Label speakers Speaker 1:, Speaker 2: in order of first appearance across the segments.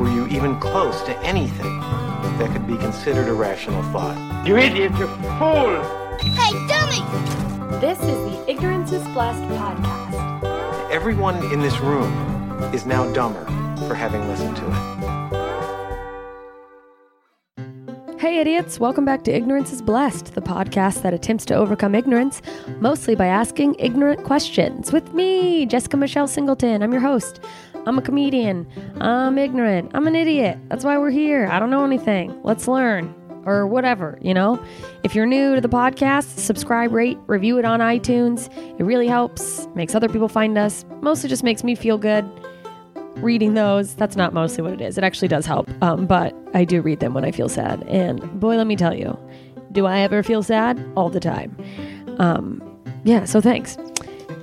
Speaker 1: were you even close to anything that could be considered a rational thought.
Speaker 2: You idiot, you fool!
Speaker 3: Hey, dummy!
Speaker 4: This is the Ignorance is Blessed podcast.
Speaker 1: Everyone in this room is now dumber for having listened to it.
Speaker 5: Hey, idiots, welcome back to Ignorance is Blessed, the podcast that attempts to overcome ignorance, mostly by asking ignorant questions. With me, Jessica Michelle Singleton. I'm your host. I'm a comedian. I'm ignorant. I'm an idiot. That's why we're here. I don't know anything. Let's learn. Or whatever, you know? If you're new to the podcast, subscribe, rate, review it on iTunes. It really helps, makes other people find us, mostly just makes me feel good. reading those. That's not mostly what it is. It actually does help, um, but I do read them when I feel sad. And boy, let me tell you, do I ever feel sad? All the time. Um, yeah, so thanks.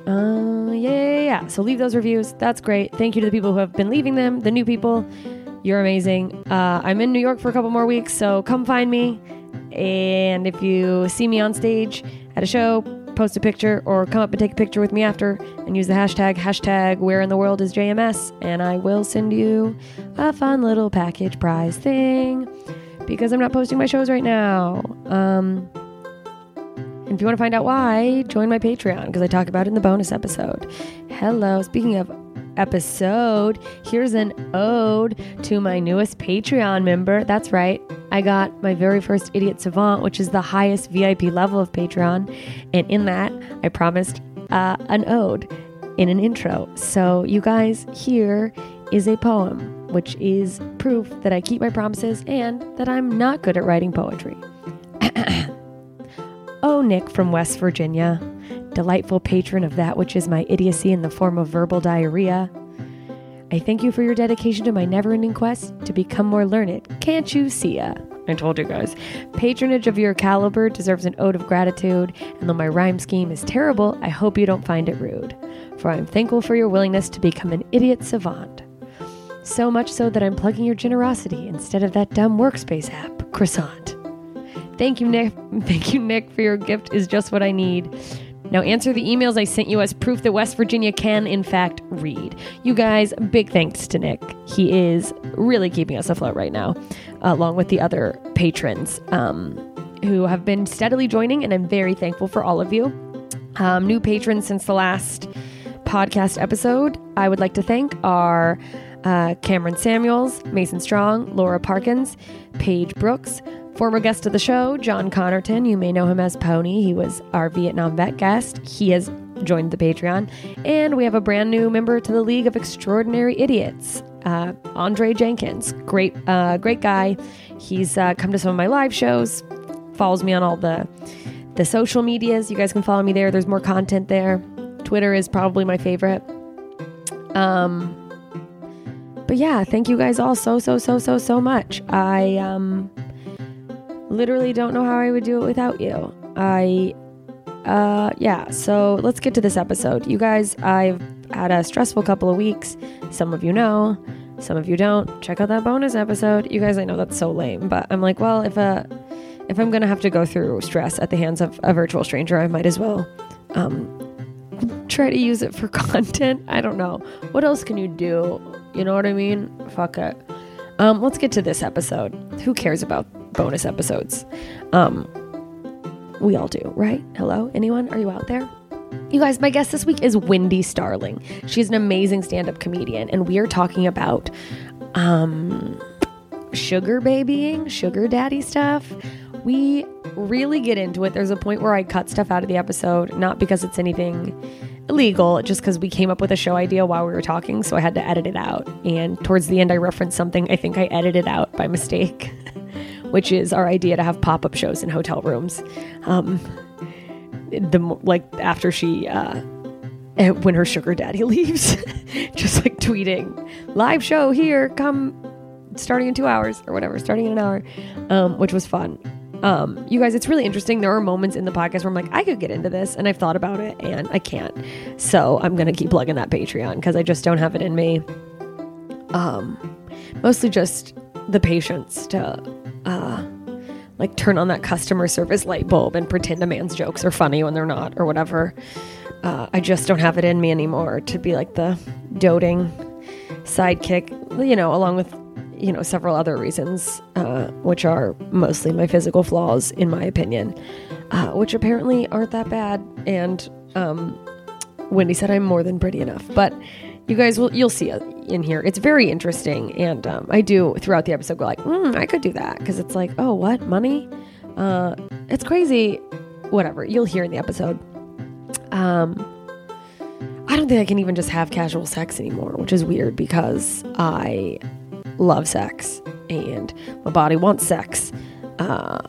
Speaker 5: Uh, yeah, yeah, yeah, yeah. So leave those reviews. That's great. Thank you to the people who have been leaving them, the new people. You're amazing. Uh, I'm in New York for a couple more weeks, so come find me. And if you see me on stage at a show, post a picture or come up and take a picture with me after and use the hashtag hashtag where in the world is JMS and I will send you a fun little package prize thing because I'm not posting my shows right now. Um, and if you want to find out why, join my Patreon because I talk about it in the bonus episode. Hello, speaking of episode, here's an ode to my newest Patreon member. That's right, I got my very first Idiot Savant, which is the highest VIP level of Patreon. And in that, I promised uh, an ode in an intro. So, you guys, here is a poem, which is proof that I keep my promises and that I'm not good at writing poetry. Oh, Nick from West Virginia, delightful patron of that which is my idiocy in the form of verbal diarrhea. I thank you for your dedication to my never ending quest to become more learned. Can't you see ya? I told you guys. Patronage of your caliber deserves an ode of gratitude, and though my rhyme scheme is terrible, I hope you don't find it rude, for I am thankful for your willingness to become an idiot savant. So much so that I'm plugging your generosity instead of that dumb workspace app, Croissant. Thank you, Nick. Thank you, Nick, for your gift is just what I need. Now answer the emails I sent you as proof that West Virginia can, in fact, read. You guys, big thanks to Nick. He is really keeping us afloat right now, along with the other patrons um, who have been steadily joining, and I'm very thankful for all of you. Um, new patrons since the last podcast episode, I would like to thank are uh, Cameron Samuels, Mason Strong, Laura Parkins, Paige Brooks, former guest of the show, John Connerton. You may know him as Pony. He was our Vietnam vet guest. He has joined the Patreon. And we have a brand new member to the League of Extraordinary Idiots, uh, Andre Jenkins. Great, uh, great guy. He's uh, come to some of my live shows, follows me on all the the social medias. You guys can follow me there. There's more content there. Twitter is probably my favorite. Um, but yeah, thank you guys all so so so so so much. I um literally don't know how I would do it without you. I uh yeah, so let's get to this episode. You guys, I've had a stressful couple of weeks. Some of you know, some of you don't. Check out that bonus episode. You guys, I know that's so lame, but I'm like, well, if uh if I'm gonna have to go through stress at the hands of a virtual stranger, I might as well um try to use it for content. I don't know. What else can you do? You know what I mean? Fuck it. Um, let's get to this episode. Who cares about bonus episodes? Um, we all do, right? Hello? Anyone? Are you out there? You guys, my guest this week is Wendy Starling. She's an amazing stand up comedian, and we are talking about um, sugar babying, sugar daddy stuff. We really get into it. There's a point where I cut stuff out of the episode, not because it's anything illegal, just because we came up with a show idea while we were talking, so I had to edit it out. And towards the end, I referenced something I think I edited out by mistake, which is our idea to have pop up shows in hotel rooms. Um, the mo- like after she uh, eh, when her sugar daddy leaves, just like tweeting live show here, come starting in two hours or whatever, starting in an hour, um, which was fun. Um, you guys, it's really interesting. There are moments in the podcast where I'm like, I could get into this, and I've thought about it, and I can't. So I'm gonna keep plugging that Patreon because I just don't have it in me. Um, mostly just the patience to, uh, like turn on that customer service light bulb and pretend a man's jokes are funny when they're not or whatever. Uh, I just don't have it in me anymore to be like the doting sidekick, you know, along with, you know, several other reasons, uh, which are mostly my physical flaws, in my opinion, uh, which apparently aren't that bad. And um, Wendy said I'm more than pretty enough, but you guys will you'll see it in here. It's very interesting, and um, I do throughout the episode go like, mm, I could do that because it's like, oh, what money? Uh, it's crazy. Whatever you'll hear in the episode. Um, I don't think I can even just have casual sex anymore, which is weird because I love sex and my body wants sex, uh,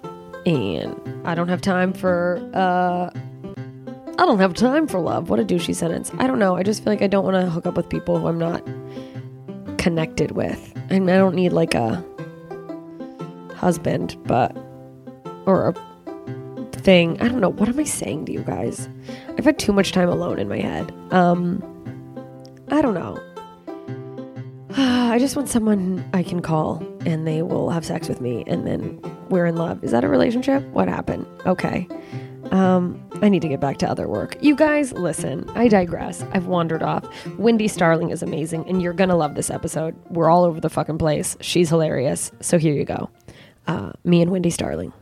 Speaker 5: and I don't have time for uh. I don't have time for love. What a douchey sentence. I don't know. I just feel like I don't want to hook up with people who I'm not connected with. I mean, I don't need like a husband, but or a thing. I don't know. What am I saying to you guys? I've had too much time alone in my head. Um, I don't know. I just want someone I can call and they will have sex with me and then we're in love. Is that a relationship? What happened? Okay. Um, I need to get back to other work. You guys, listen, I digress. I've wandered off. Wendy Starling is amazing, and you're going to love this episode. We're all over the fucking place. She's hilarious. So here you go. Uh, me and Wendy Starling.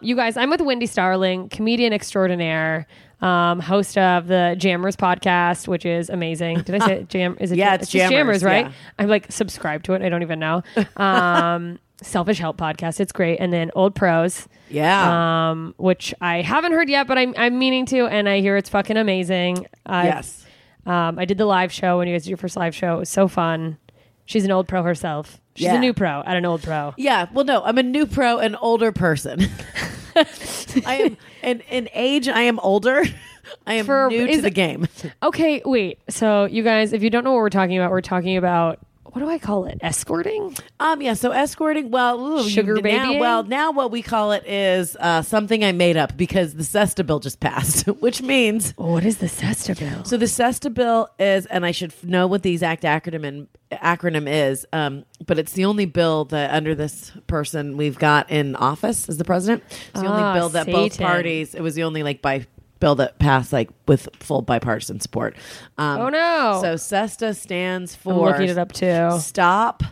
Speaker 5: You guys, I'm with Wendy Starling, comedian extraordinaire, um, host of the Jammers podcast, which is amazing. Did I say Jam? Is it
Speaker 6: Yeah,
Speaker 5: Jam-
Speaker 6: it's
Speaker 5: just
Speaker 6: Jammers,
Speaker 5: right?
Speaker 6: yeah.
Speaker 5: I'm like subscribed to it. I don't even know. Um, Selfish Help podcast. It's great. And then Old Pros
Speaker 6: Yeah.
Speaker 5: um, which I haven't heard yet, but I'm, I'm meaning to, and I hear it's fucking amazing. i
Speaker 6: yes.
Speaker 5: Um, I did the live show when you guys did your first live show. It was so fun. She's an old pro herself. She's
Speaker 6: Yeah.
Speaker 5: a new pro at an old pro.
Speaker 6: Yeah. Well, no, I'm a new pro, an older person. I am in, in age. I am older. I am
Speaker 5: For-
Speaker 6: new
Speaker 5: is-
Speaker 6: to the game.
Speaker 5: Okay, wait. So, you guys, if you don't know what we're talking about, we're talking about what do I call it? Escorting?
Speaker 6: Um. Yeah. So escorting. Well, ooh, you-
Speaker 5: Sugar
Speaker 6: now,
Speaker 5: babying?
Speaker 6: Well, now what we call it is uh, something I made up because the Cesta bill just passed, which means
Speaker 5: What is the Sesta bill?
Speaker 6: So the SESTA bill is, and I should f- know what the exact acronym and acronym is, um, but it's the only bill that under this person we've got in office as the president. It's the
Speaker 5: Ah,
Speaker 6: only bill that both
Speaker 5: Satan.
Speaker 6: parties. It was the only like by bill that passed like with full bipartisan support. Um,
Speaker 5: Oh, no.
Speaker 6: So SESTA stands
Speaker 5: I'm
Speaker 6: for
Speaker 5: looking it up too.
Speaker 6: Stop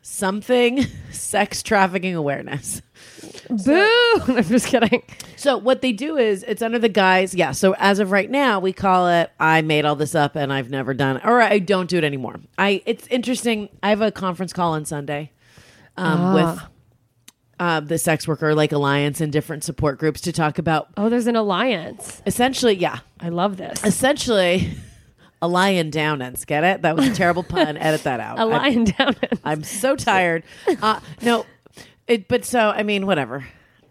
Speaker 6: something sex trafficking awareness.
Speaker 5: Boo! I'm just kidding.
Speaker 6: So what they do is it's under the guise, yeah. So as of right now, we call it I made all this up and I've never done it, or I don't do it anymore. I it's interesting. I have a conference call on Sunday um,
Speaker 5: Ah.
Speaker 6: with uh, the sex worker like alliance and different support groups to talk about
Speaker 5: Oh, there's an alliance.
Speaker 6: essentially, yeah,
Speaker 5: I love this.
Speaker 6: essentially a lion downance. Get it? That was a terrible pun. Edit that out.
Speaker 5: A
Speaker 6: I-
Speaker 5: lion down.
Speaker 6: I'm so tired. Uh, no, it, but so I mean, whatever.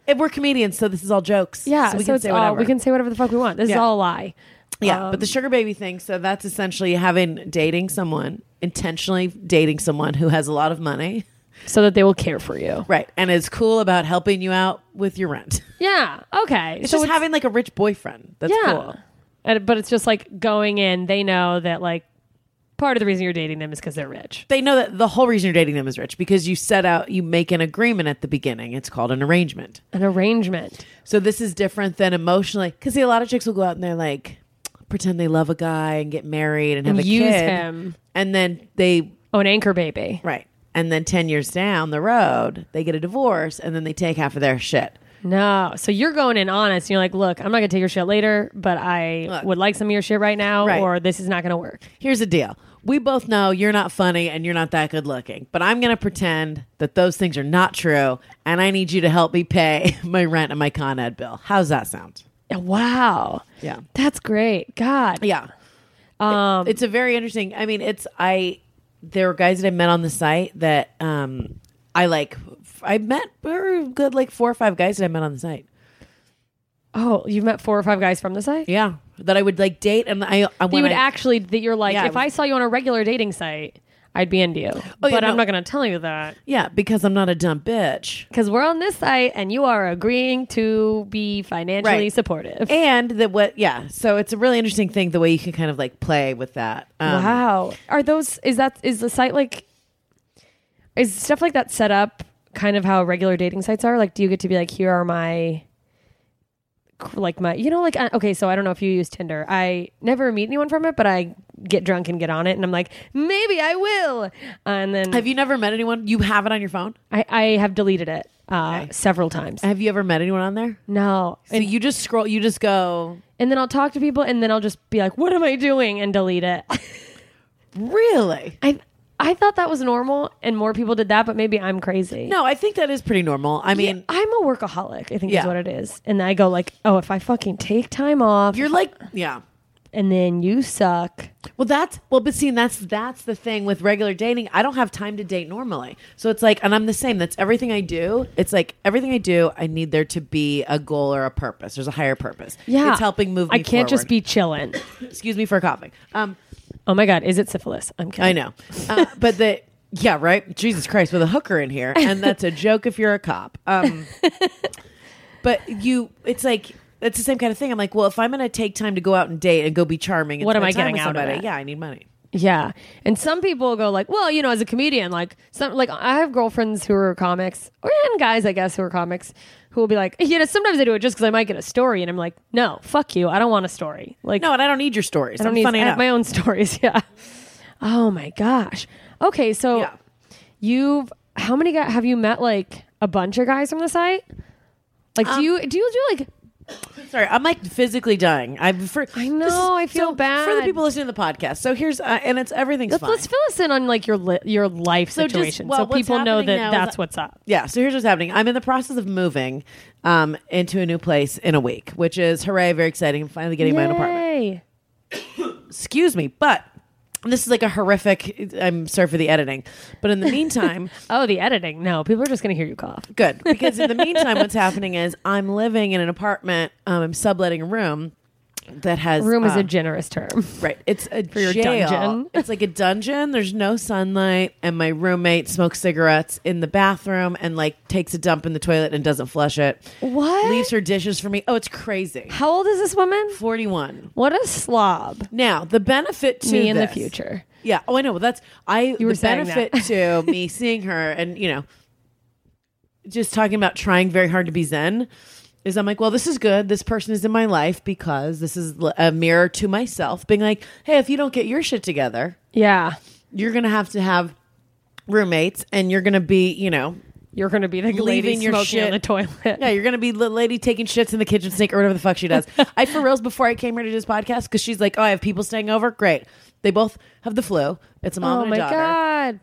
Speaker 6: If we're comedians, so this is all jokes.
Speaker 5: Yeah,
Speaker 6: so
Speaker 5: so,
Speaker 6: we can
Speaker 5: it's
Speaker 6: say
Speaker 5: all,
Speaker 6: whatever.
Speaker 5: we can say whatever the fuck we want. This is
Speaker 6: Yeah.
Speaker 5: all a lie.
Speaker 6: Yeah,
Speaker 5: Um,
Speaker 6: but the sugar baby thing. So that's essentially having dating someone intentionally dating someone who has a lot of money,
Speaker 5: so that they will care for you.
Speaker 6: right? And is cool about helping you out with your rent.
Speaker 5: Yeah. Okay.
Speaker 6: It's
Speaker 5: so
Speaker 6: just having like a rich boyfriend. That's
Speaker 5: yeah,
Speaker 6: cool.
Speaker 5: And- but it's just like going in. They know that like part of the reason you're dating them is because they're rich.
Speaker 6: They know that the whole reason you're dating them is rich because you set out, you make an agreement at the beginning. It's called an arrangement.
Speaker 5: An arrangement.
Speaker 6: So this is different than emotionally. Because see, a lot of chicks will go out and they're like, pretend they love a guy and get married and have
Speaker 5: And
Speaker 6: a
Speaker 5: use
Speaker 6: kid,
Speaker 5: him.
Speaker 6: and then they
Speaker 5: Oh, an anchor baby.
Speaker 6: Right. And then 10 years down the road, they get a divorce and then they take half of their shit.
Speaker 5: No. So you're going in honest. And you're like, look, I'm not gonna take your shit later, but I
Speaker 6: Look.
Speaker 5: would like some of your shit right now,
Speaker 6: Right.
Speaker 5: or this is not gonna work.
Speaker 6: Here's the deal we both know you're not funny and you're not that good looking, but I'm going to pretend that those things are not true and I need you to help me pay my rent and my Con Ed bill. How's that sound?
Speaker 5: Yeah, Wow.
Speaker 6: Yeah.
Speaker 5: That's great. God.
Speaker 6: Yeah. Um, it's a very interesting. I mean, it's I. There were guys that I met on the site that um, I like. I met there were good like four or five guys that I met on the site.
Speaker 5: Oh, you've met four or five guys from the site?
Speaker 6: Yeah, that I would like date and I. I
Speaker 5: You
Speaker 6: when
Speaker 5: would
Speaker 6: I-
Speaker 5: actually that you're like,
Speaker 6: Yeah,
Speaker 5: if
Speaker 6: I
Speaker 5: I saw you on a regular dating site, I'd be into you. but
Speaker 6: yeah, no.
Speaker 5: I'm not gonna tell you that.
Speaker 6: Yeah, because I'm not a dumb bitch.
Speaker 5: Because we're on this site and you are agreeing to be financially
Speaker 6: Right.
Speaker 5: supportive.
Speaker 6: And that what yeah, so it's a really interesting thing the way you can kind of like play with that. Um,
Speaker 5: wow. Are those, is that, is the site like, is stuff like that set up kind of how regular dating sites are? Like, do you get to be like, here are my, like my, you know, like, uh, okay, so I don't know if you use Tinder. I never meet anyone from it, but I get drunk and get on it and I'm like, maybe I will. And then
Speaker 6: Have you never met anyone? You have it on your phone?
Speaker 5: I, I have deleted it uh,
Speaker 6: Okay.
Speaker 5: several times.
Speaker 6: Have you ever met anyone on there?
Speaker 5: No.
Speaker 6: So you just scroll you just go
Speaker 5: And then I'll talk to people and then I'll just be like, what am I doing? And delete it.
Speaker 6: Really?
Speaker 5: I I thought that was normal and more people did that, but maybe I'm crazy.
Speaker 6: No, I think that is pretty normal. I mean
Speaker 5: I'm a workaholic, I think is
Speaker 6: Yeah.
Speaker 5: what it is. And I go like, oh, if I fucking take time off
Speaker 6: you're like yeah.
Speaker 5: and then you suck.
Speaker 6: Well that's well but see and that's that's the thing with regular dating. I don't have time to date normally. So it's like and I'm the same. That's everything I do. It's like everything I do, I need there to be a goal or a purpose. There's a higher purpose.
Speaker 5: Yeah.
Speaker 6: It's helping move
Speaker 5: I
Speaker 6: me
Speaker 5: can't just
Speaker 6: forward.
Speaker 5: be chilling.
Speaker 6: excuse me for coughing. Um
Speaker 5: Oh my God, is it syphilis? I'm kidding.
Speaker 6: I know, uh, but the Yeah, right. Jesus Christ, with a hooker in here, and that's a joke if you're a cop. Um, but you, it's like it's the same kind of thing. I'm like, well, if I'm going to take time to go out and date and go be charming, and
Speaker 5: What am
Speaker 6: spend
Speaker 5: I
Speaker 6: time
Speaker 5: getting
Speaker 6: with
Speaker 5: out of
Speaker 6: somebody,
Speaker 5: that?
Speaker 6: Yeah, I need money.
Speaker 5: Yeah. And some people go like, well, you know, as a comedian, like some like I have girlfriends who are comics or and guys, I guess, who are comics who will be like, you know, sometimes I do it just because I might get a story, and I'm like, no, fuck you, I don't want a story. Like,
Speaker 6: No, and I don't need your stories.
Speaker 5: I don't
Speaker 6: I'm
Speaker 5: need.
Speaker 6: funny
Speaker 5: I have
Speaker 6: enough.
Speaker 5: my own stories. Yeah. Oh my gosh. Okay, so
Speaker 6: Yeah.
Speaker 5: you've how many guys have you met? Like a bunch of guys from the site. Like,
Speaker 6: Um,
Speaker 5: do you do you do like
Speaker 6: Sorry, I'm like physically dying. I'm for, I
Speaker 5: know, I feel bad.
Speaker 6: for the people listening to the podcast. So here's uh, and it's everything's
Speaker 5: let's,
Speaker 6: fine.
Speaker 5: let's fill us in on like your li- your life
Speaker 6: So just-
Speaker 5: situation
Speaker 6: well,
Speaker 5: so
Speaker 6: what's
Speaker 5: people know that
Speaker 6: happening now is
Speaker 5: that's
Speaker 6: I-
Speaker 5: what's up.
Speaker 6: yeah. So here's what's happening. I'm in the process of moving um, into a new place in a week, which is hooray, very exciting. I'm finally getting my own apartment.
Speaker 5: Yay.
Speaker 6: excuse me, but and this is like a horrific. I'm sorry for the editing, but in the meantime,
Speaker 5: Oh, the editing. No, people are just going to hear you cough.
Speaker 6: good because in the meantime, what's happening is I'm living in an apartment. Um, I'm subletting a room that has
Speaker 5: Room is
Speaker 6: uh,
Speaker 5: a generous term.
Speaker 6: right. It's a
Speaker 5: your
Speaker 6: jail.
Speaker 5: dungeon.
Speaker 6: It's like a dungeon. There's no sunlight, and my roommate smokes cigarettes in the bathroom and like takes a dump in the toilet and doesn't flush it.
Speaker 5: What?
Speaker 6: Leaves her dishes for me. Oh, it's crazy.
Speaker 5: How old is this woman?
Speaker 6: Forty-one.
Speaker 5: What a slob.
Speaker 6: Now the benefit to
Speaker 5: Me in the
Speaker 6: this-
Speaker 5: future.
Speaker 6: Yeah. Oh, I know. Well, that's I.
Speaker 5: were
Speaker 6: the
Speaker 5: saying
Speaker 6: benefit to me seeing her, and you know, just talking about trying very hard to be zen, is I'm like, well, this is good. This person is in my life because this is l- a mirror to myself, being like, hey, if you don't get your shit together,
Speaker 5: Yeah.
Speaker 6: you're gonna have to have roommates, and you're gonna be, you know,
Speaker 5: You're going to be the lady
Speaker 6: Leaving your
Speaker 5: smoking
Speaker 6: shit-
Speaker 5: in the toilet.
Speaker 6: yeah, you're gonna be the lady taking shits in the kitchen sink or whatever the fuck she does. I for reals before I came here to do this podcast because she's like, oh, I have people staying over. Great. They both have the flu. It's a mom
Speaker 5: oh
Speaker 6: and a
Speaker 5: my
Speaker 6: daughter
Speaker 5: God.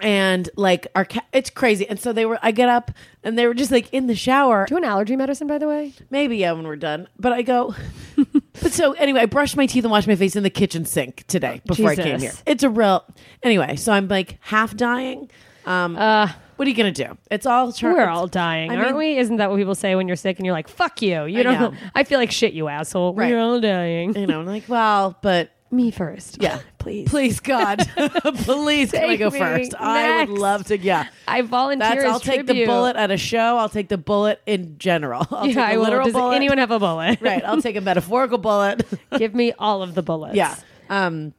Speaker 6: and like our cat it's crazy and so they were i get up and they were just like in the shower
Speaker 5: Do you want allergy medicine, by the way?
Speaker 6: maybe yeah when we're done but i go but so anyway i brushed my teeth and washed my face in the kitchen sink today before i came here
Speaker 5: Jesus.
Speaker 6: it's a real anyway so i'm like half dying um
Speaker 5: Uh,
Speaker 6: what are you gonna do it's all char-
Speaker 5: we're
Speaker 6: it's-
Speaker 5: all dying,
Speaker 6: I
Speaker 5: aren't
Speaker 6: mean-
Speaker 5: we? Isn't that what people say when you're sick and you're like, fuck you? You
Speaker 6: I
Speaker 5: don't
Speaker 6: know.
Speaker 5: I feel like shit, you asshole.
Speaker 6: Right.
Speaker 5: We're all dying.
Speaker 6: you know I'm like well but
Speaker 5: Me first.
Speaker 6: yeah
Speaker 5: Please.
Speaker 6: please god please can i
Speaker 5: Take
Speaker 6: go
Speaker 5: me
Speaker 6: first i
Speaker 5: next.
Speaker 6: would love to yeah
Speaker 5: I volunteer
Speaker 6: that's
Speaker 5: as
Speaker 6: i'll take the
Speaker 5: tribute.
Speaker 6: bullet at a show i'll take the bullet in general i'll
Speaker 5: Yeah,
Speaker 6: take
Speaker 5: I
Speaker 6: a
Speaker 5: will.
Speaker 6: literal
Speaker 5: Does
Speaker 6: bullet
Speaker 5: anyone have a bullet?
Speaker 6: right i'll take a metaphorical bullet
Speaker 5: Give me all of the bullets.
Speaker 6: Yeah. Um,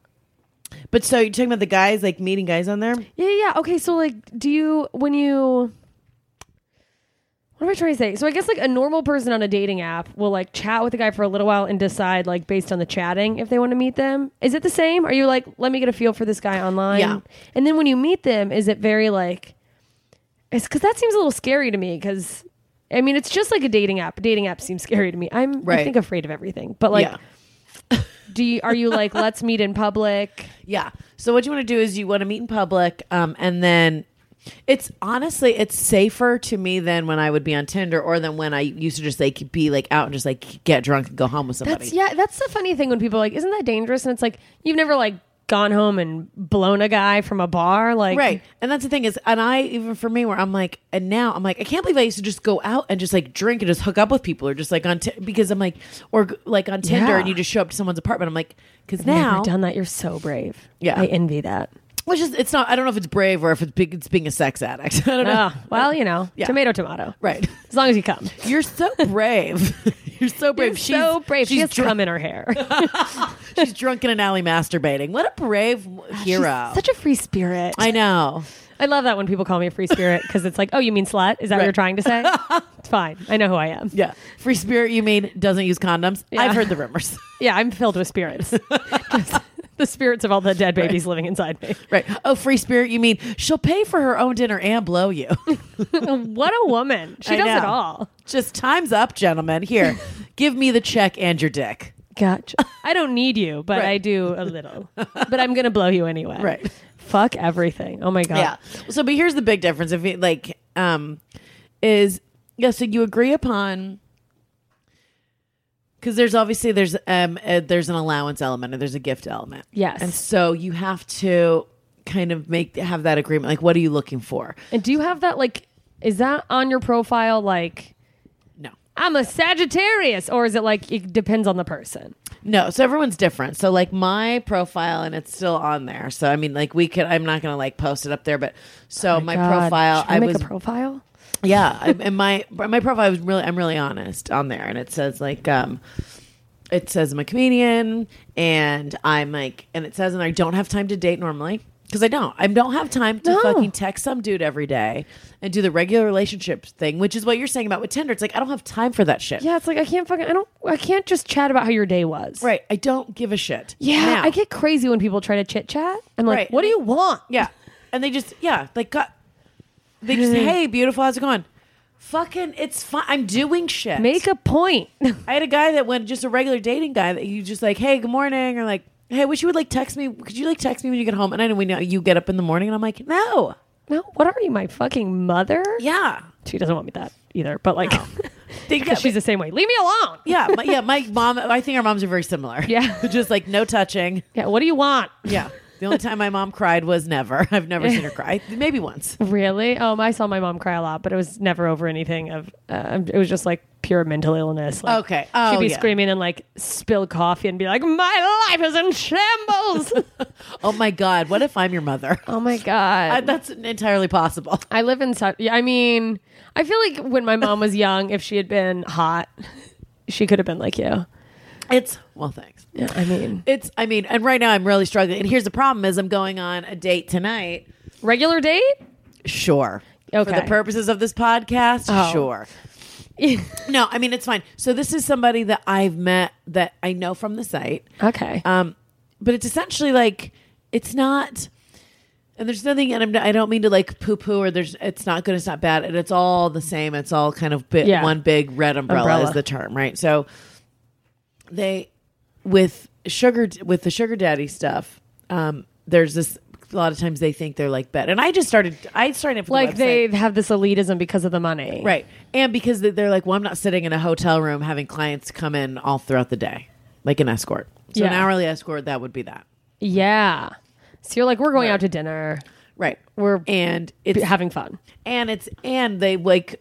Speaker 6: but so you're talking about the guys, like meeting guys on there?
Speaker 5: Yeah, yeah. yeah. Okay, so like, do you when you what am I trying to say? So I guess like a normal person on a dating app will like chat with a guy for a little while and decide like based on the chatting if they want to meet them. Is it the same? Are you like let me get a feel for this guy online?
Speaker 6: Yeah.
Speaker 5: And then when you meet them, is it very like? It's because that seems a little scary to me because. I mean, it's just like a dating app. Dating apps seem scary to me. I'm, I
Speaker 6: Right.
Speaker 5: think, afraid of everything. But like,
Speaker 6: yeah.
Speaker 5: do you are you like, let's meet in public?
Speaker 6: Yeah. So what you want to do is you want to meet in public, um, and then it's honestly it's safer to me than when I would be on Tinder or than when I used to just like be like out and just like get drunk and go home with somebody.
Speaker 5: That's yeah. That's the funny thing when people are like, isn't that dangerous? And it's like you've never like gone home and blown a guy from a bar, like
Speaker 6: Right. And that's the thing is, and I, even for me, where I'm like, and now I'm like, I can't believe I used to just go out and just like drink and just hook up with people or just like on, t- because I'm like, or g- like on Tinder
Speaker 5: Yeah.
Speaker 6: and you just show up to someone's apartment. I'm like, because
Speaker 5: Never
Speaker 6: now,
Speaker 5: done that. You're so brave.
Speaker 6: Yeah.
Speaker 5: I envy that.
Speaker 6: which is, it's not, I don't know if it's brave or if it's, big, it's being a sex addict. I don't know.
Speaker 5: Oh, well, you know,
Speaker 6: Yeah.
Speaker 5: tomato, tomato.
Speaker 6: Right.
Speaker 5: As long as you come.
Speaker 6: You're so brave. You're so brave.
Speaker 5: You're so brave. She
Speaker 6: She's,
Speaker 5: has
Speaker 6: dr-
Speaker 5: cum in her hair.
Speaker 6: she's drunk in an alley masturbating. What a brave w- hero.
Speaker 5: Ah, Such a free spirit.
Speaker 6: I know.
Speaker 5: I love that when people call me a free spirit because it's like, oh, you mean slut? Is that what
Speaker 6: Right.
Speaker 5: you're trying to say? it's fine. I know who I am.
Speaker 6: Yeah. Free spirit, you mean doesn't use condoms?
Speaker 5: Yeah.
Speaker 6: I've heard the rumors.
Speaker 5: Yeah, I'm filled with spirits. Just the spirits of all the dead babies living inside me.
Speaker 6: right. Oh, free spirit, you mean she'll pay for her own dinner and blow you.
Speaker 5: what a woman. She
Speaker 6: I
Speaker 5: does it
Speaker 6: know.
Speaker 5: all.
Speaker 6: Just time's up, gentlemen. Here, give me the check and your dick.
Speaker 5: Gotcha. I don't need you, but
Speaker 6: Right.
Speaker 5: I do a little. but I'm gonna blow you anyway.
Speaker 6: Right.
Speaker 5: Fuck everything. Oh my god.
Speaker 6: Yeah. So, but here's the big difference. If you like, um, is yeah. So you agree upon because there's obviously there's um uh there's an allowance element and there's a gift element.
Speaker 5: Yes.
Speaker 6: And so you have to kind of make have that agreement. Like, what are you looking for?
Speaker 5: And do you have that like is that on your profile like
Speaker 6: No.
Speaker 5: I'm a Sagittarius or is it like it depends on the person?
Speaker 6: No, so everyone's different. So like my profile and it's still on there. So I mean like we could I'm not going to like post it up there but so my, profile I
Speaker 5: make
Speaker 6: was
Speaker 5: a profile.
Speaker 6: yeah, I, and my my profile was really I'm really honest on there and it says like um it says I'm a comedian and I'm like and it says and I don't have time to date normally because I don't I don't have time to
Speaker 5: No.
Speaker 6: fucking text some dude every day and do the regular relationship thing which is what you're saying about with Tinder it's like I don't have time for that shit.
Speaker 5: Yeah, it's like I can't fucking I don't I can't just chat about how your day was.
Speaker 6: Right, I don't give a shit.
Speaker 5: Yeah,
Speaker 6: Now.
Speaker 5: I get crazy when people try to chit chat. I'm like,
Speaker 6: Right.
Speaker 5: what do you want?
Speaker 6: Yeah. And they just, yeah, like, got, they just, hey, beautiful, how's it going? Fucking, it's fine. I'm doing shit.
Speaker 5: Make a point.
Speaker 6: I had a guy that went, just a regular dating guy that you just like, hey, good morning, or like, hey, I wish you would like text me. Could you like text me when you get home? And I know we know you get up in the morning, and I'm like, no,
Speaker 5: no, what are you, my fucking mother?
Speaker 6: yeah,
Speaker 5: She doesn't want me that either, but like,
Speaker 6: They- yeah,
Speaker 5: because she's the same way. Leave me alone.
Speaker 6: yeah, my, yeah. My mom, I think our moms are very similar.
Speaker 5: Yeah.
Speaker 6: just like no touching.
Speaker 5: Yeah, what do you want?
Speaker 6: Yeah. The only time my mom cried was never. I've never seen her cry. Maybe once.
Speaker 5: Really? Um, I saw my mom cry a lot, but it was never over anything of. Uh, it was just like pure mental illness. Like,
Speaker 6: Okay. Oh,
Speaker 5: she'd be
Speaker 6: yeah.
Speaker 5: screaming and like spill coffee and be like, "My life is in shambles."
Speaker 6: Oh my God. What if I'm your mother?
Speaker 5: oh my god.
Speaker 6: I- that's entirely possible.
Speaker 5: I live in South. Yeah, I mean, I feel like when my mom was young, if she had been hot, she could have been like you.
Speaker 6: It's well, thanks.
Speaker 5: Yeah, I mean,
Speaker 6: It's I mean, and right now I'm really struggling. And here's the problem: is I'm going on a date tonight.
Speaker 5: regular date.
Speaker 6: Sure. For
Speaker 5: Okay.
Speaker 6: the purposes of this podcast,
Speaker 5: Oh.
Speaker 6: sure. no, I mean it's fine. So this is somebody that I've met that I know from the site.
Speaker 5: Okay.
Speaker 6: Um, but it's essentially like it's not. And there's nothing, and I'm, I don't mean to like poo-poo or there's. It's not good. It's not bad. And it's all the same. It's all kind of bit,
Speaker 5: Yeah.
Speaker 6: one big red umbrella,
Speaker 5: Umbrella.
Speaker 6: is the term, right? So they with sugar with the sugar daddy stuff. Um, there's this. A lot of times they think they're like bet, and I just started. I started from the
Speaker 5: like
Speaker 6: website.
Speaker 5: they have this elitism because of the money.
Speaker 6: Right. And because they- they're like, well, I'm not sitting in a hotel room having clients come in all throughout the day, like an escort. So an
Speaker 5: Yeah.
Speaker 6: hourly escort, that would be that.
Speaker 5: Yeah. So you're like, we're going out to dinner.
Speaker 6: Right.
Speaker 5: We're
Speaker 6: And
Speaker 5: b-
Speaker 6: it's
Speaker 5: having fun.
Speaker 6: and it's and they like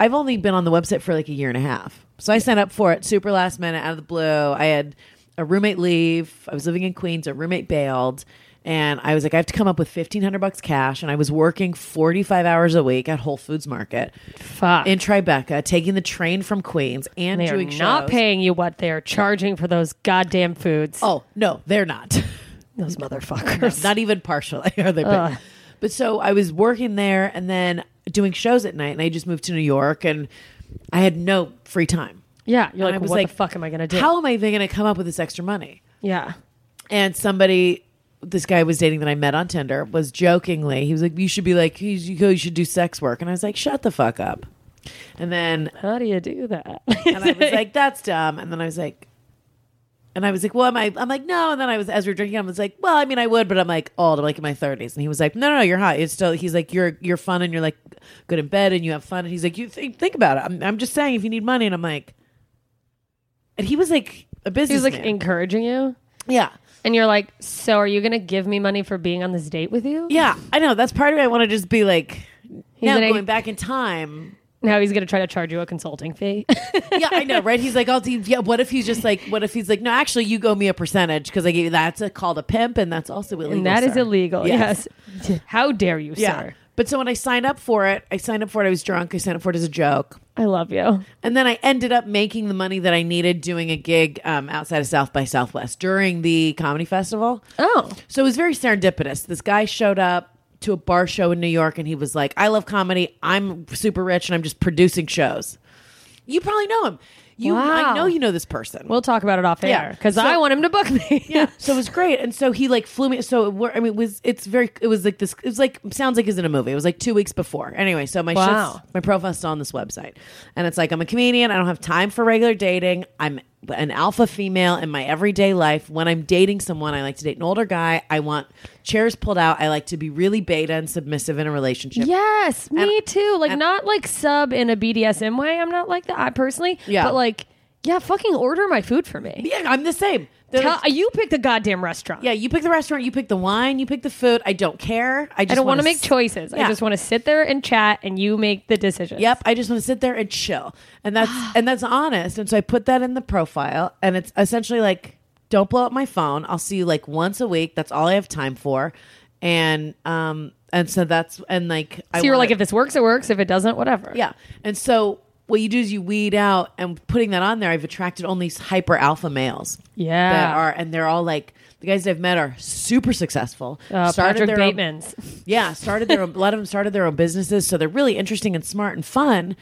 Speaker 6: I've only been on the website for like a year and a half. So I signed up for it super last minute out of the blue. I had a roommate leave. I was living in Queens, a roommate bailed, and I was like I have to come up with 1500 bucks cash and I was working 45 hours a week at Whole Foods Market
Speaker 5: Fuck.
Speaker 6: in Tribeca, taking the train from Queens and
Speaker 5: they are
Speaker 6: doing
Speaker 5: not
Speaker 6: shows.
Speaker 5: paying you what they are charging for those goddamn foods.
Speaker 6: Oh no, they're not.
Speaker 5: Those motherfuckers.
Speaker 6: not even partially are they. paying. But so I was working there and then doing shows at night, and I just moved to New York, and I had no free time.
Speaker 5: yeah. You're
Speaker 6: And I
Speaker 5: like,
Speaker 6: was
Speaker 5: what
Speaker 6: like,
Speaker 5: the fuck am I gonna do?
Speaker 6: How am I even going to come up with this extra money?
Speaker 5: yeah.
Speaker 6: And somebody, this guy I was dating that I met on Tinder, was jokingly, he was like, "You should be like, you should- you should do sex work," and I was like, "Shut the fuck up." And then
Speaker 5: How do you do that?
Speaker 6: and I was like, "That's dumb." And then I was like, and I was like, "Well, am I?" I'm like, "No." And then I was, as we were drinking, I was like, "Well, I mean, I would, but I'm like old. I'm like in my 30s." And he was like, "No, no, no you're hot. It's still." He's like, "You're you're fun, and you're like good in bed, and you have fun." And he's like, "You think think about it. I'm, I'm just saying, if you need money." And I'm like, and he was like a business.
Speaker 5: he was like encouraging you.
Speaker 6: yeah.
Speaker 5: And you're like, so are you going to give me money for being on this date with you?
Speaker 6: Yeah, I know. That's part of it. I want to just be like, now
Speaker 5: gonna-
Speaker 6: going back in time,
Speaker 5: Now he's going to try to charge you a consulting fee.
Speaker 6: yeah, I know, right? He's like, I'll do. Yeah, what if he's just like, what if he's like, no, actually, you owe me a percentage because I gave you that's a call to pimp, and that's also illegal.
Speaker 5: and that is
Speaker 6: sir.
Speaker 5: illegal. Yes. How dare you,
Speaker 6: yeah.
Speaker 5: sir?
Speaker 6: But so when I signed up for it, I signed up for it. I was drunk. I signed up for it as a joke,
Speaker 5: I love you.
Speaker 6: and then I ended up making the money that I needed doing a gig um, outside of South by Southwest during the comedy festival.
Speaker 5: Oh.
Speaker 6: So it was very serendipitous. This guy showed up to a bar show in New York and he was like, I love comedy. I'm super rich and I'm just producing shows. You probably know him. You I
Speaker 5: Wow.
Speaker 6: know you know this person.
Speaker 5: We'll talk about it off
Speaker 6: Yeah.
Speaker 5: air because
Speaker 6: So-
Speaker 5: I want him to book me.
Speaker 6: yeah. So it was great. And so he like flew me so it, were- I mean it was it's very it was like this it was like sounds like it's in a movie. It was like 2 weeks before. Anyway, so my
Speaker 5: Wow.
Speaker 6: shit's- my profile's still on this website. And it's like I'm a comedian, I don't have time for regular dating. I'm an alpha female in my everyday life. When I'm dating someone, I like to date an older guy. I want chairs pulled out. I like to be really beta and submissive in a relationship.
Speaker 5: Yes, me
Speaker 6: And-
Speaker 5: too. Like, not like sub in a BDSM way. I'm not like that I personally.
Speaker 6: Yeah.
Speaker 5: But like, yeah, fucking order my food for me.
Speaker 6: Yeah, I'm the same. They're
Speaker 5: Tell,
Speaker 6: like-
Speaker 5: you pick the goddamn restaurant.
Speaker 6: yeah, you pick the restaurant, you pick the wine, you pick the food. I don't care. I just
Speaker 5: I don't want
Speaker 6: wanna
Speaker 5: to make
Speaker 6: s-
Speaker 5: choices.
Speaker 6: Yeah.
Speaker 5: I just want to sit there and chat and you make the decisions.
Speaker 6: Yep, I just want to sit there and chill, and that's and that's honest. And so I put that in the profile, and it's essentially like don't blow up my phone. I'll see you like once a week. That's all I have time for. And um and so that's and like I
Speaker 5: So you were like,
Speaker 6: wanted-
Speaker 5: if this works, it works. If it doesn't, whatever.
Speaker 6: yeah. And so what you do is you weed out and putting that on there, I've attracted only these hyper alpha males.
Speaker 5: Yeah.
Speaker 6: That are and they're all like the guys I've met are super successful.
Speaker 5: Uh, Patrick
Speaker 6: their own-
Speaker 5: Bateman's.
Speaker 6: yeah, started their own, a lot of them started their own businesses, so they're really interesting and smart and fun.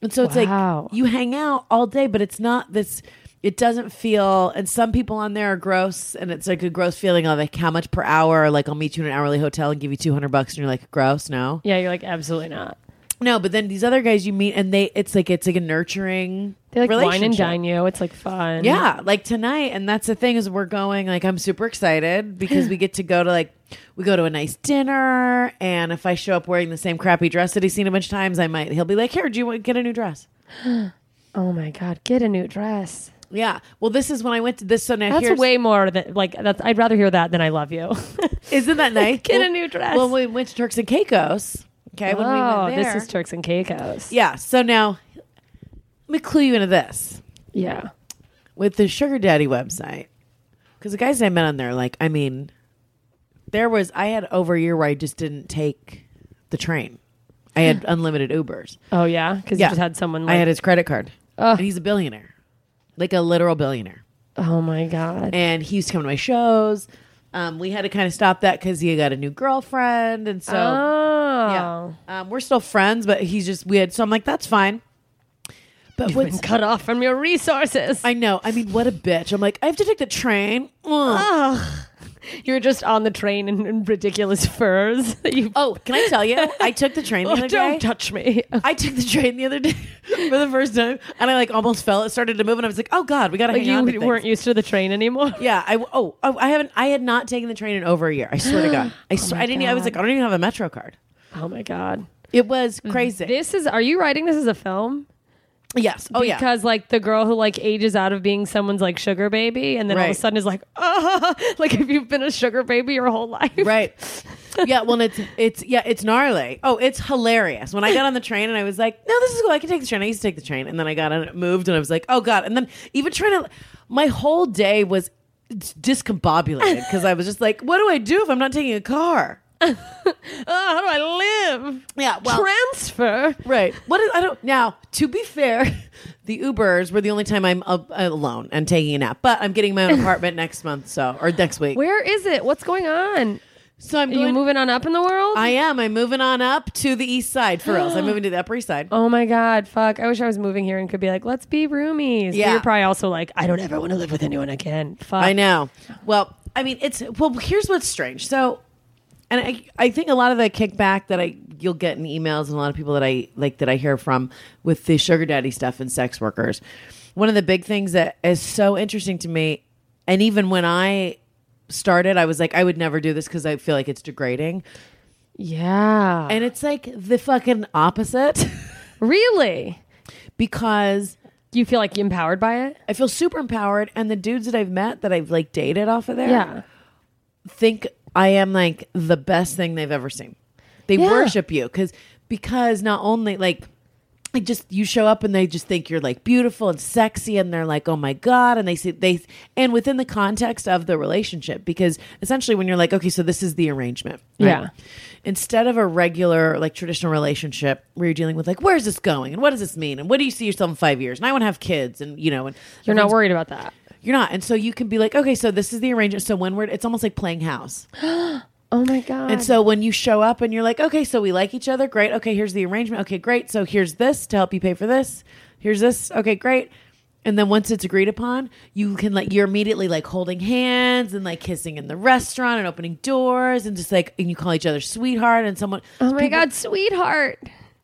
Speaker 6: And so it's
Speaker 5: Wow.
Speaker 6: like you hang out all day, but it's not this. It doesn't feel, and some people on there are gross, and it's like a gross feeling of like how much per hour. Or like I'll meet you in an hourly hotel and give you two hundred bucks, and you're like gross, no,
Speaker 5: Yeah, you're like, absolutely not.
Speaker 6: no. But then these other guys you meet, and they, it's like it's like a nurturing.
Speaker 5: They like wine and
Speaker 6: relationship.
Speaker 5: dine you. It's like fun.
Speaker 6: Yeah, like tonight, and that's the thing is we're going. Like I'm super excited because we get to go to like we go to a nice dinner, and if I show up wearing the same crappy dress that he's seen a bunch of times, I might he'll be like, "Here, do you want get a new dress?"
Speaker 5: Oh my god, get a new dress.
Speaker 6: Yeah. Well, this is when I went to this. So now
Speaker 5: That's
Speaker 6: here's,
Speaker 5: way more than like. That's I'd rather hear that than I love you.
Speaker 6: Isn't that nice?
Speaker 5: Get a
Speaker 6: Well-
Speaker 5: new dress.
Speaker 6: Well, we went to Turks and Caicos. Okay, when we
Speaker 5: oh,
Speaker 6: went there,
Speaker 5: this is Turks and Caicos.
Speaker 6: yeah. So now let me clue you into this
Speaker 5: Yeah.
Speaker 6: with the sugar daddy website because the guys I met on there, like, I mean, there was I had over a year where I just didn't take the train. I had unlimited Ubers.
Speaker 5: Oh yeah, because
Speaker 6: Yeah.
Speaker 5: you just had someone. Like,
Speaker 6: I had his credit card. and he's a billionaire, like a literal billionaire.
Speaker 5: oh my god.
Speaker 6: And he used to come to my shows. Um, we had to kind of stop that because he got a new girlfriend, and so
Speaker 5: oh.
Speaker 6: yeah, um, we're still friends. But he's just weird. So I'm like, that's fine. But
Speaker 5: You've been
Speaker 6: what's-
Speaker 5: cut off from your resources.
Speaker 6: I know. I mean, what a bitch. I'm like, I have to take the train. Ugh.
Speaker 5: You're just on the train in, in ridiculous furs. that you
Speaker 6: Oh, can I tell you? I took the train the
Speaker 5: Oh,
Speaker 6: other
Speaker 5: don't
Speaker 6: day.
Speaker 5: touch me.
Speaker 6: I took the train the other day for the first time, and I like almost fell. It started to move, and I was like, "Oh God, we gotta
Speaker 5: Like
Speaker 6: hang
Speaker 5: you
Speaker 6: on." To
Speaker 5: weren't
Speaker 6: things.
Speaker 5: used to the train anymore.
Speaker 6: Yeah, I oh, oh I haven't. I had not taken the train in over a year. I swear to God, I sw- I didn't. e, I was
Speaker 5: Oh God.
Speaker 6: like, I don't even have a Metro card.
Speaker 5: Oh my god.
Speaker 6: It was crazy.
Speaker 5: This is. Are you writing this as a film?
Speaker 6: yes. Oh yeah.
Speaker 5: because like the girl who like ages out of being someone's like sugar baby and then all
Speaker 6: Right.
Speaker 5: of a sudden is like oh like if you've been a sugar baby your whole life
Speaker 6: Right. Yeah. Well, it's it's yeah, it's gnarly. Oh, it's hilarious. When I got on the train and I was like, no, this is cool. I can take the train. I used to take the train, and then I got on it, moved, and I was like, oh god. And then even trying to, my whole day was discombobulated because I was just like, what do I do if I'm not taking a car?
Speaker 5: oh how do i live
Speaker 6: Yeah. Well.
Speaker 5: transfer
Speaker 6: Right. What is, I don't now. To be fair, the Ubers were the only time I'm up, alone and taking a nap. But I'm getting my own apartment next month, so or next week.
Speaker 5: where is it what's going on
Speaker 6: so I'm
Speaker 5: are you
Speaker 6: going-
Speaker 5: moving on up in the world
Speaker 6: I am. I'm moving on up to the East Side for reals. I'm moving to the Upper East Side.
Speaker 5: oh my god fuck i wish i was moving here and could be like let's be roomies But
Speaker 6: Yeah.
Speaker 5: you're probably also like i don't ever want to live with anyone again fuck
Speaker 6: I know. Uh, Well, I mean, it's well. Here's what's strange. So, and I, I think a lot of the kickback that I you'll get in emails and a lot of people that I like that I hear from with the sugar daddy stuff and sex workers. One of the big things that is so interesting to me, and even when I started, I was like, I would never do this because I feel like it's degrading,
Speaker 5: yeah
Speaker 6: and it's like the fucking opposite
Speaker 5: really
Speaker 6: because
Speaker 5: you feel like empowered by it
Speaker 6: I feel super empowered. And the dudes that I've met that I've like dated off of there
Speaker 5: Yeah.
Speaker 6: think I am like the best thing they've ever seen. They
Speaker 5: Yeah.
Speaker 6: worship you because because not only like like just you show up and they just think you're like beautiful and sexy and they're like oh my god and they see they and within the context of the relationship because essentially when you're like okay so this is the arrangement right?
Speaker 5: Yeah.
Speaker 6: instead of a regular like traditional relationship where you're dealing with like where's this going and what does this mean and what do you see yourself in five years and I want to have kids and you know and
Speaker 5: you're not worried about that
Speaker 6: you're not. And so you can be like, okay, so this is the arrangement. So when we're, it's almost like playing house.
Speaker 5: oh my god
Speaker 6: And so when you show up and you're like, okay, so we like each other. Great. Okay, here's the arrangement. Okay, great. So here's this to help you pay for this. Here's this. Okay, great. And then once it's agreed upon, you can like, you're immediately like holding hands and like kissing in the restaurant and opening doors and just like, and you call each other sweetheart and someone.
Speaker 5: oh my god sweetheart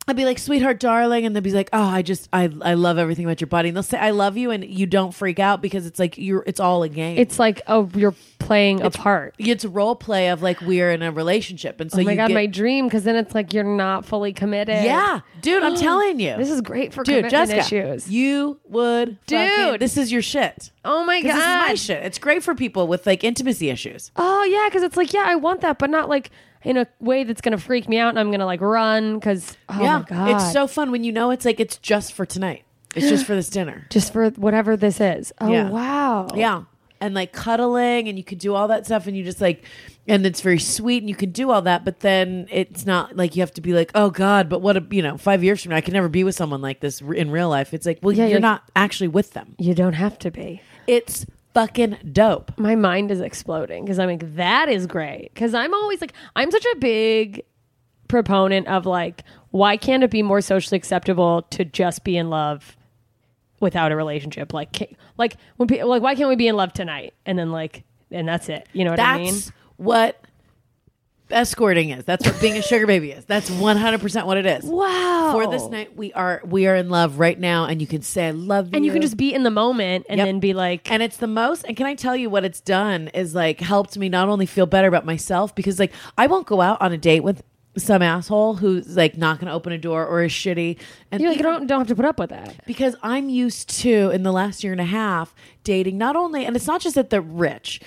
Speaker 6: I'd be like, sweetheart, darling, and they'd be like, oh, I just, I, I love everything about your body, and they'll say, I love you, and you don't freak out because it's like you're, it's all a game.
Speaker 5: It's like oh, you're playing a part.
Speaker 6: it's role play of like we're in a relationship, and so
Speaker 5: oh my
Speaker 6: you
Speaker 5: god,
Speaker 6: get,
Speaker 5: my dream! Because then it's like you're not fully committed.
Speaker 6: yeah, dude, I'm telling you,
Speaker 5: this is great for
Speaker 6: dude,
Speaker 5: commitment
Speaker 6: Jessica,
Speaker 5: issues.
Speaker 6: you would, fucking-
Speaker 5: Dude.
Speaker 6: this is your shit.
Speaker 5: oh my
Speaker 6: 'Cause This is
Speaker 5: god,
Speaker 6: my shit. It's great for people with like intimacy issues.
Speaker 5: oh yeah, because it's like yeah, I want that, but not like in a way that's gonna freak me out and I'm gonna like run because oh
Speaker 6: yeah,
Speaker 5: my god,
Speaker 6: it's so fun when you know it's like it's just for tonight. It's just for this dinner.
Speaker 5: just for whatever this is. Oh
Speaker 6: Yeah.
Speaker 5: wow,
Speaker 6: Yeah. and like cuddling and you could do all that stuff and you just like and it's very sweet and you can do all that but then it's not like you have to be like oh god but what a you know 5 years from now I can never be with someone like this r- in real life it's like well
Speaker 5: Yeah,
Speaker 6: you're
Speaker 5: you're-
Speaker 6: not actually with them
Speaker 5: You don't have to be.
Speaker 6: it's fucking dope
Speaker 5: My mind is exploding because I'm like, that is great. Because I'm always like, I'm such a big proponent of like, why can't it be more socially acceptable to just be in love without a relationship? Like, ca- like when people like, why can't we be in love tonight and then like, and that's it? You know what I mean?
Speaker 6: That's what escorting is. That's what being a sugar baby is. That's 100% what it is.
Speaker 5: Wow.
Speaker 6: For this night we are we are in love right now and you can say I love you.
Speaker 5: and you can just be in the moment and
Speaker 6: Yep.
Speaker 5: then be like,
Speaker 6: and it's the most and can I tell you what it's done is like helped me not only feel better about myself because like I won't go out on a date with some asshole who's like not going to open a door or is shitty and
Speaker 5: you're like, you
Speaker 6: even-
Speaker 5: don't don't have to put up with that.
Speaker 6: because I'm used to in the last year and a half dating not only and it's not just that they're rich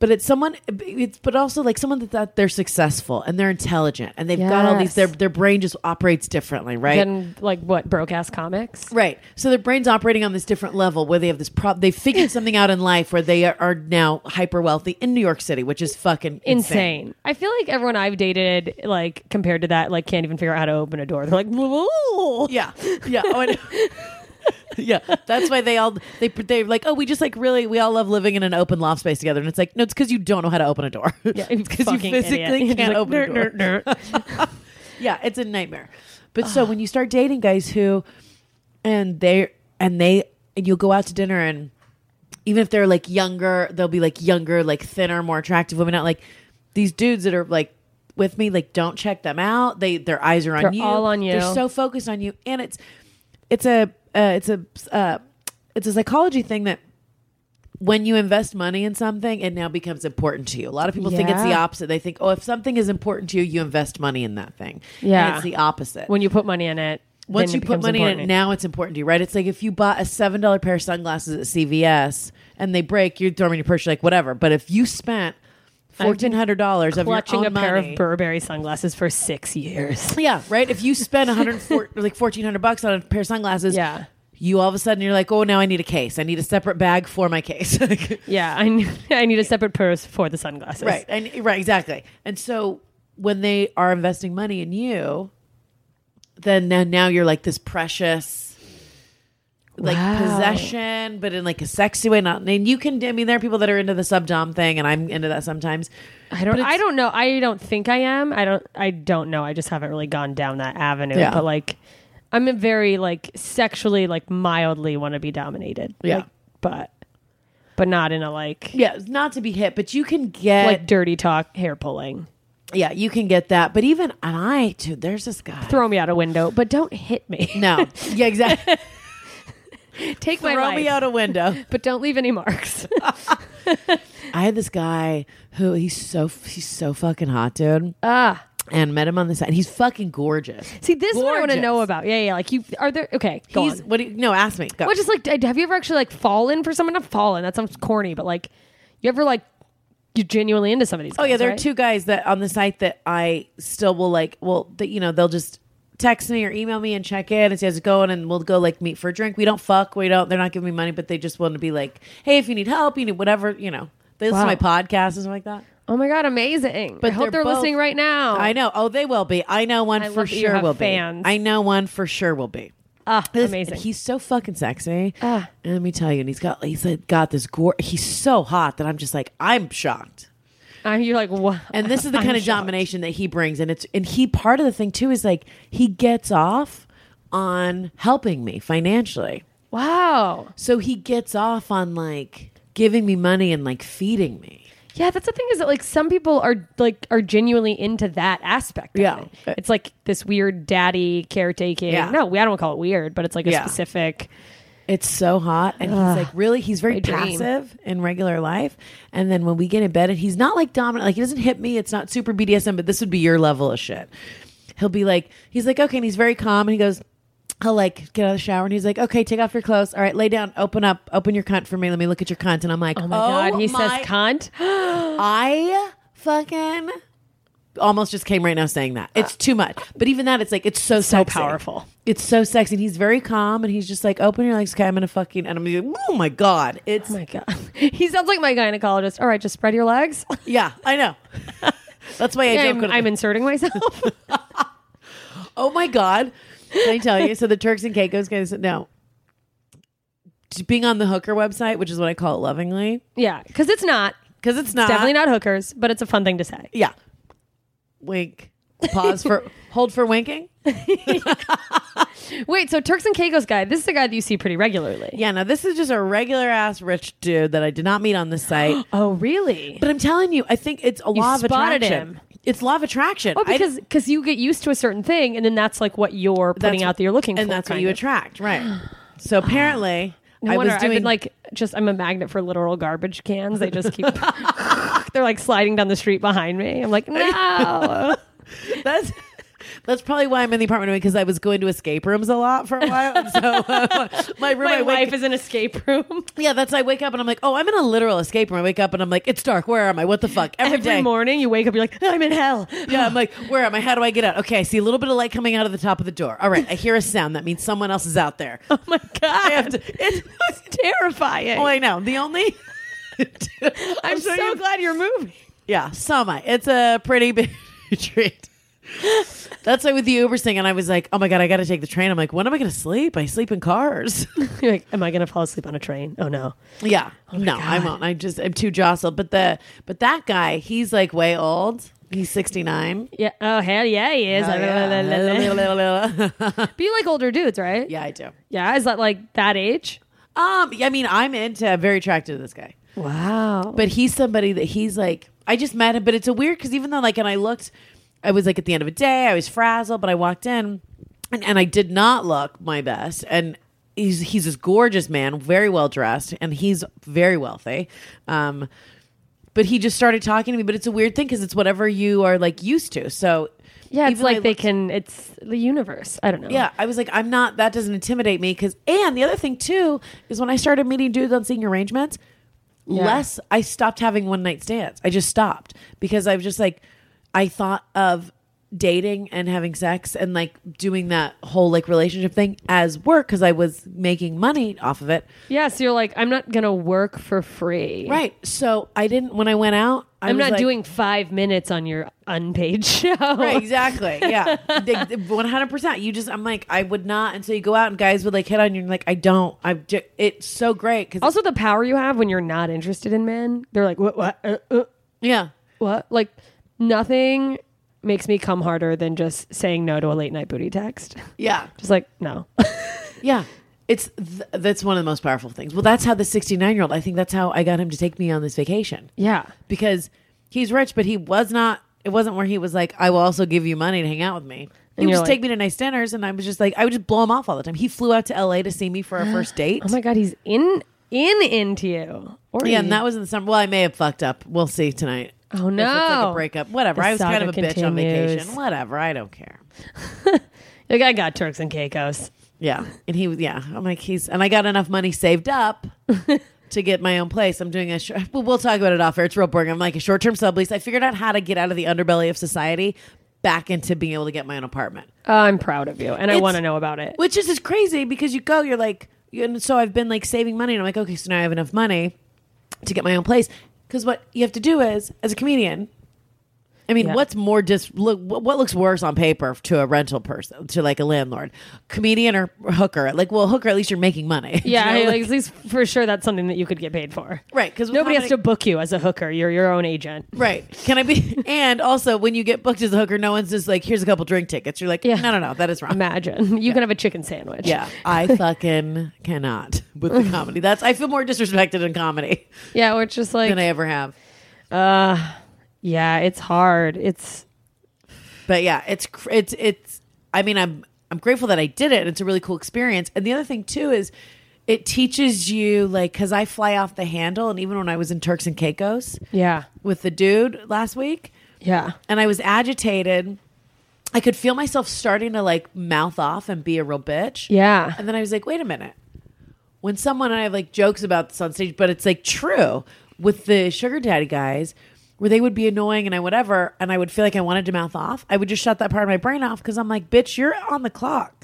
Speaker 6: but it's someone it's but also like someone that, that they're successful and they're intelligent and they've got all these
Speaker 5: Yes.
Speaker 6: their their brain just operates differently right
Speaker 5: Then like what broke ass comics?
Speaker 6: Right. So their brain's operating on this different level where they have this problem. They figured something out in life where they are, are now hyper wealthy in New York City, which is fucking insane.
Speaker 5: insane. I feel like everyone I've dated, like compared to that, like can't even figure out how to open a door. They're like, "Ooh."
Speaker 6: Yeah. Yeah. Oh, I know. yeah. That's why they all, they, they're like, oh, we just like really, we all love living in an open loft space together. And it's like, no, it's because you don't know how to open a door. Yeah. Because you
Speaker 5: Fucking idiot.
Speaker 6: physically
Speaker 5: You're just
Speaker 6: can't
Speaker 5: like,
Speaker 6: open a
Speaker 5: "Ner,
Speaker 6: door.
Speaker 5: ner, ner."
Speaker 6: yeah, it's a nightmare. But so when you start dating guys who, and they and they and you'll go out to dinner and even if they're like younger, they'll be like younger, like thinner, more attractive women. Not like these dudes that are like with me. Like don't check them out. They their eyes are on
Speaker 5: They're
Speaker 6: you.
Speaker 5: all on you.
Speaker 6: They're so focused on you, and it's it's a uh, it's a uh, it's a psychology thing that when you invest money in something, it now becomes important to you. A lot of people think it's the
Speaker 5: Yeah.
Speaker 6: opposite. They think, oh, if something is important to you, you invest money in that thing. And
Speaker 5: Yeah.
Speaker 6: it's the opposite.
Speaker 5: When you put money in it,
Speaker 6: Once
Speaker 5: then
Speaker 6: you
Speaker 5: it
Speaker 6: put
Speaker 5: becomes
Speaker 6: money in it,
Speaker 5: important.
Speaker 6: now it's important to you, right? It's like if you bought a seven dollar pair of sunglasses at CVS and they break, you throw them in your purse, you're like whatever. But if you spent fourteen hundred dollars of your
Speaker 5: clutching
Speaker 6: own
Speaker 5: a pair
Speaker 6: money,
Speaker 5: of Burberry sunglasses for six years.
Speaker 6: yeah, right. If you spend one hundred four like fourteen hundred bucks on a pair of sunglasses,
Speaker 5: Yeah.
Speaker 6: you all of a sudden you're like, oh, now I need a case. I need a separate bag for my case. Like-
Speaker 5: Yeah, I need, I need a separate purse for the sunglasses.
Speaker 6: Right. And right, exactly. And so when they are investing money in you, then now, now you're like this precious like
Speaker 5: Wow.
Speaker 6: possession, but in like a sexy way. Not and you can I mean there are people that are into the sub dom thing and I'm into that sometimes.
Speaker 5: I don't.
Speaker 6: But it's-
Speaker 5: I don't know. I don't think I am. I don't. I don't know. I just haven't really gone down that avenue.
Speaker 6: Yeah.
Speaker 5: But like, I'm a very like sexually like mildly want to be dominated.
Speaker 6: Yeah.
Speaker 5: Like, but but not in a like
Speaker 6: Yeah, it's not to be hit, but you can get
Speaker 5: like dirty talk hair pulling.
Speaker 6: yeah, you can get that. But even and I dude, there's this guy.
Speaker 5: Throw me out a window, but don't hit me.
Speaker 6: no. Yeah, exactly.
Speaker 5: Take my
Speaker 6: Throw
Speaker 5: life,
Speaker 6: me out a window.
Speaker 5: but don't leave any marks.
Speaker 6: I had this guy who he's so he's so fucking hot, dude.
Speaker 5: ah.
Speaker 6: and met him on the side. He's fucking gorgeous.
Speaker 5: See, this is what I want to
Speaker 6: Gorgeous.
Speaker 5: know about. Yeah, yeah. Like you are there. Okay, go
Speaker 6: He's
Speaker 5: on.
Speaker 6: what? Do you, no, ask me. Go.
Speaker 5: Well, just like, d- have you ever actually like fallen for someone? Not fallen. That sounds corny, but like, you ever like, you're genuinely into somebody's.
Speaker 6: oh yeah, there
Speaker 5: right?
Speaker 6: are two guys that on the site that I still will like. Well, that you know they'll just text me or email me and check in and see how's it going, and we'll go like meet for a drink. We don't fuck. We don't. They're not giving me money, but they just want to be like, hey, if you need help, you need whatever. You know, they listen
Speaker 5: Wow.
Speaker 6: to my podcast and stuff like that.
Speaker 5: Oh my god, amazing! I hope they're,
Speaker 6: both-
Speaker 5: listening right now.
Speaker 6: I know. Oh, they will be. I know one
Speaker 5: I
Speaker 6: for
Speaker 5: love that you
Speaker 6: sure
Speaker 5: have
Speaker 6: will
Speaker 5: fans.
Speaker 6: be. I know one for sure will be.
Speaker 5: Ah,
Speaker 6: This-
Speaker 5: amazing. Ah.
Speaker 6: He's so fucking sexy. And let me tell you, and he's got he's like, got this gore. He's so hot that I'm just like I'm shocked.
Speaker 5: Uh, you're like what?
Speaker 6: And this is the kind of domination that he brings, and it's and he part of the thing too is like he gets off on helping me financially.
Speaker 5: Wow.
Speaker 6: So he gets off on like giving me money and like feeding me.
Speaker 5: Yeah, that's the thing is that like some people are like are genuinely into that aspect. of
Speaker 6: Yeah.
Speaker 5: it. it's like this weird daddy caretaking.
Speaker 6: Yeah.
Speaker 5: No, we I don't want to call it weird, but it's like a
Speaker 6: Yeah.
Speaker 5: specific.
Speaker 6: It's so hot. And he's like, really, he's very
Speaker 5: my dream.
Speaker 6: passive in regular life. And then when we get in bed, and he's not like dominant, like he doesn't hit me. It's not super BDSM, but this would be your level of shit. He'll be like, he's like, okay. And he's very calm. And he goes, I'll like get out of the shower. And he's like, okay, take off your clothes. All right, lay down, open up, open your cunt for me. Let me look at your cunt. And I'm like, oh
Speaker 5: Oh my god, he
Speaker 6: my-
Speaker 5: says cunt.
Speaker 6: I fucking almost just came right now saying that. It's too much. But even that, it's like it's so
Speaker 5: So
Speaker 6: sexy.
Speaker 5: powerful.
Speaker 6: It's so sexy. And he's very calm, and he's just like, open your legs, okay? I'm gonna fucking, and I'm gonna, be like, oh my god, it's
Speaker 5: Oh my god, he sounds like my gynecologist. All right, just spread your legs.
Speaker 6: yeah, I know. That's why I
Speaker 5: I'm,
Speaker 6: joke.
Speaker 5: I'm inserting myself.
Speaker 6: oh my god, can I tell you? So the Turks and Caicos guys, no, being on the hooker website, which is what I call it lovingly,
Speaker 5: yeah, because it's not.
Speaker 6: because it's not
Speaker 5: Definitely not hookers, but it's a fun thing to say.
Speaker 6: Yeah. Wink. Pause for hold for winking.
Speaker 5: Wait, so Turks and Caicos guy, this is a guy that you see pretty regularly.
Speaker 6: Yeah, now this is just a regular ass rich dude that I did not meet on this site.
Speaker 5: Oh, really?
Speaker 6: But I'm telling you, I think it's a law of
Speaker 5: spotted
Speaker 6: attraction.
Speaker 5: him.
Speaker 6: It's law of attraction.
Speaker 5: Oh,
Speaker 6: I-
Speaker 5: because because you get used to a certain thing, and then that's like what you're
Speaker 6: that's
Speaker 5: putting
Speaker 6: what-
Speaker 5: out that you're looking for.
Speaker 6: And that's what
Speaker 5: kind
Speaker 6: you
Speaker 5: of.
Speaker 6: attract, right. So apparently
Speaker 5: No
Speaker 6: I
Speaker 5: wonder
Speaker 6: was doing
Speaker 5: I've been like just I'm a magnet for literal garbage cans. They just keep they're like sliding down the street behind me. I'm like, no.
Speaker 6: that's that's probably why I'm in the apartment because I was going to escape rooms a lot for a while. And so uh, my room,
Speaker 5: My
Speaker 6: I wake-
Speaker 5: wife is an escape room.
Speaker 6: yeah, that's I wake up and I'm like, oh, I'm in a literal escape room. I wake up and I'm like, it's dark. Where am I? What the fuck?
Speaker 5: Every
Speaker 6: day.
Speaker 5: morning you wake up, you're like, I'm in hell.
Speaker 6: Yeah, I'm like, where am I? How do I get out? Okay, I see a little bit of light coming out of the top of the door. All right, I hear a sound. That means someone else is out there.
Speaker 5: Oh my
Speaker 6: I have
Speaker 5: god.
Speaker 6: to- it-
Speaker 5: It's terrifying.
Speaker 6: oh, I know. The only.
Speaker 5: I'm, so, glad you're moving.
Speaker 6: Yeah, Soma. It's a pretty big treat. That's why with the Uber thing, and I was like, oh my God, I got to take the train. I'm like, when am I going to sleep? I sleep in cars.
Speaker 5: You're like, am I gonna fall asleep on a train? Oh no.
Speaker 6: yeah. no, I won't. I just, I'm too jostled. But the, but that guy, he's like way old. He's 69.
Speaker 5: Yeah. Oh hell yeah, he is.
Speaker 6: Oh,
Speaker 5: But you like older dudes, right?
Speaker 6: yeah, I do.
Speaker 5: Yeah. Is that like that age?
Speaker 6: Um, I mean, I'm into very attracted to this guy.
Speaker 5: Wow.
Speaker 6: but he's somebody that he's like i just met him but it's a weird because even though like and i looked i was like at the end of a day i was frazzled but i walked in and, and i did not look my best and he's he's this gorgeous man very well dressed and he's very wealthy um but he just started talking to me but it's a weird thing because it's whatever you are like used to so
Speaker 5: yeah, it's
Speaker 6: even though I
Speaker 5: like they
Speaker 6: looked-
Speaker 5: can it's the universe. I don't know.
Speaker 6: yeah, I was like, I'm not. That doesn't intimidate me because. And the other thing too is when I started meeting dudes on seeing arrangements, less I stopped having one night stands. I just stopped because I was just like, I thought of dating and having sex and like doing that whole like relationship thing as work because I was making money off of it.
Speaker 5: Yeah, so you're like, I'm not gonna work for free.
Speaker 6: Right. So I didn't when I went out. I
Speaker 5: I'm
Speaker 6: was
Speaker 5: not
Speaker 6: like-
Speaker 5: doing five minutes on your unpaid show.
Speaker 6: Right, exactly. Yeah, one hundred percent. You just, I'm like, I would not. And so you go out, and guys would like hit on you, and like, I don't. I, j- it's so great because
Speaker 5: Also, the power you have when you're not interested in men. They're like, what, what, uh, uh,
Speaker 6: yeah,
Speaker 5: what? Like, nothing makes me come harder than just saying no to a late night booty text.
Speaker 6: Yeah.
Speaker 5: Just like, no.
Speaker 6: Yeah. It's th- that's one of the most powerful things. Well, that's how the 69 year old, I think that's how I got him to take me on this vacation
Speaker 5: yeah.
Speaker 6: because he's rich, but he was not, it wasn't where he was like, I will also give you money to hang out with me. He
Speaker 5: And
Speaker 6: would
Speaker 5: you're
Speaker 6: just
Speaker 5: like-
Speaker 6: take me to nice dinners, and I was just like, I would just blow him off all the time. He flew out to LA to see me for our first date.
Speaker 5: Oh my God, he's in, in, into you. Or
Speaker 6: yeah, and that was in the summer. Well, I may have fucked up. We'll see tonight.
Speaker 5: Oh
Speaker 6: If it's like
Speaker 5: no.
Speaker 6: a breakup, whatever.
Speaker 5: The
Speaker 6: I was kind of a
Speaker 5: saga
Speaker 6: bitch on vacation.
Speaker 5: continues.
Speaker 6: Whatever, I don't care.
Speaker 5: Like, I got Turks and Caicos.
Speaker 6: Yeah. And he was, yeah. I'm like, he's, and I got enough money saved up to get my own place. I'm doing a, sh- well, we'll talk about it off air. It's real boring. I'm like a short term sublease. I figured out how to get out of the underbelly of society back into being able to get my own apartment,
Speaker 5: Uh, I'm proud of you, and I
Speaker 6: It's-
Speaker 5: want to know about it.
Speaker 6: which is just crazy because you go, you're like, you- and so I've been like saving money. And I'm like, okay, so now I have enough money to get my own place. Because what you have to do is, as a comedian, I mean,
Speaker 5: Yeah.
Speaker 6: what's more dis? Look, wh- what looks worse on paper to a rental person, to like a landlord, comedian or hooker? Like, well, hooker, at least you're making money. You
Speaker 5: Yeah,
Speaker 6: know,
Speaker 5: like, at least for sure that's something that you could get paid for.
Speaker 6: Right, 'cause with
Speaker 5: nobody has
Speaker 6: comedy-
Speaker 5: to book you as a hooker. You're your own agent.
Speaker 6: right. Can I be? And also, when you get booked as a hooker, no one's just like, "Here's a couple drink tickets." You're like,
Speaker 5: Yeah.
Speaker 6: "No, no, no, that is wrong."
Speaker 5: Imagine you can have a chicken sandwich.
Speaker 6: yeah, I fucking cannot with the comedy. That's I feel more disrespected in comedy
Speaker 5: yeah. Or it's just like,
Speaker 6: than I ever have.
Speaker 5: yeah, it's hard. It's
Speaker 6: But yeah, it's cr- it's it's. I mean, I'm I'm grateful that I did it. It's a really cool experience. And the other thing too is, it teaches you like because I fly off the handle. And even when I was in Turks and Caicos
Speaker 5: yeah,
Speaker 6: with the dude last week,
Speaker 5: yeah.
Speaker 6: and I was agitated. I could feel myself starting to like mouth off and be a real bitch.
Speaker 5: Yeah.
Speaker 6: And then I was like, wait a minute. When someone and I have like jokes about this on stage, but it's like true with the sugar daddy guys, where they would be annoying and I whatever, and I would feel like I wanted to mouth off, I would just shut that part of my brain off because I'm like, bitch, you're on the clock.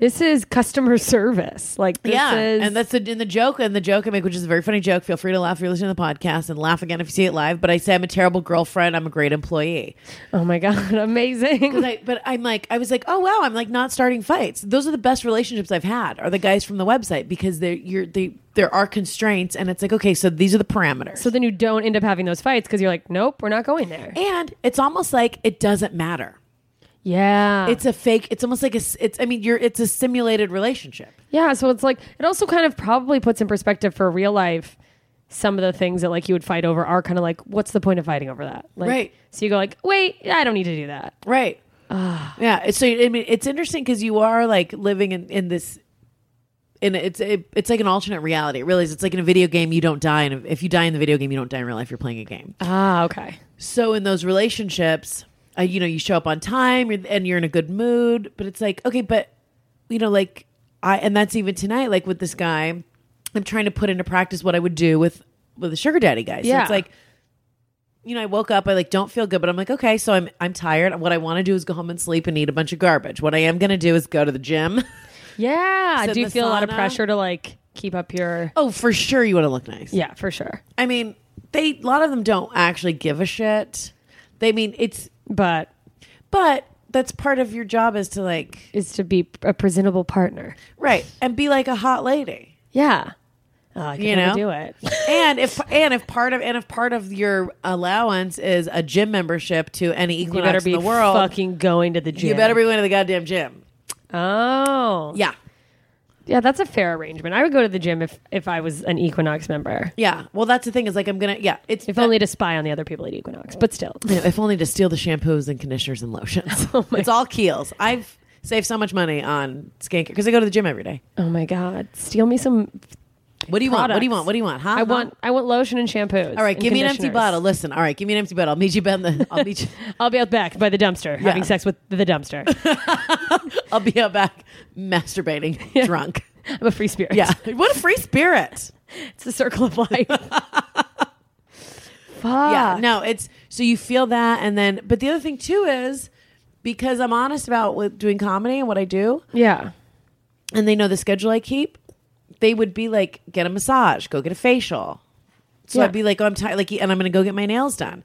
Speaker 5: This is customer service. Like this is
Speaker 6: and that's the, in the joke and the joke I make, which is a very funny joke. Feel free to laugh if you're listening to the podcast and laugh again if you see it live. But I say I'm a terrible girlfriend. I'm a great employee.
Speaker 5: oh my god, amazing.
Speaker 6: But I- but I'm like, I was like, oh wow, I'm like not starting fights. Those are the best relationships I've had are the guys from the website because they you're they there are constraints and it's like okay, so these are the parameters.
Speaker 5: So then you don't end up having those fights because you're like, nope, we're not going there.
Speaker 6: and it's almost like it doesn't matter.
Speaker 5: Yeah,
Speaker 6: It's a fake. It's almost like a. s- It's I mean, you're it's a simulated relationship.
Speaker 5: Yeah, so it's like it also kind of probably puts in perspective for real life some of the things that like you would fight over are kind of like what's the point of fighting over that? Like
Speaker 6: Right.
Speaker 5: so you go like, "Wait, I don't need to do that."
Speaker 6: Right. Ah. yeah. it's- So I mean, it's interesting because you are like living in in this. And it's it, it's like an alternate reality. It really is. It's like in a video game, you don't die, and if you die in the video game, you don't die in real life. You're playing a game.
Speaker 5: Ah, okay.
Speaker 6: So in those relationships, uh, you know, you show up on time you're, and you're in a good mood, but it's like okay, but you know, like I and that's even tonight, like with this guy, I'm trying to put into practice what I would do with with the sugar daddy guy. So
Speaker 5: Yeah.
Speaker 6: it's like you know, I woke up, I like don't feel good, but I'm like, okay, so I'm I'm tired. What I want to do is go home and sleep and eat a bunch of garbage. What I am gonna do is go to the gym.
Speaker 5: Yeah,
Speaker 6: Sit
Speaker 5: do
Speaker 6: in
Speaker 5: you
Speaker 6: the
Speaker 5: feel a lot of
Speaker 6: sauna.
Speaker 5: pressure to like keep up your
Speaker 6: oh, for sure you want to look nice.
Speaker 5: Yeah, for sure.
Speaker 6: I mean, they a lot of them don't actually give a shit. They mean it's
Speaker 5: But
Speaker 6: but that's part of your job is to like
Speaker 5: is to be a presentable partner.
Speaker 6: Right. And be like a hot lady.
Speaker 5: Yeah. Oh, I can
Speaker 6: You
Speaker 5: never
Speaker 6: know?
Speaker 5: do it.
Speaker 6: And if and if part of and if part of your allowance is a gym membership to any
Speaker 5: you
Speaker 6: equinox
Speaker 5: better be
Speaker 6: in the world,
Speaker 5: fucking going to the gym.
Speaker 6: you better be going to the goddamn gym.
Speaker 5: Oh.
Speaker 6: Yeah.
Speaker 5: Yeah, that's a fair arrangement. I would go to the gym if if I was an Equinox member.
Speaker 6: Yeah. Well, that's the thing is like I'm going to yeah, it's
Speaker 5: If
Speaker 6: not-
Speaker 5: only to spy on the other people at Equinox, but still.
Speaker 6: I know, if only to steal the shampoos and conditioners and lotions.
Speaker 5: Oh
Speaker 6: it's all Kiehl's. I've saved so much money on skincare cuz I go to the gym every day.
Speaker 5: Oh my god! Steal me some.
Speaker 6: What do you want? What do you
Speaker 5: Products.
Speaker 6: want? What do you want? Huh?
Speaker 5: I
Speaker 6: Huh?
Speaker 5: want. I want lotion and shampoos.
Speaker 6: All right,
Speaker 5: and
Speaker 6: give me an empty
Speaker 5: conditioners.
Speaker 6: bottle. Listen. All right, give me an empty bottle. I'll meet you by the I'll meet you
Speaker 5: I'll be out back by the dumpster having
Speaker 6: Yeah.
Speaker 5: sex with the dumpster.
Speaker 6: I'll be out back masturbating drunk.
Speaker 5: I'm a free spirit.
Speaker 6: Yeah. What a free spirit.
Speaker 5: it's the circle of life. Fuck. Ah.
Speaker 6: yeah no it's so you feel that and then but the other thing too is because i'm honest about with doing comedy and what i do
Speaker 5: Yeah.
Speaker 6: and they know the schedule i keep they would be like get a massage go get a facial so
Speaker 5: Yeah.
Speaker 6: i'd be like oh i'm tired like and i'm gonna go get my nails done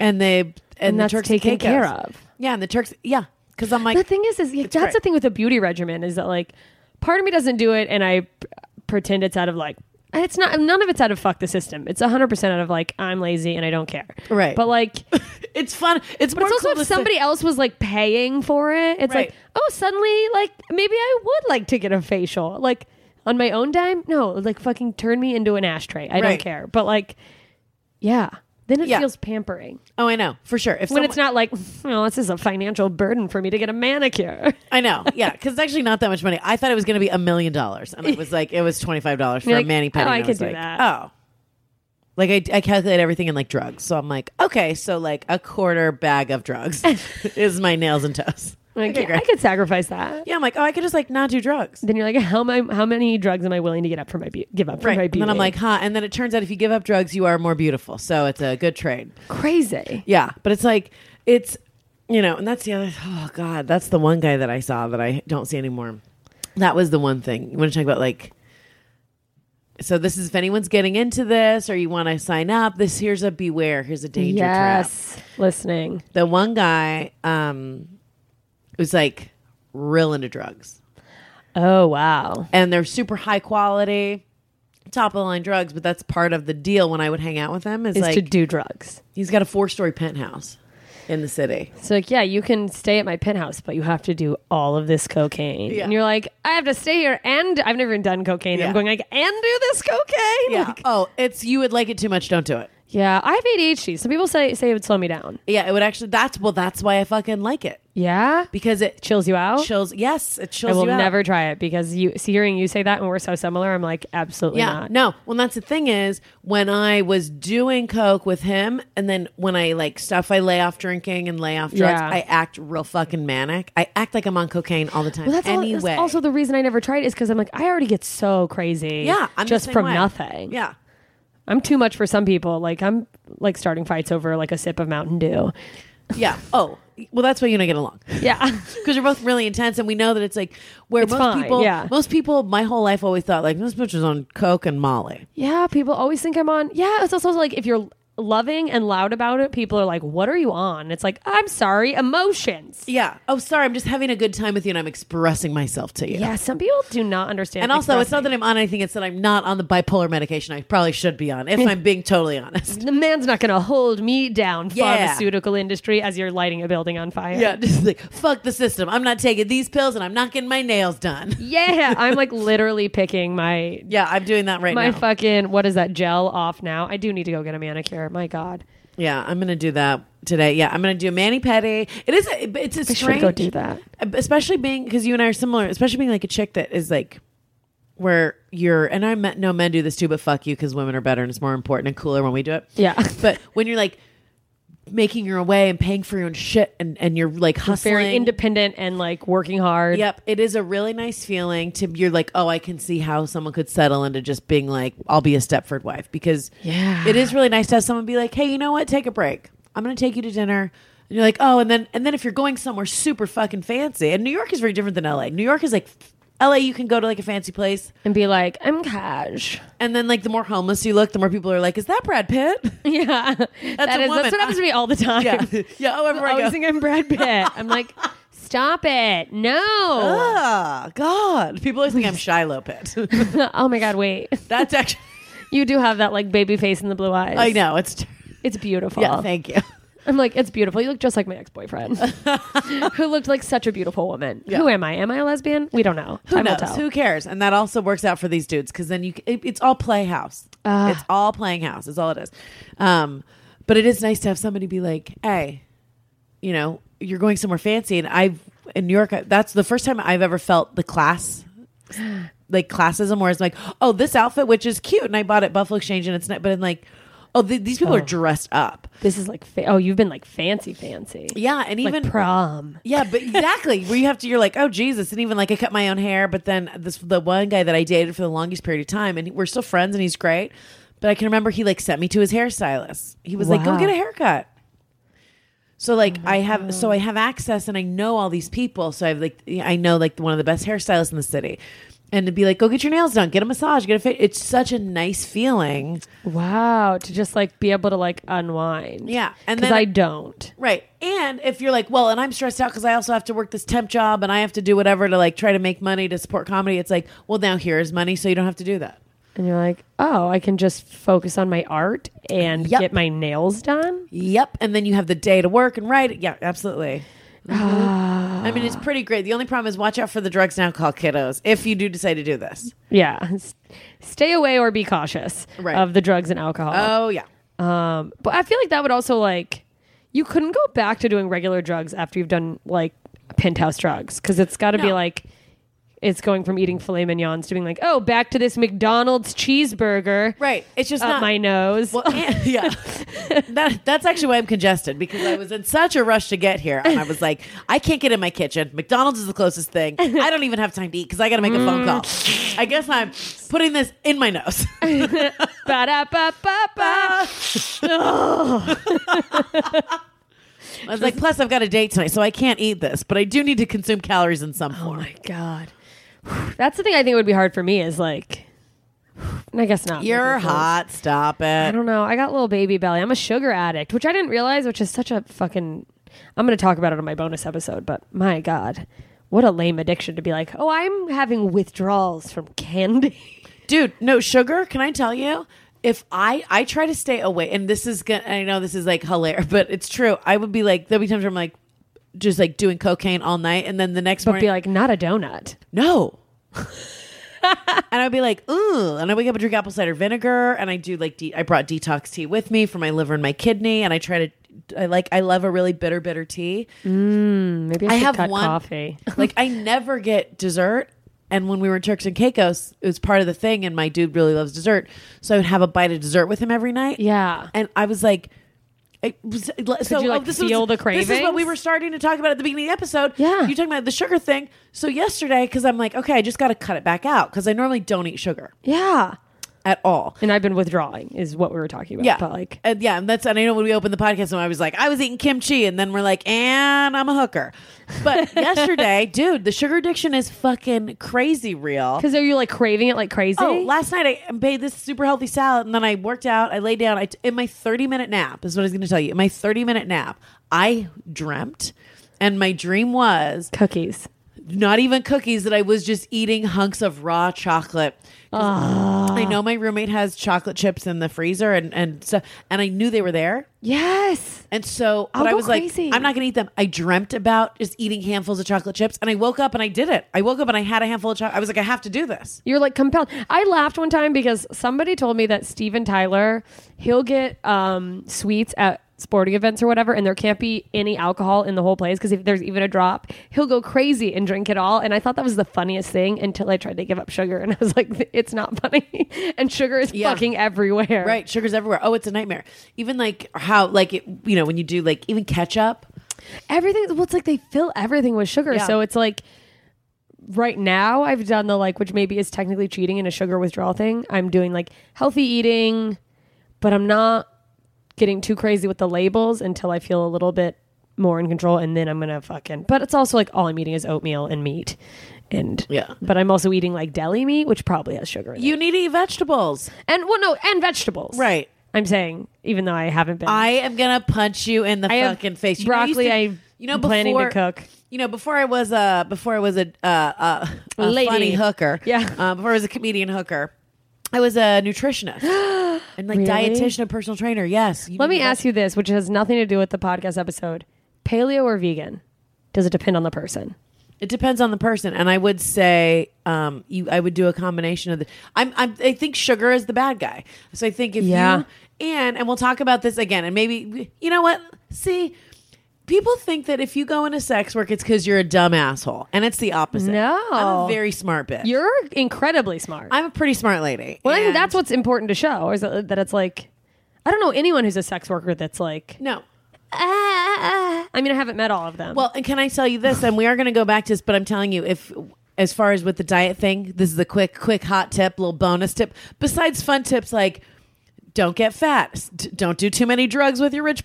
Speaker 6: and they and,
Speaker 5: And
Speaker 6: the
Speaker 5: that's
Speaker 6: turks and
Speaker 5: taken
Speaker 6: Caicos.
Speaker 5: care of.
Speaker 6: yeah and the turks yeah because i'm like
Speaker 5: The thing is, is yeah, that's
Speaker 6: great.
Speaker 5: the thing with a beauty regimen is that like part of me doesn't do it, and I p- pretend it's out of like it's not. None of it's out of fuck the system. It's 100 percent out of like I'm lazy and I don't care.
Speaker 6: Right.
Speaker 5: But like.
Speaker 6: it's fun it's
Speaker 5: But
Speaker 6: more
Speaker 5: it's also
Speaker 6: cool to
Speaker 5: if
Speaker 6: sit-
Speaker 5: somebody else was like paying for it, it's
Speaker 6: Right.
Speaker 5: like, oh, suddenly, like maybe I would like to get a facial, like on my own dime. No, like fucking turn me into an ashtray. I don't
Speaker 6: Right.
Speaker 5: care. But like, yeah, then it
Speaker 6: Yeah.
Speaker 5: feels pampering
Speaker 6: oh i know for sure if
Speaker 5: when
Speaker 6: someone-
Speaker 5: it's not like, oh, this is a financial burden for me to get a manicure.
Speaker 6: i know yeah because it's actually not that much money i thought it was gonna be a million dollars and it was like it was $25 for
Speaker 5: You're
Speaker 6: a
Speaker 5: like,
Speaker 6: mani
Speaker 5: oh,
Speaker 6: pedi
Speaker 5: I
Speaker 6: and
Speaker 5: could
Speaker 6: was
Speaker 5: do
Speaker 6: like,
Speaker 5: that.
Speaker 6: oh Like I, I calculate everything in like drugs, so I'm like, okay, so like a quarter bag of drugs is my nails and toes.
Speaker 5: Like,
Speaker 6: Okay,
Speaker 5: yeah,
Speaker 6: great.
Speaker 5: I could sacrifice that.
Speaker 6: yeah, I'm like, oh, I could just like not do drugs,
Speaker 5: Then you're like, how my, how many drugs am I willing to get up for my be- give up for my
Speaker 6: right?
Speaker 5: beauty?
Speaker 6: And then I'm like, huh. And then it turns out if you give up drugs, you are more beautiful, so it's a good trade.
Speaker 5: crazy.
Speaker 6: Yeah, but it's like it's you know, and that's the other. Oh God, that's the one guy that I saw that I don't see anymore. That was the one thing you want to talk about, like. So this is if anyone's getting into this or you want to sign up. This here's a beware. Here's a danger trap.
Speaker 5: Yes, listening.
Speaker 6: the one guy um was like real into drugs
Speaker 5: Oh wow.
Speaker 6: and they're super high quality top of the line drugs but that's part of the deal when i would hang out with him is,
Speaker 5: Is
Speaker 6: like
Speaker 5: to do drugs.
Speaker 6: he's got a four story penthouse in the city
Speaker 5: So like, yeah, you can stay at my penthouse, but you have to do all of this cocaine.
Speaker 6: Yeah.
Speaker 5: And you're like, I have to stay here, and I've never even done cocaine. I'm
Speaker 6: Yeah.
Speaker 5: going like, and do this cocaine.
Speaker 6: yeah
Speaker 5: Like,
Speaker 6: oh it's you would like it too much don't do it
Speaker 5: yeah. I have ADHD. Some people say say it would slow me down.
Speaker 6: yeah it would actually that's well that's why i fucking like it
Speaker 5: Yeah,
Speaker 6: because it
Speaker 5: chills you out.
Speaker 6: chills yes it chills
Speaker 5: I will
Speaker 6: you out.
Speaker 5: never try it because you see, hearing you say that, and we're so similar. I'm like, absolutely
Speaker 6: yeah
Speaker 5: not.
Speaker 6: no well that's the thing is when i was doing coke with him and then when i like stuff i lay off drinking and lay off drugs
Speaker 5: Yeah.
Speaker 6: i act real fucking manic i act like i'm on cocaine all the time
Speaker 5: Well, that's, all- that's
Speaker 6: anyway
Speaker 5: also the reason I never tried it is because I'm like, I already get so crazy.
Speaker 6: yeah I'm the
Speaker 5: just
Speaker 6: same
Speaker 5: from
Speaker 6: way.
Speaker 5: nothing.
Speaker 6: yeah
Speaker 5: I'm too much for some people. Like I'm like starting fights over like a sip of Mountain Dew.
Speaker 6: Yeah. Oh, well, that's why you and I get along
Speaker 5: Yeah.
Speaker 6: because we're both really intense, and we know that it's like where
Speaker 5: It's
Speaker 6: most
Speaker 5: fine,
Speaker 6: people.
Speaker 5: yeah.
Speaker 6: Most people, my whole life, always thought like this bitch is on coke and Molly.
Speaker 5: yeah, people always think I'm on. Yeah, it's also like if you're loving and loud about it, people are like, "What are you on?" It's like, "I'm sorry, emotions."
Speaker 6: Yeah. Oh, sorry. I'm just having a good time with you, and I'm expressing myself to you.
Speaker 5: Yeah, some people do not understand.
Speaker 6: And also, it's
Speaker 5: expressing.
Speaker 6: not that I'm on anything; it's that I'm not on the bipolar medication I probably should be on, if I'm being totally honest.
Speaker 5: the man's not going to hold me down,
Speaker 6: Yeah.
Speaker 5: pharmaceutical industry, as you're lighting a building on fire.
Speaker 6: Yeah, just like fuck the system. I'm not taking these pills, and I'm not getting my nails done.
Speaker 5: Yeah, I'm like literally picking my
Speaker 6: Yeah, I'm doing that right
Speaker 5: my
Speaker 6: now.
Speaker 5: fucking what is that gel off now? I do need to go get a manicure. My God,
Speaker 6: yeah, I'm gonna do that today. Yeah, I'm gonna do a mani pedi. It is. A, it's a
Speaker 5: I
Speaker 6: strange. uh,
Speaker 5: should go do that.
Speaker 6: especially being because you and I are similar, especially being like a chick that is like where you're and I met no men do this too, but fuck you because women are better and it's more important and cooler when we do it.
Speaker 5: Yeah.
Speaker 6: But when you're like making your own way and paying for your own shit and, and you're like hustling.
Speaker 5: Very independent and like working hard.
Speaker 6: Yep. It is a really nice feeling to you're like, oh, I can see how someone could settle into just being like, I'll be a Stepford wife because
Speaker 5: Yeah.
Speaker 6: it is really nice to have someone be like, hey, you know what? Take a break. I'm gonna take you to dinner. And you're like, oh, and then and then if you're going somewhere super fucking fancy, and New York is very different than LA. New York is like LA, you can go to like a fancy place,
Speaker 5: and be like, I'm cash.
Speaker 6: and then like the more homeless you look, the more people are like, is that Brad Pitt?
Speaker 5: Yeah, that's
Speaker 6: a woman.
Speaker 5: that's what happens to me all the time.
Speaker 6: yeah, yeah. Oh,
Speaker 5: I
Speaker 6: everywhere I
Speaker 5: always
Speaker 6: go.
Speaker 5: think I'm Brad Pitt. I'm like, stop it, no.
Speaker 6: Ah, God. People always think I'm Shiloh Pitt.
Speaker 5: oh my God, wait,
Speaker 6: That's actually,
Speaker 5: you do have that like baby face and the blue eyes.
Speaker 6: I know it's.
Speaker 5: it's beautiful.
Speaker 6: Yeah, thank you.
Speaker 5: I'm like, it's beautiful. You look just like my ex boyfriend, who looked like such a beautiful woman. Who am I? Am I a lesbian? We don't know.
Speaker 6: Who
Speaker 5: Time
Speaker 6: knows?
Speaker 5: Will tell.
Speaker 6: Who cares? And that also works out for these dudes because then you c- it, it's all playhouse. it's all playing house. Is all it is. Um, but it is nice to have somebody be like, "Hey, you know, you're going somewhere fancy." And I in New York, I- that's the first time I've ever felt the class. Like classism, where it's like, oh, this outfit, which is cute, and I bought it at Buffalo Exchange, and it's not, but I'm like, oh, th- these people are dressed up,
Speaker 5: This is like, fa- oh, you've been like fancy, fancy.
Speaker 6: yeah, and
Speaker 5: Like
Speaker 6: even
Speaker 5: prom.
Speaker 6: yeah, but exactly. Where you have to, you're like, oh Jesus, and even like I cut my own hair, but then this the one guy that I dated for the longest period of time, and we're still friends, and he's great. But I can remember he like sent me to his hairstylist. He was like, go
Speaker 5: Wow.
Speaker 6: get a haircut. So like I have, so I have access, and I know all these people. So I've like, I know like one of the best hairstylists in the city, and to be like, go get your nails done, get a massage, get a fit. It's such a nice feeling.
Speaker 5: Wow. To just like be able to like unwind.
Speaker 6: Yeah, and
Speaker 5: Because
Speaker 6: then-
Speaker 5: I don't.
Speaker 6: Right. And if you're like, well, and I'm stressed out because I also have to work this temp job and I have to do whatever to like try to make money to support comedy, it's like, well, now here is money, so you don't have to do that.
Speaker 5: And you're like, oh, I can just focus on my art and
Speaker 6: Yep.
Speaker 5: get my nails done.
Speaker 6: Yep. And then you have the day to work and write. Yeah, absolutely. Mhm. I mean, it's pretty great. The only problem is watch out for the drugs and alcohol kiddos if you do decide to do this.
Speaker 5: Yeah. S- Stay away or be cautious
Speaker 6: Right.
Speaker 5: of the drugs and alcohol.
Speaker 6: Oh, yeah.
Speaker 5: Um, but I feel like that would also like you couldn't go back to doing regular drugs after you've done like penthouse drugs because it's got to be
Speaker 6: No.
Speaker 5: like it's going from eating filet mignons to being like oh back to this McDonald's cheeseburger
Speaker 6: Right. It's just
Speaker 5: up
Speaker 6: not
Speaker 5: Uh, my nose.
Speaker 6: Well, and- yeah, that, that's actually why I'm congested because I was in such a rush to get here, and I was like, I can't get in my kitchen. McDonald's is the closest thing. I don't even have time to eat because I got to make a phone call.
Speaker 5: Mm.
Speaker 6: I guess I'm putting this in my nose.
Speaker 5: Ba-da-ba-ba-ba.
Speaker 6: I was like, plus I've got a date tonight, so I can't eat this, but I do need to consume calories in some
Speaker 5: Oh
Speaker 6: form.
Speaker 5: my god, that's the thing I think would be hard for me is like I guess not.
Speaker 6: You're
Speaker 5: Because-
Speaker 6: hot. Stop
Speaker 5: I
Speaker 6: it.
Speaker 5: don't know. I got a little baby belly. I'm a sugar addict, which I didn't realize, which is such a fucking. I'm going to talk about it on my bonus episode, but my God, what a lame addiction to be like, oh, I'm having withdrawals from candy.
Speaker 6: dude no sugar can i tell you if i i try to stay away and this is gonna i know this is like hilarious but it's true i would be like there'll be times where i'm like just like doing cocaine all night and then the next
Speaker 5: But
Speaker 6: morning
Speaker 5: be like, not a donut.
Speaker 6: no and i'd be like ooh and i wake up and drink apple cider vinegar and i do like de- i brought detox tea with me for my liver and my kidney and i try to I like I love a really bitter bitter tea.
Speaker 5: Maybe I,
Speaker 6: I
Speaker 5: should
Speaker 6: have
Speaker 5: cut
Speaker 6: one-
Speaker 5: coffee.
Speaker 6: like I never get dessert. And when we were in Turks and Caicos, it was part of the thing. And my dude really loves dessert, so I would have a bite of dessert with him every night.
Speaker 5: Yeah.
Speaker 6: and I was like. It was, so
Speaker 5: you, like,
Speaker 6: oh, this
Speaker 5: feel
Speaker 6: was,
Speaker 5: the
Speaker 6: This is what we
Speaker 5: cravings?
Speaker 6: were starting to talk about at the beginning of the episode.
Speaker 5: Yeah.
Speaker 6: you talking about the sugar thing. So yesterday, because I'm like, okay, I just got to cut it back out because I normally don't eat sugar.
Speaker 5: Yeah.
Speaker 6: at all.
Speaker 5: And I've been withdrawing is what we were talking about.
Speaker 6: Yeah,
Speaker 5: But like
Speaker 6: Uh, yeah, and that's and I know when we opened the podcast, and I was like, I was eating kimchi, and then we're like, and I'm a hooker. But yesterday, dude, the sugar addiction is fucking crazy real.
Speaker 5: because are you like craving it like crazy?
Speaker 6: Oh, last night I made this super healthy salad, and then I worked out. I laid down. I t- in my thirty minute nap. This is what I was going to tell you. In my thirty minute nap, I dreamt, and my dream was
Speaker 5: Cookies.
Speaker 6: not even cookies that I was just eating hunks of raw chocolate. 'Cause
Speaker 5: Ah.
Speaker 6: I know my roommate has chocolate chips in the freezer, and and so and I knew they were there.
Speaker 5: Yes.
Speaker 6: And so,
Speaker 5: I'll
Speaker 6: but I
Speaker 5: go
Speaker 6: was
Speaker 5: crazy.
Speaker 6: like, I'm not going to eat them. I dreamt about just eating handfuls of chocolate chips, and I woke up and I did it. I woke up and I had a handful of chocolate. I was like, I have to do this.
Speaker 5: You're like compelled. I laughed one time because somebody told me that Steven Tyler, he'll get um, sweets at sporting events or whatever, and there can't be any alcohol in the whole place because if there's even a drop, he'll go crazy and drink it all. And I thought that was the funniest thing until I tried to give up sugar, and I was like, it's not funny. and sugar is
Speaker 6: Yeah.
Speaker 5: fucking everywhere.
Speaker 6: Right, sugar's everywhere. Oh, it's a nightmare. Even like how, like it, you know, when you do like even ketchup.
Speaker 5: everything well it's like they fill everything with sugar
Speaker 6: Yeah.
Speaker 5: so it's like right now i've done the like which maybe is technically cheating in a sugar withdrawal thing i'm doing like healthy eating but i'm not getting too crazy with the labels until i feel a little bit more in control and then i'm gonna fucking but it's also like all i'm eating is oatmeal and meat and
Speaker 6: Yeah.
Speaker 5: but i'm also eating like deli meat which probably has sugar in it
Speaker 6: You need to eat vegetables.
Speaker 5: and well no and vegetables
Speaker 6: Right.
Speaker 5: i'm saying even though i haven't been
Speaker 6: I am gonna punch you in the
Speaker 5: I have
Speaker 6: fucking face. You know, I used
Speaker 5: broccoli
Speaker 6: to-
Speaker 5: i'm
Speaker 6: you know,
Speaker 5: planning
Speaker 6: before,
Speaker 5: to cook
Speaker 6: You know, before I was a before I was a, uh, uh, a
Speaker 5: Lady.
Speaker 6: funny hooker.
Speaker 5: Yeah.
Speaker 6: Uh, before I was a comedian hooker, I was a nutritionist and like
Speaker 5: Really?
Speaker 6: dietitian and personal trainer. Yes.
Speaker 5: Let me ask you this, which has nothing to do with the podcast episode: paleo or vegan? Does it depend on the person?
Speaker 6: It depends on the person, and I would say um, you. I would do a combination of the. I'm, I'm. I think sugar is the bad guy. So I think if
Speaker 5: Yeah.
Speaker 6: you and and we'll talk about this again, and maybe you know what? See, people think that if you go into sex work, it's because you're a dumb asshole, and it's the opposite.
Speaker 5: No.
Speaker 6: I'm a very smart bitch.
Speaker 5: You're incredibly smart.
Speaker 6: I'm a pretty smart lady.
Speaker 5: well, I think
Speaker 6: and-
Speaker 5: that's what's important to show is that, that it's like I don't know anyone who's a sex worker that's like.
Speaker 6: no.
Speaker 5: "Ah." I mean, I haven't met all of them.
Speaker 6: Well, and can I tell you this? And we are going to go back to this, but I'm telling you, if as far as with the diet thing, this is a quick, quick hot tip, little bonus tip. Besides fun tips like don't get fat, s- d- don't do too many drugs with your rich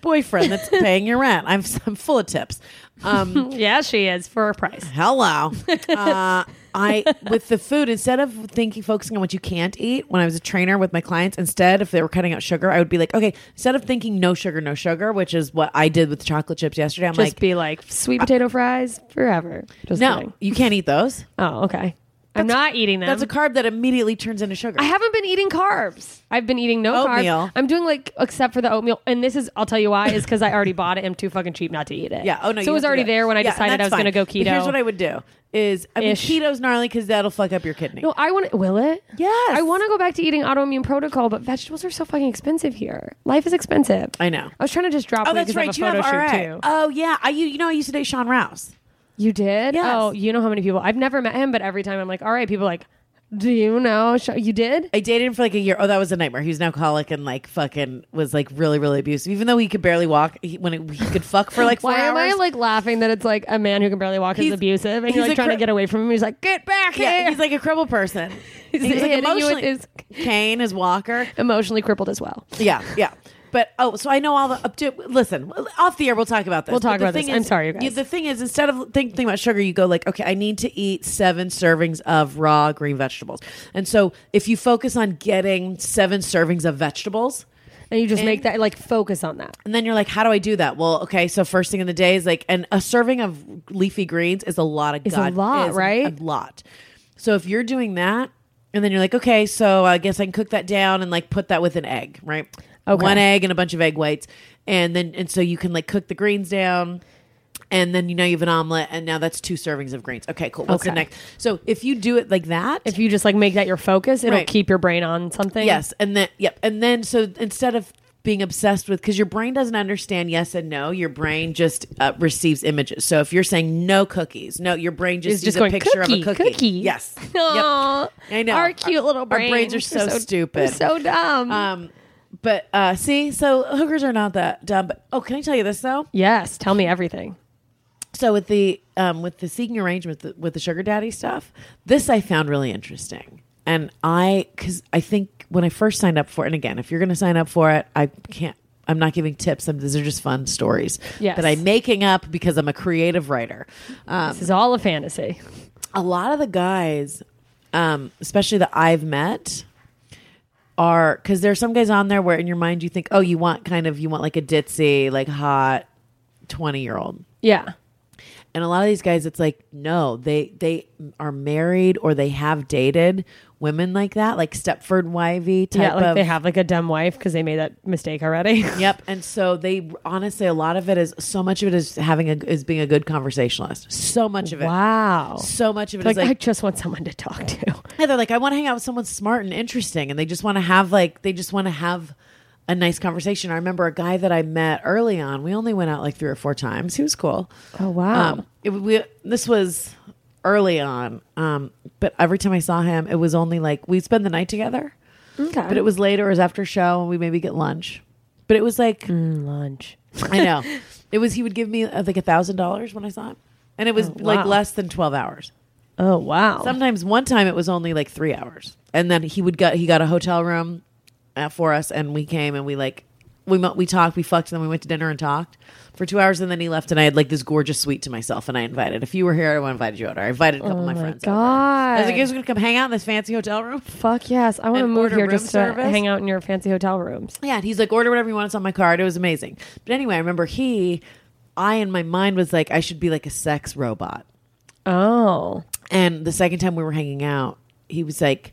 Speaker 6: boyfriend that's paying your rent. I'm, I'm full of tips. Um,
Speaker 5: yeah, she is for a price.
Speaker 6: hello. Uh, I with the food instead of thinking focusing on what you can't eat. When I was a trainer with my clients, instead if they were cutting out sugar, I would be like, okay, instead of thinking no sugar, no sugar, which is what I did with chocolate chips yesterday. I'm
Speaker 5: Just
Speaker 6: like,
Speaker 5: be like sweet potato fries forever. Just
Speaker 6: no,
Speaker 5: kidding.
Speaker 6: you can't eat those.
Speaker 5: Oh, okay. I'm not eating them.
Speaker 6: That's a carb that immediately turns into sugar.
Speaker 5: I haven't been eating carbs. I've been eating no
Speaker 6: Oatmeal.
Speaker 5: carbs. I'm doing like except for the oatmeal, and this is I'll tell you why is because I already bought it. I'm too fucking cheap not to eat it.
Speaker 6: yeah. Oh no.
Speaker 5: So
Speaker 6: you
Speaker 5: it was
Speaker 6: have to
Speaker 5: already
Speaker 6: do it.
Speaker 5: there when I
Speaker 6: Yeah,
Speaker 5: decided I was
Speaker 6: that's
Speaker 5: going to go
Speaker 6: fine. But
Speaker 5: keto.
Speaker 6: here's what I would do: is I mean,
Speaker 5: Ish.
Speaker 6: keto's gnarly because that'll fuck up your kidney.
Speaker 5: no, I want. Will it?
Speaker 6: Yes.
Speaker 5: I want to go back to eating autoimmune protocol, but vegetables are so fucking expensive here. Life is expensive.
Speaker 6: I know.
Speaker 5: I was trying to just drop.
Speaker 6: Oh,
Speaker 5: weight
Speaker 6: that's
Speaker 5: 'cause I
Speaker 6: right. You
Speaker 5: Have
Speaker 6: have
Speaker 5: a photo shoot
Speaker 6: RA.
Speaker 5: too.
Speaker 6: Oh yeah. I you, you know I used to date Sean Rouse.
Speaker 5: you did?
Speaker 6: Yes.
Speaker 5: Oh, you know how many people? I've never met him, but every time I'm like, all right, people are like, do you know? Sh- You did?
Speaker 6: I dated him for like a year. Oh, that was a nightmare. He was an alcoholic and like fucking was like really really abusive. Even though he could barely walk, he, when it, he could fuck for like four
Speaker 5: Why
Speaker 6: hours.
Speaker 5: am I like laughing that it's like a man who can barely walk is
Speaker 6: He's-
Speaker 5: abusive and
Speaker 6: he's
Speaker 5: you're like
Speaker 6: a
Speaker 5: trying
Speaker 6: cr-
Speaker 5: to get away from him? He's like, get back
Speaker 6: yeah,
Speaker 5: here.
Speaker 6: he's like a cripple person. He's, like
Speaker 5: hitting you with
Speaker 6: emotionally his cane, his walker.
Speaker 5: emotionally crippled as well.
Speaker 6: Yeah, yeah. But oh, so I know all the up to. Listen, off the air, we'll talk about this.
Speaker 5: We'll talk
Speaker 6: But the
Speaker 5: about
Speaker 6: thing
Speaker 5: this. I'm sorry, you guys.
Speaker 6: yeah, the thing is, instead of think- thinking about sugar, you go like, okay, I need to eat seven servings of raw green vegetables. And so, if you focus on getting seven servings of vegetables,
Speaker 5: And you just make that like focus on that.
Speaker 6: and then you're like, how do I do that? Well, okay, so first thing in the day is like, and a serving of leafy greens is a lot of
Speaker 5: Is a
Speaker 6: God,
Speaker 5: lot,
Speaker 6: is
Speaker 5: right?
Speaker 6: A lot. So if you're doing that, and then you're like, okay, so I guess I can cook that down and like put that with an egg, right?
Speaker 5: Okay.
Speaker 6: One egg and a bunch of egg whites, and then and so you can like cook the greens down. And then you know you have an omelet, and now that's two servings of greens. Okay, cool. What's the
Speaker 5: Okay.
Speaker 6: next? So if you do it like that,
Speaker 5: If you just like make that your focus, it'll
Speaker 6: Right.
Speaker 5: keep your brain on something.
Speaker 6: Yes, and then yep, and then so instead of being obsessed with because your brain doesn't understand yes and no, your brain just uh, receives images. So if you're saying no cookies, no, your brain just
Speaker 5: It's
Speaker 6: sees
Speaker 5: just
Speaker 6: a
Speaker 5: going
Speaker 6: picture
Speaker 5: cookie,
Speaker 6: of a cookie.
Speaker 5: cookie.
Speaker 6: Yes, Yep.
Speaker 5: Aw,
Speaker 6: I know.
Speaker 5: Our cute little
Speaker 6: Our
Speaker 5: brains.
Speaker 6: brains are so
Speaker 5: They're
Speaker 6: stupid.
Speaker 5: they're So dumb.
Speaker 6: Um, but uh, see, so hookers are not that dumb. But oh, can I tell you this though?
Speaker 5: yes. Tell me everything.
Speaker 6: So with the um, with the seeking arrangement with the, with the sugar daddy stuff, this I found really interesting. And I, because I think when I first signed up for it, and again, if you're going to sign up for it, I can't. I'm not giving tips. I'm, these are just fun stories
Speaker 5: Yes.
Speaker 6: that I'm making up because I'm a creative writer. Um,
Speaker 5: This is all a fantasy.
Speaker 6: a lot of the guys, um, especially that I've met, are because there's some guys on there where in your mind you think, oh, you want kind of you want like a ditzy, like hot twenty year old,
Speaker 5: Yeah.
Speaker 6: and a lot of these guys, it's like no, they they are married or they have dated women like that, like Stepford Wivey type
Speaker 5: Yeah, like
Speaker 6: of
Speaker 5: they have like a dumb wife because they made that mistake already.
Speaker 6: Yep. And so they honestly, a lot of it is so much of it is having a is being a good conversationalist. So much of it.
Speaker 5: Wow.
Speaker 6: So much of it
Speaker 5: Like,
Speaker 6: is like,
Speaker 5: I just want someone to talk to.
Speaker 6: yeah, they're like, I want to hang out with someone smart and interesting, and they just want to have like they just want to have a nice conversation. I remember a guy that I met early on. We only went out like three or four times. He was cool.
Speaker 5: Oh, wow.
Speaker 6: Um, it, we, this was early on, um, but every time I saw him, it was only like we'd spend the night together.
Speaker 5: Okay.
Speaker 6: But it was later, it was after show, and we maybe get lunch. But it was like
Speaker 5: Mm. lunch.
Speaker 6: I know. It was he would give me uh, like a thousand dollars when I saw him, and it was like
Speaker 5: Oh, wow.
Speaker 6: less than twelve hours.
Speaker 5: Oh, wow.
Speaker 6: Sometimes one time it was only like three hours, and then he would get he got a hotel room uh, for us, and we came and we like we mo- we talked, we fucked, and then we went to dinner and talked for two hours, and then he left, and I had like this gorgeous suite to myself, and I invited. If you were here, I would have invited you out. I invited a couple of my, friends. over. I was
Speaker 5: God.
Speaker 6: like, you guys gonna come hang out in this fancy hotel room?
Speaker 5: Fuck yes. I want to
Speaker 6: And
Speaker 5: move
Speaker 6: order
Speaker 5: here
Speaker 6: room
Speaker 5: just to
Speaker 6: service?
Speaker 5: hang out in your fancy hotel rooms.
Speaker 6: Yeah, and he's like, order whatever you want. It's on my card. It was amazing. But anyway, I remember he, I in my mind was like, I should be like a sex robot.
Speaker 5: Oh.
Speaker 6: And the second time we were hanging out, he was like,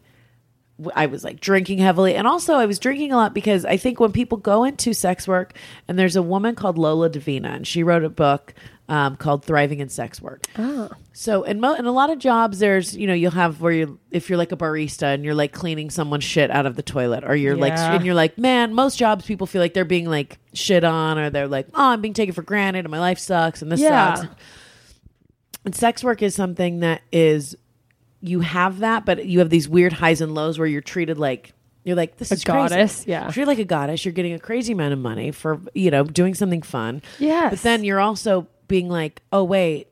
Speaker 6: w- I was like drinking heavily. And also, I was drinking a lot because I think when people go into sex work, and there's a woman called Lola Davina, and she wrote a book um, called Thriving in Sex Work. Oh. So, in, mo- in a lot of jobs, there's, you know, you'll have where you, if you're like a barista and you're like cleaning someone's shit out of the toilet, or you're like,
Speaker 5: Yeah.
Speaker 6: and you're like, man, most jobs people feel like they're being like shit on, or they're like, oh, I'm being taken for granted, and my life sucks, and this
Speaker 5: Yeah.
Speaker 6: sucks. And sex work is something that is you have that, but you have these weird highs and lows where you're treated like you're like this
Speaker 5: A
Speaker 6: is crazy.
Speaker 5: goddess, yeah.
Speaker 6: You're treated like a goddess. You're getting a crazy amount of money for you know doing something fun.
Speaker 5: Yes.
Speaker 6: but then you're also being like, oh wait,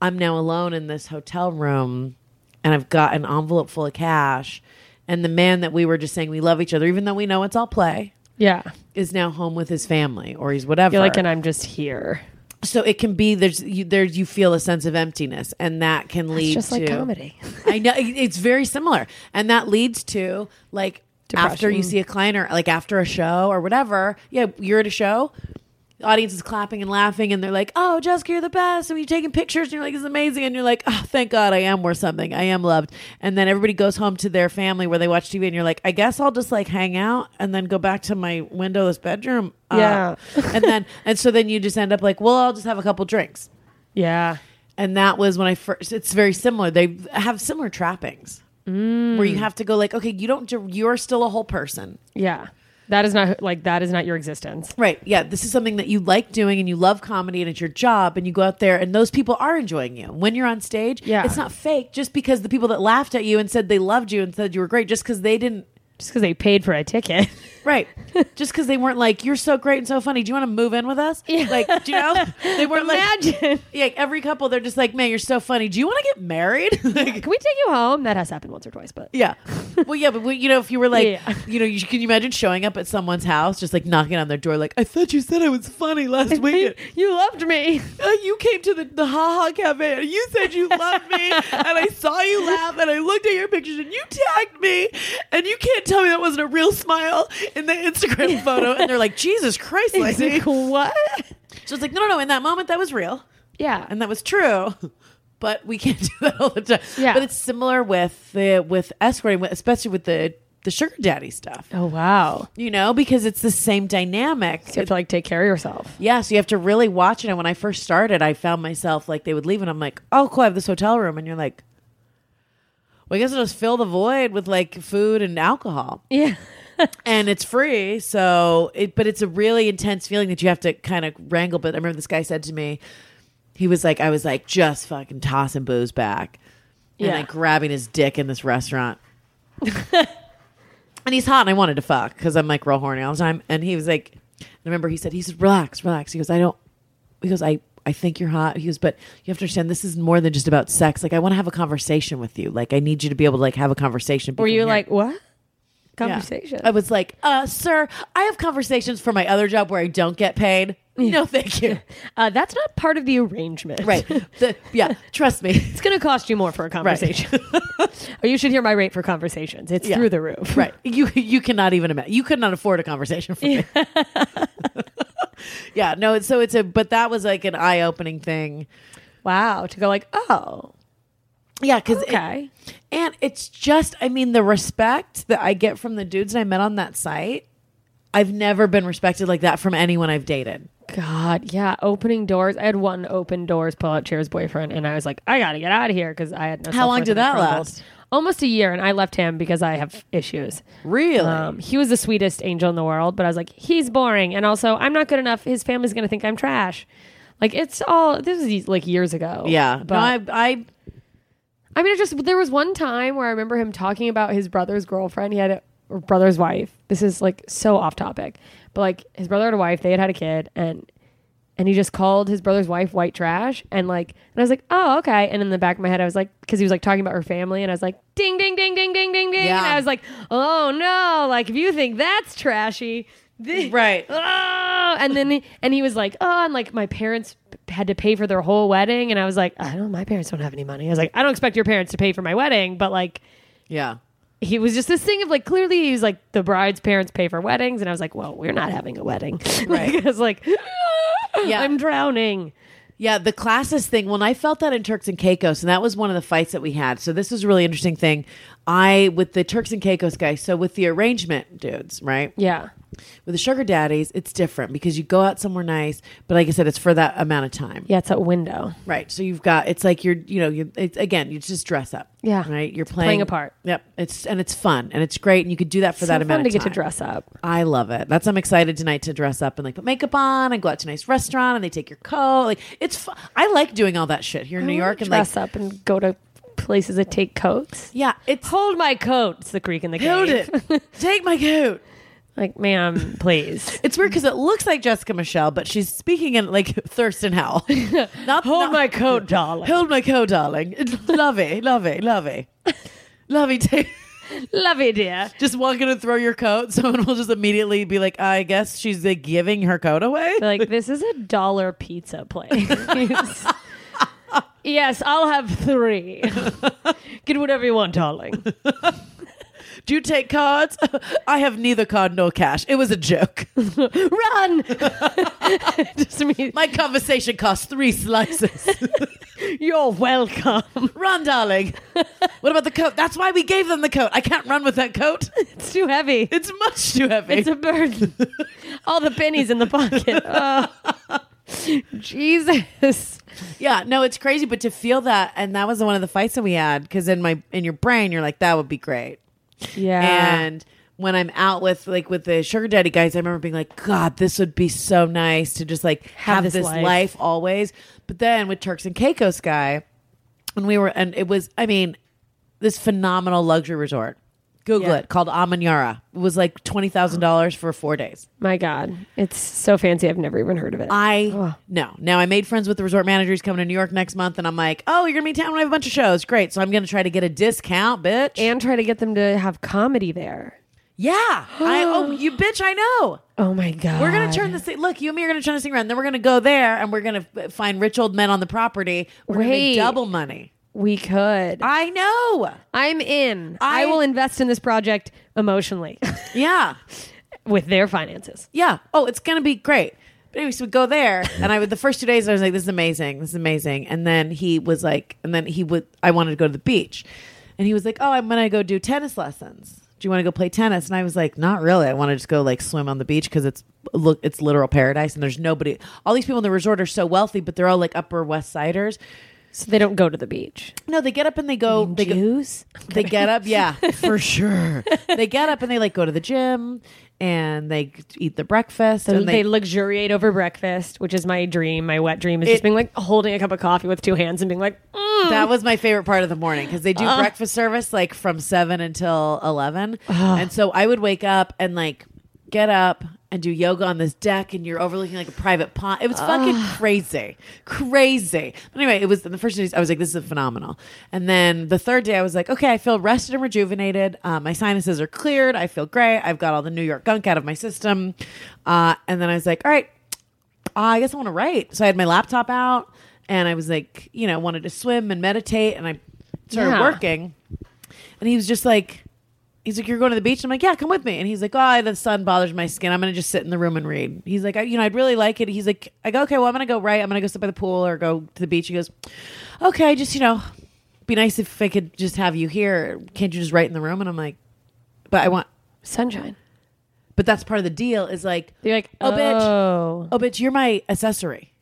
Speaker 6: I'm now alone in this hotel room, and I've got an envelope full of cash, and the man that we were just saying we love each other, even though we know it's all play,
Speaker 5: Yeah.
Speaker 6: is now home with his family or he's whatever
Speaker 5: You're like, and I'm just here.
Speaker 6: so it can be there's you there's you feel a sense of emptiness and that can lead
Speaker 5: just
Speaker 6: to
Speaker 5: like comedy.
Speaker 6: i know it- it's very similar and that leads to like after you
Speaker 5: Depression.
Speaker 6: see a client or like after a show or whatever yeah you're at a show the audience is clapping and laughing and they're like oh jessica you're the best and you're taking pictures and you're like it's amazing and you're like oh thank god i am worth something i am loved and then everybody goes home to their family where they watch tv and you're like i guess i'll just like hang out and then go back to my windowless bedroom Uh,
Speaker 5: Yeah.
Speaker 6: and then and so then you just end up like well i'll just have a couple drinks
Speaker 5: Yeah.
Speaker 6: and that was when i first it's very similar they have similar trappings where you have to go like okay you don't you're still a whole person
Speaker 5: Yeah. That is not like that is not your existence.
Speaker 6: right yeah this is something that you like doing and you love comedy and it's your job and you go out there and those people are enjoying you when you're on stage
Speaker 5: Yeah.
Speaker 6: it's not fake just because the people that laughed at you and said they loved you and said you were great just because they didn't
Speaker 5: Just because they paid for a ticket.
Speaker 6: Right. Just because they weren't like, you're so great and so funny. Do you want to move in with us? Yeah. Like, do you know? They weren't
Speaker 5: Imagine.
Speaker 6: like, yeah, every couple, they're just like, man, you're so funny. Do you want to get married? like,
Speaker 5: Can we take you home? That has happened once or twice, but
Speaker 6: yeah. Well, yeah, but we, you know, if you were like,
Speaker 5: Yeah.
Speaker 6: you know, you, can you imagine showing up at someone's house, just like knocking on their door, like, I thought you said I was funny last weekend.
Speaker 5: you loved me.
Speaker 6: Uh, you came to the, the Ha Ha Cafe and you said you loved me and I saw you laugh and I looked at your pictures and you tagged me and you can't tell me that wasn't a real smile in the Instagram photo. And they're like, Jesus Christ, Lacey.
Speaker 5: Like, what?
Speaker 6: So it's like, no, no, no. In that moment, that was real
Speaker 5: Yeah.
Speaker 6: and that was true. But we can't do that all the time.
Speaker 5: Yeah.
Speaker 6: But it's similar with the with escorting, with- especially with the the sugar daddy stuff.
Speaker 5: oh wow.
Speaker 6: You know, because it's the same dynamic.
Speaker 5: So you have to like take care of yourself.
Speaker 6: Yeah, so you have to really watch it. And when I first started, I found myself like they would leave, and I'm like, "Oh, cool, I have this hotel room," and you're like, "Well, I guess I'll just fill the void with like food and alcohol,
Speaker 5: Yeah.
Speaker 6: and it's free." So, it, but it's a really intense feeling that you have to kind of wrangle. But I remember this guy said to me, he was like, "I was like just fucking tossing booze back, and
Speaker 5: Yeah.
Speaker 6: like grabbing his dick in this restaurant." and he's hot and I wanted to fuck because I'm like real horny all the time. And he was like, I remember he said, he said, relax, relax. He goes, I don't, he goes, I, I think you're hot, Hughes, but you have to understand this is more than just about sex. Like I want to have a conversation with you. Like I need you to be able to like have a conversation.
Speaker 5: Were
Speaker 6: be
Speaker 5: you
Speaker 6: coherent.
Speaker 5: like what?
Speaker 6: Yeah.
Speaker 5: Conversation.
Speaker 6: I was like, uh, sir, I have conversations for my other job where I don't get paid.
Speaker 5: Mm.
Speaker 6: No, thank you.
Speaker 5: Uh, that's not part of the arrangement.
Speaker 6: Right. The, yeah. Trust me.
Speaker 5: It's going to cost you more for a conversation. or you should hear my rate for conversations. It's
Speaker 6: Yeah.
Speaker 5: through the roof.
Speaker 6: Right. You you cannot even imagine. You could not afford a conversation for me. yeah. No. It's, so it's a. But that was like an eye opening thing.
Speaker 5: Wow. To go like, oh,
Speaker 6: Yeah. Because
Speaker 5: okay.
Speaker 6: and it's just. I mean, the respect that I get from the dudes that I met on that site. I've never been respected like that from anyone I've dated.
Speaker 5: God, yeah. Opening doors. I had one open doors pull out chairs boyfriend, and I was like, I gotta get out of here because I had no.
Speaker 6: How long
Speaker 5: self-worth
Speaker 6: did
Speaker 5: and I
Speaker 6: that
Speaker 5: crumbled.
Speaker 6: last?
Speaker 5: Almost a year, and I left him because I have issues.
Speaker 6: Really?
Speaker 5: Um, he was the sweetest angel in the world, but I was like, he's boring, and also I'm not good enough. His family's gonna think I'm trash. Like it's all this is like years ago.
Speaker 6: yeah.
Speaker 5: but
Speaker 6: no, I, I
Speaker 5: I mean, it just there was one time where I remember him talking about his brother's girlfriend. He had a or brother's wife. This is like so off topic, but like his brother had a wife. They had had a kid, and and he just called his brother's wife white trash, and like and I was like, oh okay. And in the back of my head, I was like, because he was like talking about her family, and I was like, ding ding ding ding ding ding ding.
Speaker 6: Yeah.
Speaker 5: And I was like, oh no, like if you think that's trashy, thi-
Speaker 6: Right.
Speaker 5: Oh, and then he, and he was like, oh, and like my parents had to pay for their whole wedding, and I was like, I don't, my parents don't have any money. I was like, I don't expect your parents to pay for my wedding, but like,
Speaker 6: yeah.
Speaker 5: he was just this thing of like, clearly he was like, the bride's parents pay for weddings, and I was like, well, we're not having a wedding. Like, I was like,
Speaker 6: Yeah.
Speaker 5: I'm drowning.
Speaker 6: Yeah, the classes thing. When I felt that in Turks and Caicos, and that was one of the fights that we had. So this is a really interesting thing. I with the Turks and Caicos guy. So with the arrangement dudes, right?
Speaker 5: Yeah,
Speaker 6: With the sugar daddies, it's different because you go out somewhere nice, but like I said, it's for that amount of time,
Speaker 5: yeah, it's a window.
Speaker 6: right? So you've got it's like you're you know you it's, again you just dress up,
Speaker 5: Yeah.
Speaker 6: right? You're
Speaker 5: It's
Speaker 6: playing,
Speaker 5: playing a part.
Speaker 6: Yep, it's and it's fun and it's great, and you could do that for
Speaker 5: So
Speaker 6: that
Speaker 5: fun
Speaker 6: amount
Speaker 5: to
Speaker 6: of
Speaker 5: get
Speaker 6: time.
Speaker 5: to dress up.
Speaker 6: I love it. That's I'm excited tonight to dress up and like put makeup on and go out to a nice restaurant and they take your coat. Like it's fu- I like doing all that shit here in New York and like
Speaker 5: dress up and go to places that take coats.
Speaker 6: yeah, it's
Speaker 5: Hold my coat. It's the creek in the
Speaker 6: hold
Speaker 5: cave.
Speaker 6: it. take my coat.
Speaker 5: Like, ma'am, please.
Speaker 6: It's weird because it looks like Jessica Michelle, but she's speaking in like Thurston Howell. Not
Speaker 5: Hold
Speaker 6: not-
Speaker 5: Oh my coat, darling.
Speaker 6: hold my coat, darling. Lovey, lovey, lovey, lovey. Take.
Speaker 5: Love it, dear.
Speaker 6: Just walking to throw your coat, someone will just immediately be like, "I guess she's like giving her coat away."
Speaker 5: They're like, this is a dollar pizza place. yes, I'll have three. Get whatever you want, darling.
Speaker 6: Do you take cards? I have neither card nor cash. It was a joke.
Speaker 5: Run! Just me.
Speaker 6: My conversation cost three slices.
Speaker 5: You're welcome.
Speaker 6: Run, darling. What about the coat? That's why we gave them the coat. I can't run with that coat.
Speaker 5: It's too heavy.
Speaker 6: It's much too heavy.
Speaker 5: It's a burden. All the pennies in the pocket. Oh. Jesus.
Speaker 6: yeah, no, it's crazy. But to feel that, and that was one of the fights that we had, because in my in your brain, you're like, that would be great.
Speaker 5: Yeah.
Speaker 6: And when I'm out with like with the sugar daddy guys, I remember being like, God, this would be so nice to just like have,
Speaker 5: this
Speaker 6: this,
Speaker 5: life.
Speaker 6: life. always. But then with Turks and Caicos guy, when we were and it was, I mean, this phenomenal luxury resort. Google
Speaker 5: Yeah.
Speaker 6: it called Amanyara. It was like twenty thousand dollars for four days.
Speaker 5: My God. It's so fancy. I've never even heard of it.
Speaker 6: I no. Now I made friends with the resort manager. He's coming to New York next month, and I'm like, oh, you're gonna be in town. when I have a bunch of shows. Great. So I'm gonna try to get a discount, bitch.
Speaker 5: and try to get them to have comedy there.
Speaker 6: yeah. I oh, you bitch. I know.
Speaker 5: Oh my God.
Speaker 6: We're gonna turn this thing. Look, you and me are gonna turn this thing around. Then we're gonna go there, and we're gonna f- find rich old men on the property. We're gonna
Speaker 5: Wait.
Speaker 6: make double money.
Speaker 5: We could.
Speaker 6: I know.
Speaker 5: I'm in. I,
Speaker 6: I-
Speaker 5: will invest in this project emotionally
Speaker 6: Yeah,
Speaker 5: with their finances.
Speaker 6: yeah. Oh, it's gonna be great. But anyway, so we go there, and I would the first two days I was like, "This is amazing. This is amazing." And then he was like, and then he would. I wanted to go to the beach, and he was like, "Oh, I'm gonna go do tennis lessons. Do you want to go play tennis?" And I was like, "Not really. I want to just go like swim on the beach because it's look, it's literal paradise, and there's nobody. All these people in the resort are so wealthy, but they're all like Upper West Siders."
Speaker 5: So they don't go to the beach.
Speaker 6: No, they get up and they go. They go,
Speaker 5: Jews?
Speaker 6: they get up, yeah, for sure. They get up and they like go to the gym and they eat their breakfast
Speaker 5: They,
Speaker 6: and they,
Speaker 5: luxuriate over breakfast, which is my dream. My wet dream is just
Speaker 6: It-
Speaker 5: being like holding a cup of coffee with two hands and being like, mm.
Speaker 6: that was my favorite part of the morning because they do breakfast service like from seven until eleven, and so I would wake up and like get up and do yoga on this deck and you're overlooking like a private pond. It was fucking crazy. Crazy. But anyway, it was the first day I was like, this is phenomenal. And then the third day I was like, okay, I feel rested and rejuvenated. Uh, my sinuses are cleared. I feel great. I've got all the New York gunk out of my system. Uh, and then I was like, all right, uh, I guess I want to write. So I had my laptop out and I was like, you know, wanted to swim and meditate and I started
Speaker 5: Yeah.
Speaker 6: working. And he was just like, he's like, you're going to the beach? I'm like, yeah, come with me. And he's like, oh, the sun bothers my skin. I'm going to just sit in the room and read. He's like, I, you know, I'd really like it. He's like, I go, okay, well, I'm going to go right. I'm going to go sit by the pool or go to the beach. He goes, okay, just, you know, be nice if I could just have you here. Can't you just write in the room? And I'm like, but I want,
Speaker 5: Sunshine.
Speaker 6: but that's part of the deal is like,
Speaker 5: You're like,
Speaker 6: Oh,
Speaker 5: oh,
Speaker 6: bitch.
Speaker 5: bitch.
Speaker 6: oh, bitch, you're my accessory.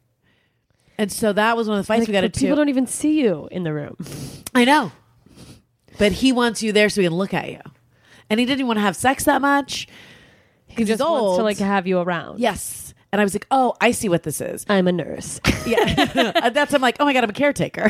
Speaker 6: And so that was one of the fights we got
Speaker 5: but
Speaker 6: into.
Speaker 5: people don't even see you in the room.
Speaker 6: I know. But he wants you there so he can look at you. And he didn't even want to have sex that much.
Speaker 5: He
Speaker 6: Because he's
Speaker 5: just wants
Speaker 6: old.
Speaker 5: to like have you around.
Speaker 6: yes. And I was like, oh, I see what this is.
Speaker 5: I'm a nurse.
Speaker 6: Yeah. That's, I'm like, oh my God, I'm a caretaker.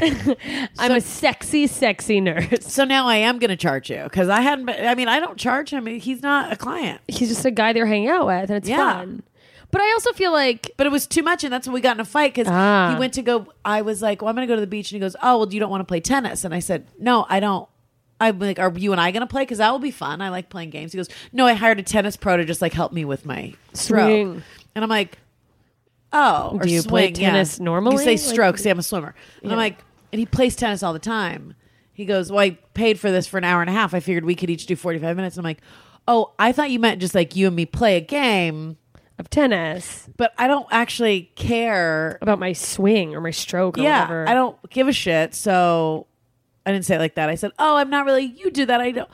Speaker 5: I'm a sexy, sexy nurse.
Speaker 6: so now I am going to charge you because I hadn't, been, I mean, I don't charge him. He's not a client.
Speaker 5: He's just a guy they're hanging out with, and it's
Speaker 6: Yeah.
Speaker 5: fun. But I also feel like
Speaker 6: But it was too much. And that's when we got in a fight because
Speaker 5: Ah.
Speaker 6: he went to go, I was like, well, I'm going to go to the beach. And he goes, oh, well, you don't want to play tennis. And I said, no, I don't. I'm like, are you and I going to play? Because that will be fun. I like playing games. He goes, no, I hired a tennis pro to just like help me with my stroke.
Speaker 5: Swing.
Speaker 6: And I'm like, oh, or
Speaker 5: Do you play
Speaker 6: swing, yeah.
Speaker 5: tennis normally?
Speaker 6: You say
Speaker 5: Like-
Speaker 6: stroke. see, I'm a swimmer. And I'm like, and he plays tennis all the time. He goes, well, I paid for this for an hour and a half. I figured we could each do 45 minutes. And I'm like, oh, I thought you meant just like you and me play a game,
Speaker 5: of tennis
Speaker 6: but I don't actually care.
Speaker 5: about my swing or my stroke or
Speaker 6: yeah,
Speaker 5: whatever.
Speaker 6: I don't give a shit. So I didn't say it like that. I said, oh, I'm not really. You do that. I don't.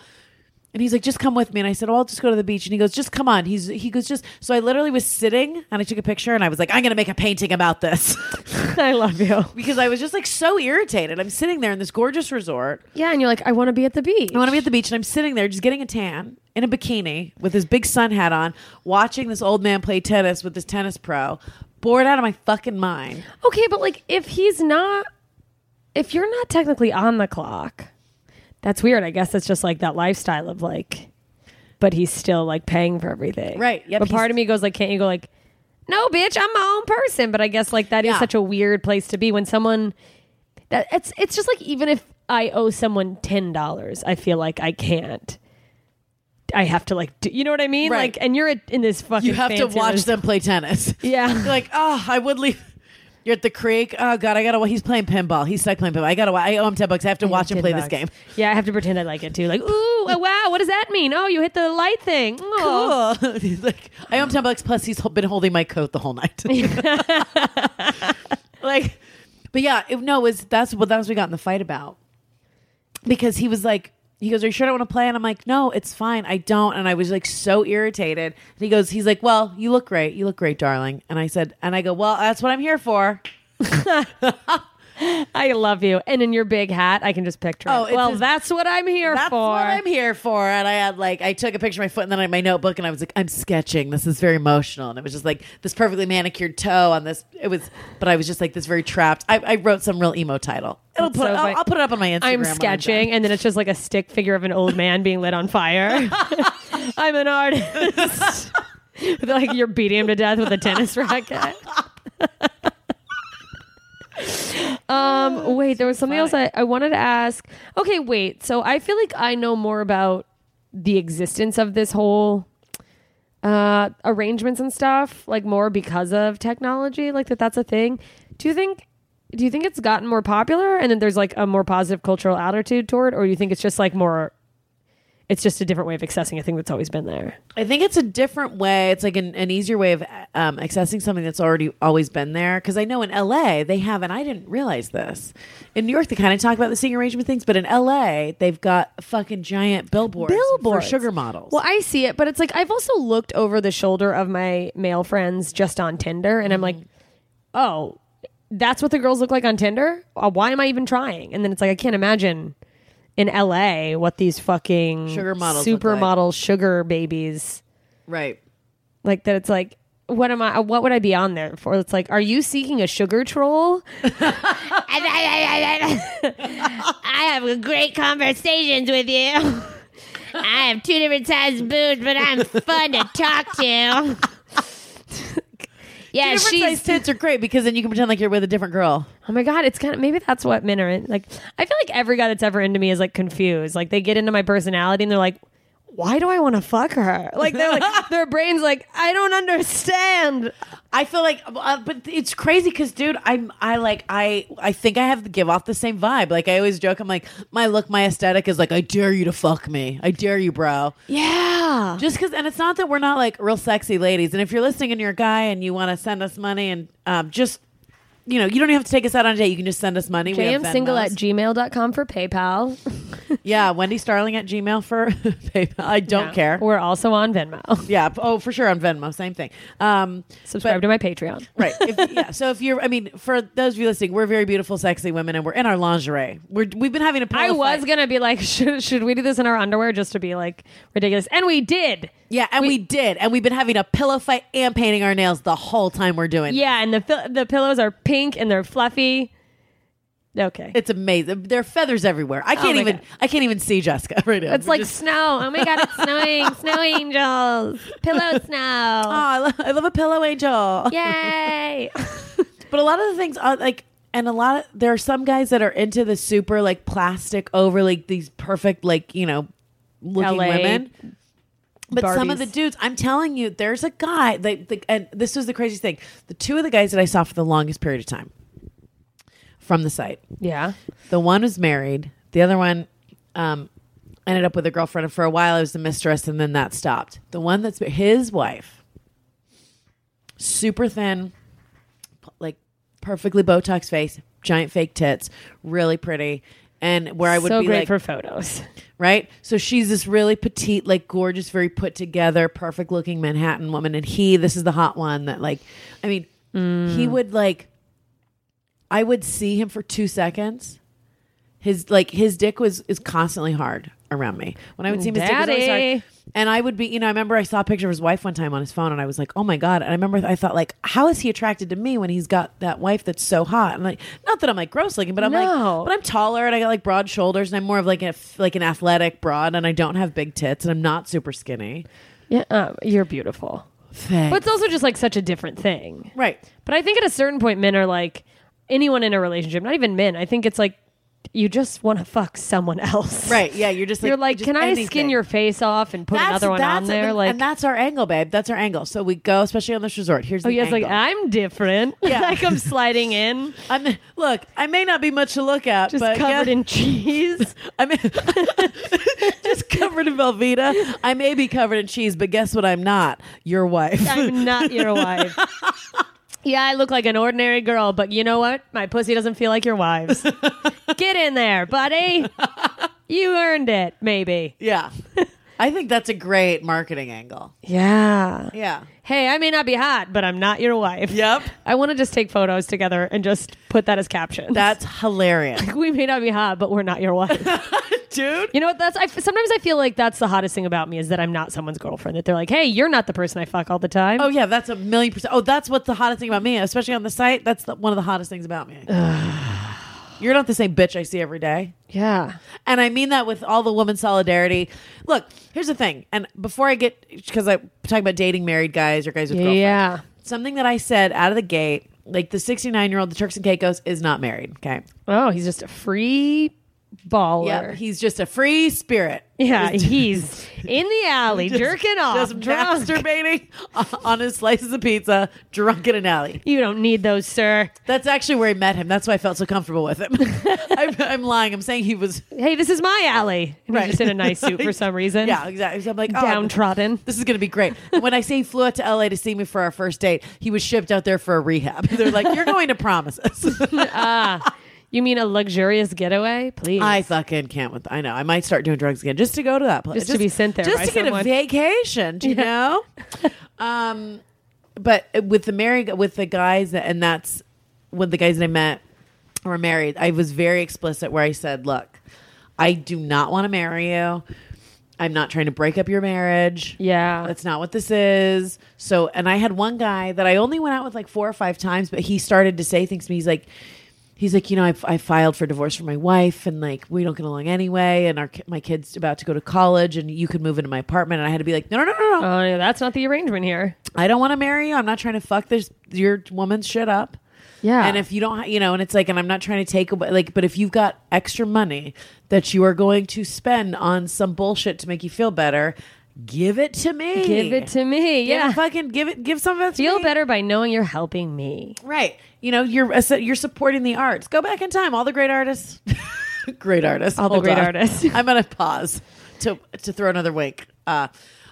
Speaker 6: And he's like, just come with me. And I said, well, I'll just go to the beach. And he goes, just come on. He's he goes, just so I literally was sitting and I took a picture and I was like, I'm gonna make a painting about this.
Speaker 5: I love you.
Speaker 6: because I was just like so irritated. I'm sitting there in this gorgeous resort.
Speaker 5: Yeah, and you're like, I want to be at the beach.
Speaker 6: I want to be at the beach and I'm sitting there just getting a tan in a bikini with his big sun hat on, watching this old man play tennis with this tennis pro, bored out of my fucking mind.
Speaker 5: Okay, but like if he's not if you're not technically on the clock, that's weird. I guess that's just like that lifestyle of like but he's still like paying for everything.
Speaker 6: Right, yep,
Speaker 5: but part
Speaker 6: he's-
Speaker 5: of me goes like, can't you go like no, bitch, I'm my own person. But I guess like that is
Speaker 6: Yeah.
Speaker 5: such a weird place to be when someone that it's it's just like even if I owe someone ten dollars, I feel like I can't. I have to like, do, you know what I mean?
Speaker 6: Right.
Speaker 5: Like, and you're at- in this fucking.
Speaker 6: You have to
Speaker 5: fancy
Speaker 6: watch
Speaker 5: res-
Speaker 6: them play tennis.
Speaker 5: Yeah.
Speaker 6: You're like, oh, I would leave. You're at the creek. Oh God, I gotta. wa- He's playing pinball. He's stuck playing pinball. I gotta. wa- I owe him ten bucks. I have to watch him play this game.
Speaker 5: Yeah, I have to pretend I like it too. Like, ooh, oh, wow, what does that mean? Oh, you hit the light thing. Oh.
Speaker 6: Cool. he's like, I owe him ten bucks. Plus, he's been holding my coat the whole night. like, but yeah, it, no, it was that's what that's what we got in the fight about because he was like, he goes, "Are you sure I don't want to play?" And I'm like, "No, it's fine. I don't." And I was like so irritated. And he goes, "He's like, well, you look great. You look great, darling." And I said, and I go, "Well, that's what I'm here for."
Speaker 5: I love you. And in your big hat, I can just picture.
Speaker 6: Oh,
Speaker 5: Oh,
Speaker 6: it's
Speaker 5: well,
Speaker 6: just-
Speaker 5: that's what I'm here
Speaker 6: That's
Speaker 5: for.
Speaker 6: what I'm here for. And I had like I took a picture of my foot and then I had my notebook and I was like, I'm sketching. This is very emotional. And it was just like this perfectly manicured toe on this. It was, but I was just like this very trapped. I, I wrote some real emo title. It'll
Speaker 5: That's
Speaker 6: put.
Speaker 5: so
Speaker 6: I'll,
Speaker 5: funny.
Speaker 6: I'll put it up on my Instagram.
Speaker 5: I'm
Speaker 6: when
Speaker 5: sketching,
Speaker 6: done.
Speaker 5: and then it's just like a stick figure of an old man being lit on fire. I'm an artist. With, like you're beating him to death with a tennis racket.
Speaker 6: Oh,
Speaker 5: um, wait, there was something else I, I wanted to ask. Okay, wait. So I feel like I know more about the existence of this whole uh arrangements and stuff like more because of technology like that that's a thing do you think do you think it's gotten more popular and then there's like a more positive cultural attitude toward it or you think it's just like more it's just a different way of accessing a thing that's always been there
Speaker 6: I think it's a different way. It's like an, an easier way of um, accessing something that's already always been there. Because I know in LA they have, and I didn't realize this. In New York, they kind of talk about the singing arrangement things, but in LA they've got fucking giant billboards,
Speaker 5: Billboards.
Speaker 6: for sugar models.
Speaker 5: Well, I see it, but it's like I've also looked over the shoulder of my male friends just on Tinder, and I'm like, oh, that's what the girls look like on Tinder. Uh, Why am I even trying? And then it's like I can't imagine in L.A. what these fucking
Speaker 6: Sugar models look like.
Speaker 5: supermodel sugar babies
Speaker 6: right.
Speaker 5: like that. It's like. What am I? What would I be on there for? It's like, are you seeking a sugar troll? I have great conversations with you.
Speaker 7: I have two different sizes of boobs, but I'm fun to talk to. yeah,
Speaker 6: Different
Speaker 7: she's
Speaker 6: size tits are great because then you can pretend like you're with a different girl.
Speaker 5: Oh my god, it's kind of maybe that's what men are in. Like, I feel like every guy that's ever into me is like confused. Like they get into my personality and they're like, "Why do I want to fuck her?" Like they're like their brains like, "I don't understand."
Speaker 6: I feel like, uh, but it's crazy because, dude, I'm, I like, I, I think I have to give off the same vibe. Like, I always joke, I'm like, my look, my aesthetic is like, I dare you to fuck me, I dare you, bro.
Speaker 5: Yeah.
Speaker 6: Just because, and it's not that we're not like real sexy ladies. And if you're listening and you're a guy and you want to send us money and um, just, you know, you don't even have to take us out on a date. You can just send us money. We have
Speaker 5: JM single at
Speaker 6: Venmos.
Speaker 5: gmail.com for PayPal.
Speaker 6: yeah, Wendy Starling at Gmail for PayPal. I don't care.
Speaker 5: We're also on Venmo.
Speaker 6: yeah. Oh, for sure on Venmo. Same thing. Um,
Speaker 5: Subscribe to my Patreon.
Speaker 6: right. If, yeah. So if you're, I mean, for those of you listening, we're very beautiful, sexy women, and we're in our lingerie. We're, we've been having a.
Speaker 5: I
Speaker 6: pillow
Speaker 5: was
Speaker 6: fight.
Speaker 5: gonna be like, should, should we do this in our underwear just to be like ridiculous? And we did.
Speaker 6: Yeah, and we, did, and we've been having a pillow fight and painting our nails the whole time we're doing. it.
Speaker 5: Yeah, and the fil- the pillows are pink and they're fluffy. Okay,
Speaker 6: It's amazing. There are feathers everywhere. I can't
Speaker 5: Oh my
Speaker 6: even.
Speaker 5: God.
Speaker 6: I can't even see Jessica right now.
Speaker 5: it's like snow. Oh my god, it's snowing. snow angels, pillow
Speaker 6: Oh,
Speaker 5: snow.
Speaker 6: I, lo- I love a pillow angel.
Speaker 5: Yay!
Speaker 6: But a lot of the things are like, and a lot of, there are some guys that are into the super like plastic over like these perfect like, you know, looking
Speaker 5: LA
Speaker 6: women. But some of
Speaker 5: Barbies.
Speaker 6: the dudes, I'm telling you, there's a guy that, the, and this was the craziest thing. The two of the guys that I saw for the longest period of time from the site,
Speaker 5: yeah,
Speaker 6: the one was married, the other one, um, ended up with a girlfriend. And for a while, I was the mistress, and then that stopped. The one that's his wife, super thin, like perfectly Botox face, giant fake tits, really pretty. And where I would
Speaker 5: so
Speaker 6: be
Speaker 5: great
Speaker 6: like,
Speaker 5: for photos.
Speaker 6: right? So she's this really petite, like gorgeous, very put together, perfect looking Manhattan woman. And he, this is the hot one that, like, I mean, he would like, I would see him for two seconds. His like his dick was is constantly hard around me. When I would see him, his dick was always
Speaker 5: Daddy.
Speaker 6: hard. And I would be, you know, I remember I saw a picture of his wife one time on his phone, and I was like, oh my god. And I remember I thought like, how is he attracted to me when he's got that wife that's so hot? And like, not that I'm like gross looking, but I'm
Speaker 5: No.
Speaker 6: like, but I'm taller and I got like broad shoulders, and I'm more of like a like an athletic broad, and I don't have big tits, and I'm not super skinny.
Speaker 5: Yeah, uh, you're beautiful,
Speaker 6: Thanks.
Speaker 5: but it's also just like such a different thing.
Speaker 6: right.
Speaker 5: But I think at a certain point, men are like anyone in a relationship, not even men. I think it's like you just want to fuck someone else,
Speaker 6: Right. Yeah. You're just like,
Speaker 5: You're like,
Speaker 6: just
Speaker 5: can I
Speaker 6: anything."
Speaker 5: skin your face off and put another one on there?
Speaker 6: and,
Speaker 5: like,
Speaker 6: and that's our angle, babe. That's our angle. So we go, especially on this resort. Here's
Speaker 5: oh
Speaker 6: the
Speaker 5: yeah, it's
Speaker 6: angle.
Speaker 5: like I'm different.
Speaker 6: Yeah.
Speaker 5: I come sliding in,
Speaker 6: I'm look. I may not be much to look at,
Speaker 5: just
Speaker 6: but
Speaker 5: covered
Speaker 6: yeah,
Speaker 5: in cheese.
Speaker 6: I mean, just covered in Velveeta. I may be covered in cheese, but guess what? I'm not your wife.
Speaker 5: I'm not your wife. Yeah, I look like an ordinary girl, but you know what? My pussy doesn't feel like your wife's. Get in there, buddy. You earned it, maybe.
Speaker 6: yeah, I think that's a great marketing angle.
Speaker 5: Yeah.
Speaker 6: Yeah.
Speaker 5: Hey, I may not be hot, but I'm not your wife.
Speaker 6: Yep.
Speaker 5: I want to just take photos together and just put that as captions.
Speaker 6: That's hilarious,
Speaker 5: we may not be hot, but we're not your wife.
Speaker 6: dude.
Speaker 5: You know what? That's I, sometimes I feel like that's the hottest thing about me is that I'm not someone's girlfriend. That they're like, "Hey, you're not the person I fuck all the time."
Speaker 6: Oh yeah, that's a million percent. Oh, that's what's the hottest thing about me, especially on the site. That's the, one of the hottest things about me. You're not the same bitch I see every day.
Speaker 5: yeah.
Speaker 6: And I mean that with all the woman solidarity. Look, here's the thing. And before I get, because I'm talking about dating married guys or guys with girlfriends.
Speaker 5: Yeah.
Speaker 6: Something that I said out of the gate, like the 69 year old, the Turks and Caicos, is not married. Okay.
Speaker 5: Oh, he's just a free baller.
Speaker 6: Yeah. He's just a free spirit.
Speaker 5: Yeah, he's in the alley jerking off,
Speaker 6: Just
Speaker 5: drunk.
Speaker 6: masturbating on his slices of pizza, drunk in an alley.
Speaker 5: You don't need those, sir.
Speaker 6: That's actually where I met him. That's why I felt so comfortable with him. I'm, I'm lying. I'm saying he was.
Speaker 5: Hey, this is my alley. And
Speaker 6: Right.
Speaker 5: He's just in a nice suit for some reason.
Speaker 6: Yeah, exactly. So I'm like, oh,
Speaker 5: Downtrodden.
Speaker 6: This is going to be great. And when I say he flew out to LA to see me for our first date, he was shipped out there for a rehab. They're like, you're going to promises.
Speaker 5: You mean a luxurious getaway? Please.
Speaker 6: I fucking can't with. I know. I might start doing drugs again just to go to that place,
Speaker 5: Just to be sent there
Speaker 6: just
Speaker 5: by
Speaker 6: to get
Speaker 5: someone.
Speaker 6: a vacation. Do you know? um, but with the married, with the guys, that, and that's when the guys that I met were married. I was very explicit where I said, "Look, I do not want to marry you. I'm not trying to break up your marriage.
Speaker 5: Yeah.
Speaker 6: That's not what this is. So, and I had one guy that I only went out with like four or five times, but he started to say things to me. He's like, he's like, you know, I, I filed for divorce from my wife, and like we don't get along anyway, and our ki- my kid's about to go to college, and you could move into my apartment. And I had to be like, no, no, no, no, no.
Speaker 5: Oh, yeah, that's not the arrangement here.
Speaker 6: I don't want to marry you. I'm not trying to fuck this your woman's shit up.
Speaker 5: Yeah.
Speaker 6: And if you don't, ha- you know, and it's like, and I'm not trying to take away, like, but if you've got extra money that you are going to spend on some bullshit to make you feel better, give it to me.
Speaker 5: give it to me,
Speaker 6: Give-
Speaker 5: yeah.
Speaker 6: fucking give it. Give some of it. to
Speaker 5: Feel
Speaker 6: me.
Speaker 5: better by knowing you're helping me.
Speaker 6: right? You know, you're a- you're supporting the arts. Go back in time. All the great artists. great artists. All
Speaker 5: the great artists.
Speaker 6: I'm gonna pause to to throw another wink. Uh,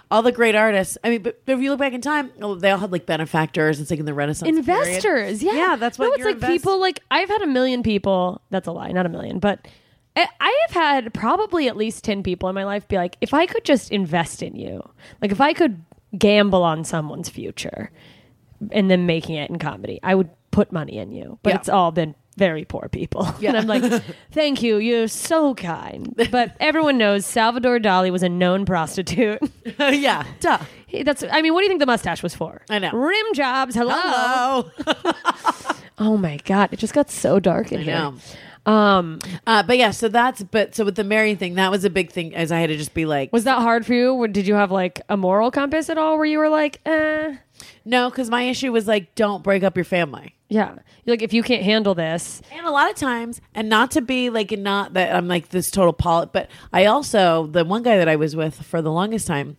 Speaker 6: all the great artists. I mean, but, but if you look back in time, oh, they all had like benefactors. It's like in the Renaissance. period.
Speaker 5: investors. Yeah,
Speaker 6: yeah, that's what
Speaker 5: no, it's
Speaker 6: you're
Speaker 5: like.
Speaker 6: invest-
Speaker 5: people like I've had a million people. That's a lie, not a million, but I- I have had probably at least ten people in my life be like, if I could just invest in you, like if I could gamble on someone's future and then making it in comedy, I would put money in you. But
Speaker 6: Yeah.
Speaker 5: it's all been very poor people, and I'm like, thank you, you're so kind. But everyone knows Salvador Dali was a known prostitute.
Speaker 6: yeah, duh.
Speaker 5: He- That's I mean, what do you think the mustache was for?
Speaker 6: I know.
Speaker 5: Rim jobs. hello.
Speaker 6: Hello.
Speaker 5: Oh my god, it just got so dark in
Speaker 6: I
Speaker 5: here.
Speaker 6: know.
Speaker 5: Um,
Speaker 6: Uh, but yeah, so that's but so with the marrying thing, that was a big thing. As I had to just be like,
Speaker 5: was that hard for you? Or Did you have like a moral compass at all, where you were like, eh,
Speaker 6: no, because my issue was like, don't break up your family.
Speaker 5: yeah, You're like if you can't handle this,
Speaker 6: And a lot of times, and not to be like, and not that I'm like this total poly, but I also the one guy that I was with for the longest time,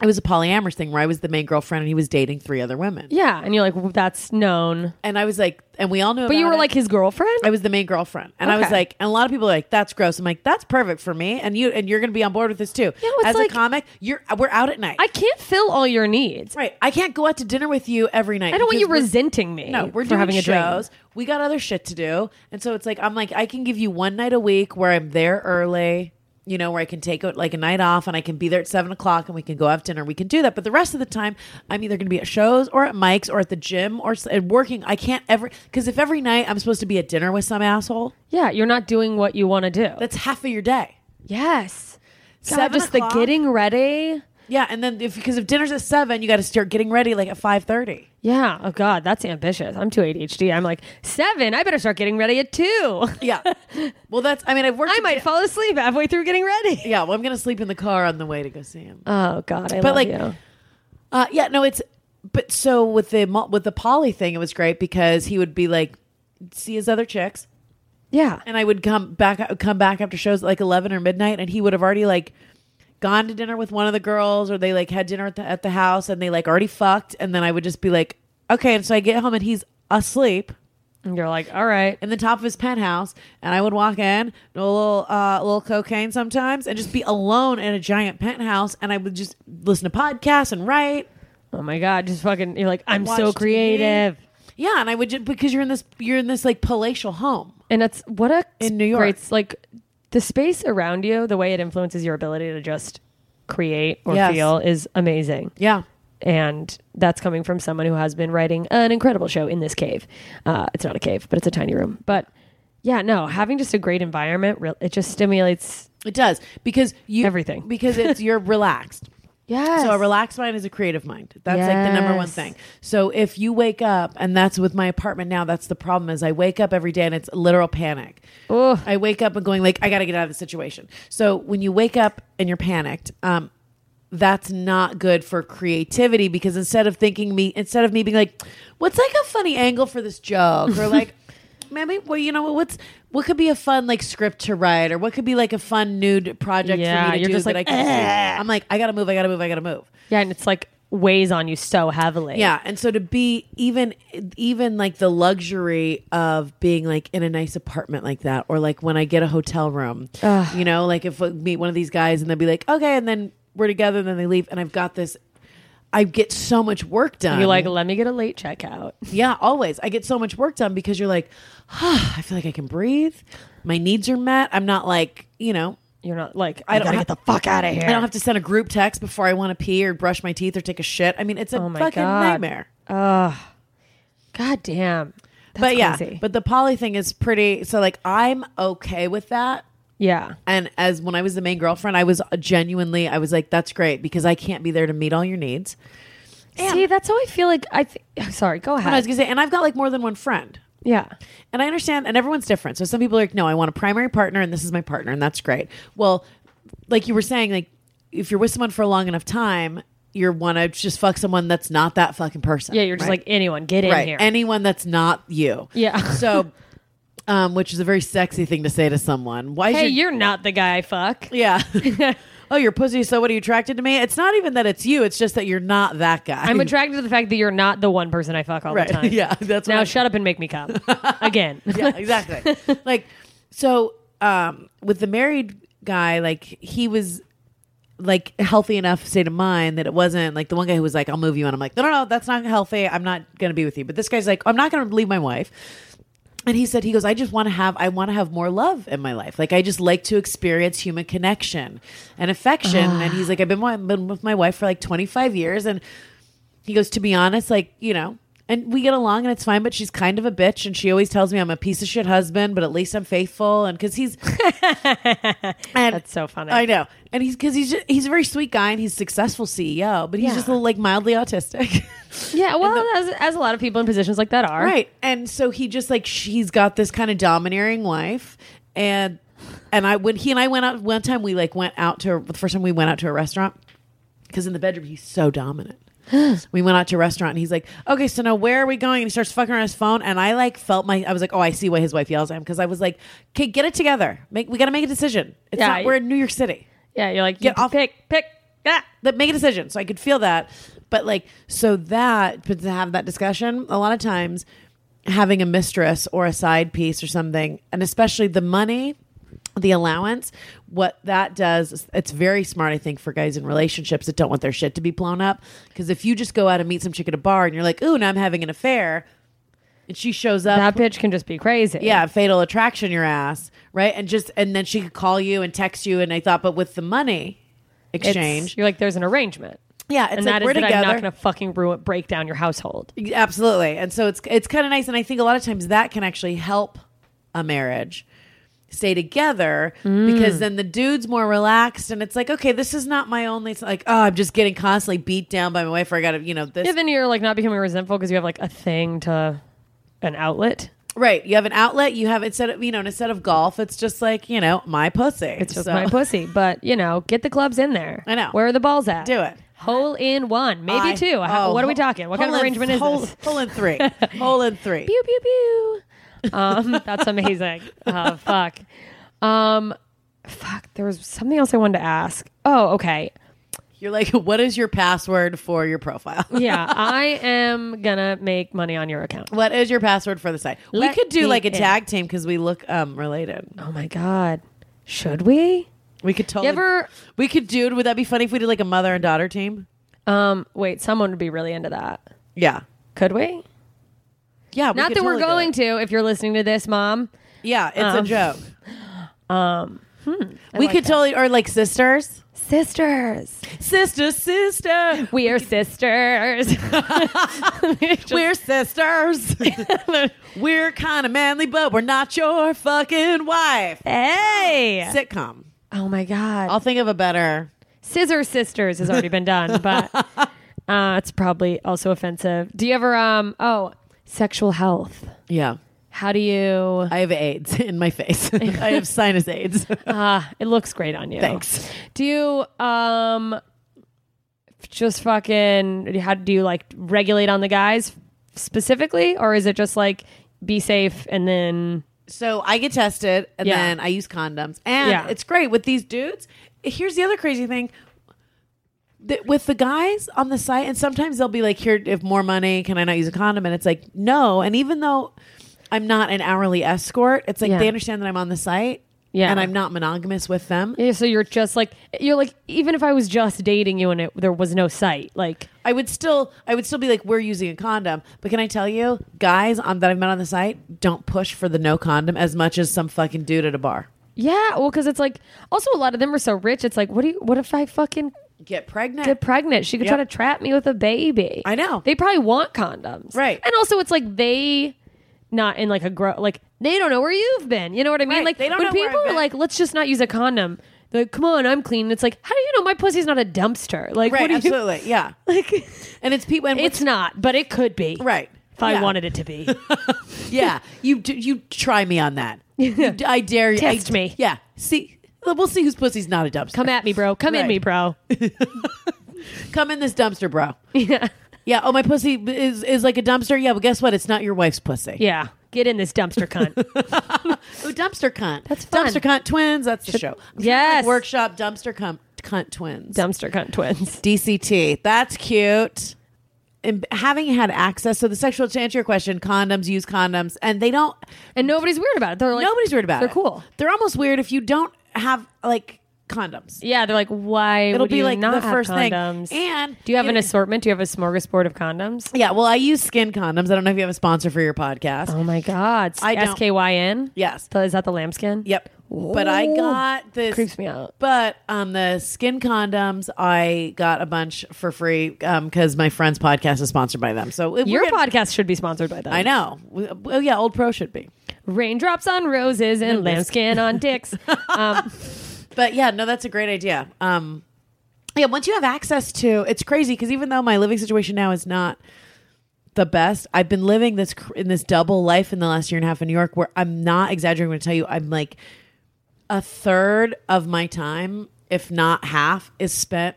Speaker 6: it was a polyamorous thing where I was the main girlfriend and he was dating three other women,
Speaker 5: yeah, and you're like, well, that's known,
Speaker 6: and I was like, and we all know,
Speaker 5: but you were like his girlfriend.
Speaker 6: I was the main girlfriend, and I was
Speaker 5: Okay.
Speaker 6: like, and a lot of people are like, "That's gross." I'm like, "That's perfect for me," and you, and you're going to be on board with this too.
Speaker 5: it's
Speaker 6: As
Speaker 5: like-
Speaker 6: a comic, you're we're out at night.
Speaker 5: I can't fill all your needs.
Speaker 6: Right. I can't go out to dinner with you every night.
Speaker 5: I don't want
Speaker 6: because
Speaker 5: you
Speaker 6: we're-
Speaker 5: resenting me.
Speaker 6: No, we're
Speaker 5: for
Speaker 6: doing
Speaker 5: having a dream.
Speaker 6: shows. We got other shit to do, and so it's like I'm like I can give you one night a week where I'm there early. You know, where I can take out like a night off and I can be there at seven o'clock and we can go have dinner. We can do that. But the rest of the time, I'm either going to be at shows or at mics or at the gym or s- and working. I can't ever, because if every night I'm supposed to be at dinner with some asshole,
Speaker 5: Yeah, you're not doing what you want to do.
Speaker 6: that's half of your day.
Speaker 5: yes, God,
Speaker 6: Seven
Speaker 5: just
Speaker 6: o'clock?
Speaker 5: the getting ready.
Speaker 6: Yeah. And then if, because if dinner's at seven, you got to start getting ready like at 5.30.
Speaker 5: Yeah. Oh God, that's ambitious. I'm too ADHD. I'm like seven. I better start getting ready at two.
Speaker 6: Yeah. well, that's, I mean, I've worked.
Speaker 5: I
Speaker 6: at
Speaker 5: might
Speaker 6: di-
Speaker 5: fall asleep halfway through getting ready.
Speaker 6: Yeah, well, I'm gonna sleep in the car on the way to go see him.
Speaker 5: Oh God, I
Speaker 6: But,
Speaker 5: love
Speaker 6: like,
Speaker 5: you.
Speaker 6: Uh, yeah, no, it's but so with the mul- with the Polly thing, it was great because he would be like see his other chicks,
Speaker 5: Yeah,
Speaker 6: and I would come back come back after shows at like eleven or midnight, and he would have already like gone to dinner with one of the girls, or they like had dinner at the, at the house, and they like already fucked, and then I would just be like, okay, and so I get home and he's asleep
Speaker 5: and you're like, all right,
Speaker 6: in the top of his penthouse, and I would walk in, do a little uh, a little cocaine sometimes, and just be alone in a giant penthouse, and I would just listen to podcasts and write.
Speaker 5: oh my God, just fucking. You're like, I'm
Speaker 6: Watch
Speaker 5: so
Speaker 6: TV.
Speaker 5: creative,
Speaker 6: Yeah, and I would just because you're in this you're in this like palatial home.
Speaker 5: and that's what a
Speaker 6: In New York.
Speaker 5: great, like the space around you, the way it influences your ability to just create or
Speaker 6: Yes.
Speaker 5: feel is amazing.
Speaker 6: Yeah.
Speaker 5: And that's coming from someone who has been writing an incredible show in this cave. Uh, it's not a cave, but it's a tiny room. But yeah, no, having just a great environment, re- it just stimulates.
Speaker 6: It does because you
Speaker 5: Everything.
Speaker 6: because it's you're relaxed.
Speaker 5: Yeah.
Speaker 6: So a relaxed mind is a creative mind. That's like the number one
Speaker 5: Yes.
Speaker 6: thing. So if you wake up and that's with my apartment now, that's the problem is I wake up every day and it's literal panic. I wake up and going like I got to get out of the situation. So when you wake up and you're panicked, um that's not good for creativity because instead of thinking me instead of me being like what's like a funny angle for this joke or like maybe well you know what what's what could be a fun like script to write or what could be like a fun nude project
Speaker 5: Yeah,
Speaker 6: for me to
Speaker 5: you're
Speaker 6: do
Speaker 5: just
Speaker 6: that
Speaker 5: like,
Speaker 6: I can do. I'm like I got to move I got to move I got to move.
Speaker 5: Yeah, and it's like weighs on you so heavily.
Speaker 6: Yeah, and so to be even even like the luxury of being like in a nice apartment like that, or like when I get a hotel room, you know, like if I meet one of these guys and they'll be like, okay, and then we're together, and then they leave, and I've got this. I get so much work done.
Speaker 5: You're like, let me get a late checkout.
Speaker 6: yeah, always. I get so much work done because you're like, ah, I feel like I can breathe. My needs are met. I'm not like, you know,
Speaker 5: You're not like,
Speaker 6: I
Speaker 5: I
Speaker 6: don't
Speaker 5: gotta
Speaker 6: have-
Speaker 5: get the fuck out of here.
Speaker 6: I don't have to send a group text before I want to pee or brush my teeth or take a shit. I mean, it's a
Speaker 5: Oh my
Speaker 6: fucking
Speaker 5: God.
Speaker 6: nightmare.
Speaker 5: God damn. That's
Speaker 6: but yeah,
Speaker 5: crazy.
Speaker 6: but the poly thing is pretty. So like, I'm okay with that.
Speaker 5: yeah.
Speaker 6: And as when I was the main girlfriend, I was genuinely, I was like, that's great because I can't be there to meet all your needs.
Speaker 5: See, that's how I feel like I. Th- Sorry, go
Speaker 6: And I
Speaker 5: ahead.
Speaker 6: was gonna say, and I've got like more than one friend.
Speaker 5: Yeah.
Speaker 6: And I understand, and everyone's different. So some people are like, no, I want a primary partner, and this is my partner, and that's great. Well, like you were saying, like if you're with someone for a long enough time, you want to just fuck someone that's not that fucking person.
Speaker 5: Yeah. You're just
Speaker 6: right?
Speaker 5: like, anyone, get in
Speaker 6: right.
Speaker 5: here.
Speaker 6: Anyone that's not you.
Speaker 5: Yeah.
Speaker 6: So, um, which is a very sexy thing to say to someone. Why? is
Speaker 5: hey,
Speaker 6: your-
Speaker 5: you're not the guy I fuck.
Speaker 6: Yeah. oh, your pussy. So what are you attracted to me? It's not even that it's you. It's just that you're not that guy.
Speaker 5: I'm attracted to the fact that you're not the one person I fuck all
Speaker 6: Right.
Speaker 5: the time.
Speaker 6: Yeah, that's what
Speaker 5: now
Speaker 6: I'm-
Speaker 5: shut up and make me come again.
Speaker 6: yeah, exactly. like so um with the married guy, like he was like healthy enough state of mind that it wasn't like the one guy who was like, I'll move you and I'm like, No no no, that's not healthy. I'm not gonna be with you. But this guy's like, I'm not gonna leave my wife. And he said, he goes, I just want to have, I want to have more love in my life. Like, I just like to experience human connection and affection. and he's like, I've been, I've been with my wife for like 25 years. And he goes, to be honest, like, you know, and we get along and it's fine, but she's kind of a bitch. And she always tells me I'm a piece of shit husband, but at least I'm faithful. And cause he's, and
Speaker 5: That's so funny.
Speaker 6: I know. And he's, cause he's, just, he's a very sweet guy and he's a successful CEO, but he's
Speaker 5: Yeah.
Speaker 6: just a little like mildly autistic.
Speaker 5: Yeah, well, as, as a lot of people in positions like that are.
Speaker 6: Right. And so he just like she's got this kind of domineering wife and and I when he and I went out one time we like went out to the first time we went out to a restaurant cuz in the bedroom he's so dominant. we went out to a restaurant and he's like, "Okay, so now where are we going?" and he starts fucking on his phone and I like felt my I was like, "Oh, I see why his wife yells at him cuz I was like, "Okay, get it together. Make we got to make a decision. It's
Speaker 5: Yeah,
Speaker 6: not
Speaker 5: you-
Speaker 6: we're in New York City."
Speaker 5: Yeah, you're like,
Speaker 6: Get
Speaker 5: you
Speaker 6: off-
Speaker 5: pick, pick. Ah.
Speaker 6: that make a decision. So I could feel that. But like, so that, but to have that discussion, a lot of times having a mistress or a side piece or something, and especially the money, the allowance, what that does, is- it's very smart, I think, for guys in relationships that don't want their shit to be blown up. Because if you just go out and meet some chick at a bar and you're like, ooh, now I'm having an affair, and she shows up.
Speaker 5: That bitch can just be crazy.
Speaker 6: yeah, fatal attraction your ass, right? And just and then she could call you and text you and I thought, but with the money
Speaker 5: It's-
Speaker 6: exchange.
Speaker 5: You're like, there's an arrangement.
Speaker 6: yeah, it's
Speaker 5: and
Speaker 6: like
Speaker 5: that is
Speaker 6: we're
Speaker 5: that
Speaker 6: together.
Speaker 5: I'm not going to fucking ruin, break down your household.
Speaker 6: Absolutely. And so it's it's kind of nice and I think a lot of times that can actually help a marriage stay together
Speaker 5: Mm.
Speaker 6: because then the dude's more relaxed and it's like okay this is not my only it's like oh I'm just getting constantly beat down by my wife or I got to you know this
Speaker 5: Yeah, then you're like not becoming resentful because you have like a thing to an outlet.
Speaker 6: right you have an outlet you have instead of you know and instead of golf it's just like you know my pussy
Speaker 5: It's just my pussy. But, you know, get the clubs in there.
Speaker 6: I know.
Speaker 5: Where are the balls at?
Speaker 6: Do it.
Speaker 5: Hole in one, maybe
Speaker 6: I-
Speaker 5: two. How-
Speaker 6: oh,
Speaker 5: what are we
Speaker 6: hole-
Speaker 5: talking? What kind
Speaker 6: hole
Speaker 5: of
Speaker 6: in-
Speaker 5: arrangement is
Speaker 6: hole,
Speaker 5: this?
Speaker 6: hole in three hole in three
Speaker 5: pew pew pew. Um, that's amazing. Oh fuck. Um, fuck. There was something else I wanted to ask. Oh, okay.
Speaker 6: you're like what is your password for your profile
Speaker 5: Yeah, I am gonna make money on your account.
Speaker 6: What is your password for the site?
Speaker 5: Let
Speaker 6: we could
Speaker 5: me
Speaker 6: do like a
Speaker 5: in.
Speaker 6: tag team because we look um related.
Speaker 5: Oh my god. Should we?
Speaker 6: We could totally.
Speaker 5: You ever?
Speaker 6: we could do. Would that be funny if we did like a mother and daughter team?
Speaker 5: Um, wait. Someone would be really into that.
Speaker 6: Yeah,
Speaker 5: Could we?
Speaker 6: yeah. We
Speaker 5: Not
Speaker 6: could
Speaker 5: that we're
Speaker 6: totally do
Speaker 5: going
Speaker 6: it.
Speaker 5: to. If you're listening to this, mom.
Speaker 6: Yeah, it's
Speaker 5: Um, hmm,
Speaker 6: a joke. Um, we could totally or like sisters,
Speaker 5: Sisters,
Speaker 6: sister, sister.
Speaker 5: we are sisters.
Speaker 6: We're sisters. we're kind of manly, but we're not your fucking wife.
Speaker 5: hey!
Speaker 6: Sitcom.
Speaker 5: Oh my god!
Speaker 6: I'll think of a better.
Speaker 5: Scissor Sisters has already been done, but uh, it's probably also offensive. Do you ever um oh sexual health?
Speaker 6: Yeah,
Speaker 5: How do you?
Speaker 6: I have AIDS in my face. I have sinus AIDS. Oh.
Speaker 5: It looks great on you.
Speaker 6: Thanks.
Speaker 5: Do you um just fucking how do you like regulate on the guys specifically, or is it just like be safe and then
Speaker 6: So I get tested and
Speaker 5: Yeah.
Speaker 6: then I use condoms. And
Speaker 5: Yeah.
Speaker 6: it's great with these dudes. Here's the other crazy thing. Th- With the guys on the site, and sometimes they'll be like, "Here, if more money, can I not use a condom?" And it's like, "No." And even though I'm not an hourly escort, it's like
Speaker 5: Yeah.
Speaker 6: they understand that I'm on the site,
Speaker 5: Yeah.
Speaker 6: and I'm not monogamous with them.
Speaker 5: yeah, Eh, so you're just like you're like even if I was just dating you and it, there was no sight like
Speaker 6: I would still, I would still be like, "We're using a condom." But can I tell you, guys on, that I've met on the site don't push for the no condom as much as some fucking dude at a bar.
Speaker 5: yeah well because it's like also a lot of them are so rich it's like what do you what if I fucking
Speaker 6: Get pregnant.
Speaker 5: get pregnant. She could try to
Speaker 6: Yep.
Speaker 5: trap me with a baby.
Speaker 6: I know.
Speaker 5: They probably want condoms.
Speaker 6: Right.
Speaker 5: And also it's like they not in like a grow like they don't know where you've been. You know what I mean?
Speaker 6: Right.
Speaker 5: Like
Speaker 6: They don't
Speaker 5: when
Speaker 6: know where
Speaker 5: people
Speaker 6: I've
Speaker 5: are
Speaker 6: been.
Speaker 5: like, let's just not use a condom. They're like, come on, I'm clean. It's like, how do you know my pussy's not a dumpster? Like, what
Speaker 6: right?
Speaker 5: do you
Speaker 6: Absolutely. Yeah.
Speaker 5: like?
Speaker 6: And it's people. And
Speaker 5: It's not, but it could be.
Speaker 6: Right.
Speaker 5: if I
Speaker 6: Yeah.
Speaker 5: wanted it to be.
Speaker 6: Yeah, you d- you try me on that. You d- I dare you. I
Speaker 5: Test
Speaker 6: d-
Speaker 5: me.
Speaker 6: Yeah, see, we'll see whose pussy's not a dumpster.
Speaker 5: Come at me, bro. Come
Speaker 6: Right.
Speaker 5: at me, bro.
Speaker 6: Come in this dumpster, bro. Yeah. Yeah. Oh, my pussy is is like a dumpster. Yeah, but guess what? It's not your wife's pussy.
Speaker 5: Yeah. Get in this dumpster cunt.
Speaker 6: Oh, dumpster cunt. That's
Speaker 5: fun.
Speaker 6: Dumpster cunt twins. That's the show.
Speaker 5: Yes.
Speaker 6: Workshop dumpster cunt cunt twins.
Speaker 5: dumpster cunt twins.
Speaker 6: DCT. That's cute. And having had access, so the sexual to answer your question, condoms, use condoms, and they don't.
Speaker 5: And nobody's weird about it. They're like
Speaker 6: nobody's weird about
Speaker 5: they're
Speaker 6: it.
Speaker 5: cool.
Speaker 6: They're almost weird if you don't have like condoms.
Speaker 5: Yeah, they're like, why
Speaker 6: It'll
Speaker 5: would
Speaker 6: be
Speaker 5: you
Speaker 6: like
Speaker 5: not
Speaker 6: the
Speaker 5: have
Speaker 6: first thing.
Speaker 5: condoms?
Speaker 6: And-
Speaker 5: do you have an
Speaker 6: it-
Speaker 5: assortment? Do you have a smorgasbord of condoms?
Speaker 6: Yeah. Well, I use skin condoms. I don't know if you have a sponsor for your podcast.
Speaker 5: Oh my god,
Speaker 6: I don't-
Speaker 5: S K Y N.
Speaker 6: yes.
Speaker 5: Is that the lambskin?
Speaker 6: Yep. But I
Speaker 5: Ooh.
Speaker 6: got this.
Speaker 5: Creeps me out.
Speaker 6: But on the skin condoms, I got a bunch for free because my friend's podcast is sponsored by them. So if we're
Speaker 5: Your
Speaker 6: getting-
Speaker 5: podcast should be sponsored by them.
Speaker 6: I know. We- Oh yeah, Old Pro should be.
Speaker 5: Raindrops on roses and lambskin on dicks. Um,
Speaker 6: But yeah, no, that's a great idea. Um, yeah, once you have access to, it's crazy because even though my living situation now is not the best, I've been living this cr- in this double life in the last year and a half in New York, where I'm not exaggerating when I tell you, I'm like a third of my time, if not half, is spent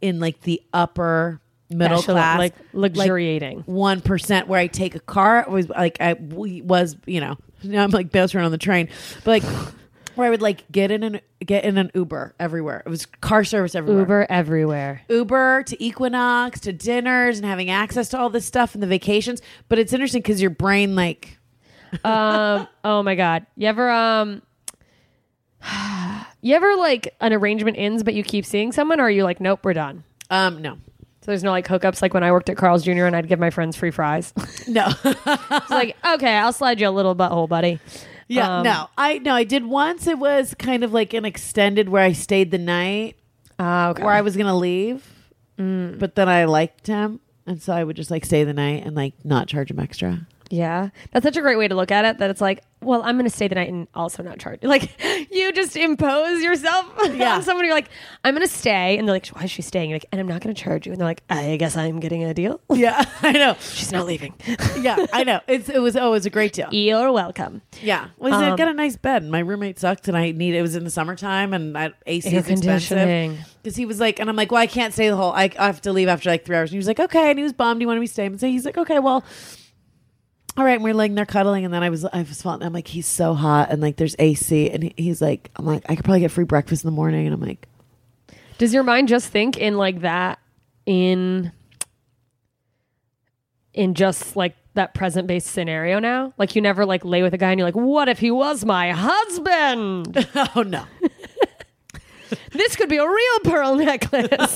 Speaker 6: in like the upper middle
Speaker 5: Bachelor-
Speaker 6: class,
Speaker 5: like, luxuriating.
Speaker 6: one percent where I take a car it was like I we was you know now I'm like bouncing around on the train, but like where I would like get in an get in an Uber everywhere. It was car service everywhere.
Speaker 5: Uber everywhere.
Speaker 6: Uber to Equinox to dinners and having access to all this stuff and the vacations. But it's interesting because your brain like
Speaker 5: um, oh my god. You ever um you ever like an arrangement ends but you keep seeing someone or are you like, nope, we're done?
Speaker 6: um no
Speaker 5: So there's no like hookups like when I worked at Carl's Jr. and I'd give my friends free fries. it's
Speaker 6: no
Speaker 5: like, okay, I'll slide you a little butthole, buddy.
Speaker 6: yeah
Speaker 5: Um,
Speaker 6: no I no I did once. It was kind of like an extended where I stayed the night
Speaker 5: Uh, okay.
Speaker 6: where I was gonna Mm. leave, but then I liked him. And so I would just like stay the night and like not charge him extra.
Speaker 5: yeah. That's such a great way to look at it that it's like, well, I'm gonna stay the night and also not charge. Like you just impose yourself
Speaker 6: Yeah.
Speaker 5: on someone you're like, I'm gonna stay and they're like, Why is she staying? You're like, and I'm not gonna charge you. And they're like, I guess I'm getting a deal.
Speaker 6: Yeah, I know.
Speaker 5: She's not leaving.
Speaker 6: Yeah, I know. It's it was oh, it was a great deal.
Speaker 5: You're welcome.
Speaker 6: Yeah, was
Speaker 5: um
Speaker 6: I got a nice bed. My roommate sucked, and I need. It was in the summertime, and I, AC
Speaker 5: Air
Speaker 6: is expensive.
Speaker 5: conditioning.
Speaker 6: Because he was like, and I'm like, well, I can't stay the whole. I, I have to leave after like three hours. And he was like, okay, and he was bummed. He wanted me to stay, and so he's like, okay, well. All right, and we're laying there cuddling, and then I was I was falling. I'm like, he's so hot, and like there's AC, and he, he's like, I'm like, I could probably get free breakfast in the morning, and I'm like,
Speaker 5: Does your mind just think in like that in in just like that present based scenario now? Like you never like lay with a guy and you're like, what if he was my husband?
Speaker 6: oh no,
Speaker 5: this could be a real pearl necklace.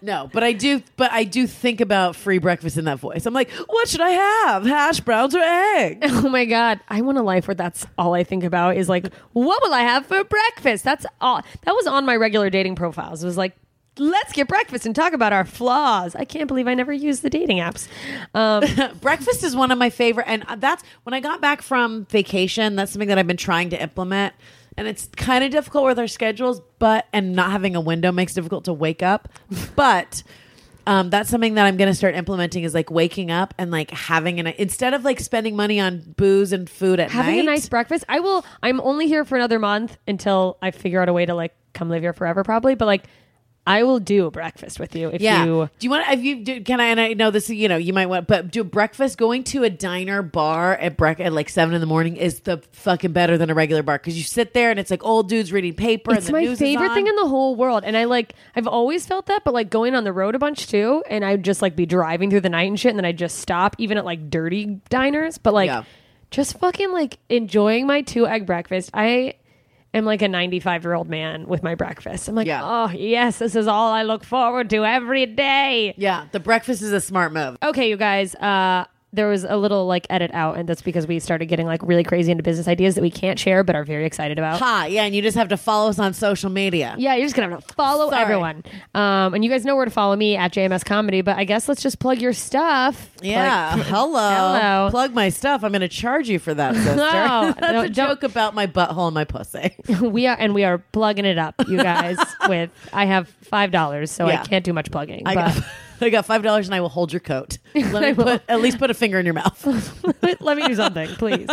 Speaker 6: No, but I do. But I do think about free breakfast in that voice. I'm like, what should I have? Hash browns or egg?
Speaker 5: oh my god. I want a life where that's all I think about is like, what will I have for breakfast? That's all that was on my regular dating profiles. It was like Let's get breakfast and talk about our flaws. I can't believe I never used the dating apps. Um,
Speaker 6: breakfast is one of my favorite, and uh, that's when I got back from vacation. That's something that I've been trying to implement, and it's kind of difficult with our schedules. But and not having a window makes it difficult to wake up. But. Um, that's something that I'm going to start implementing is like waking up and like having an instead of like spending money on booze and food at
Speaker 5: having
Speaker 6: night,
Speaker 5: a nice breakfast. I will. I'm only here for another month until I figure out a way to like come live here forever, probably. But like, I will do a breakfast with you if
Speaker 6: Yeah.
Speaker 5: you.
Speaker 6: do you want? If you do, can I? And I know this. You know, you might want, but do breakfast. Going to a diner bar at break at like seven in the morning is the fucking better than a regular bar because you sit there and it's like old dudes reading paper. and
Speaker 5: It's
Speaker 6: the
Speaker 5: my
Speaker 6: news is
Speaker 5: favorite
Speaker 6: on.
Speaker 5: thing in the whole world, and I like. I've always felt that, but like going on the road a bunch too, and I'd just like be driving through the night and shit, and then I would just stop even at like dirty diners, but like
Speaker 6: Yeah.
Speaker 5: just fucking like enjoying my two egg breakfast. I. am like a 95 year old man with my breakfast. I'm like,
Speaker 6: Yeah.
Speaker 5: oh, yes, this is all I look forward to every day.
Speaker 6: yeah, the breakfast is a smart move.
Speaker 5: okay you guys uh there was a little like edit out and that's because we started getting like really crazy into business ideas that we can't share but are very excited about
Speaker 6: Ha! Yeah, and you just have to follow us on social media.
Speaker 5: yeah you're just gonna have to follow
Speaker 6: Sorry.
Speaker 5: everyone um and you guys know where to follow me at jms comedy but i guess let's just plug your stuff
Speaker 6: Yeah, hello.
Speaker 5: Hello.
Speaker 6: Plug my stuff. I'm going to charge you for that, sister.
Speaker 5: No,
Speaker 6: That's
Speaker 5: don't-
Speaker 6: a
Speaker 5: don't-
Speaker 6: joke about my butthole and my pussy.
Speaker 5: Like, we are and we are plugging it up you guys with i have five dollars so
Speaker 6: Yeah.
Speaker 5: i can't do much plugging
Speaker 6: I
Speaker 5: but
Speaker 6: got- I got five dollars, and I will hold your coat. Let me put, at least put a finger in your mouth.
Speaker 5: Let me do something, please.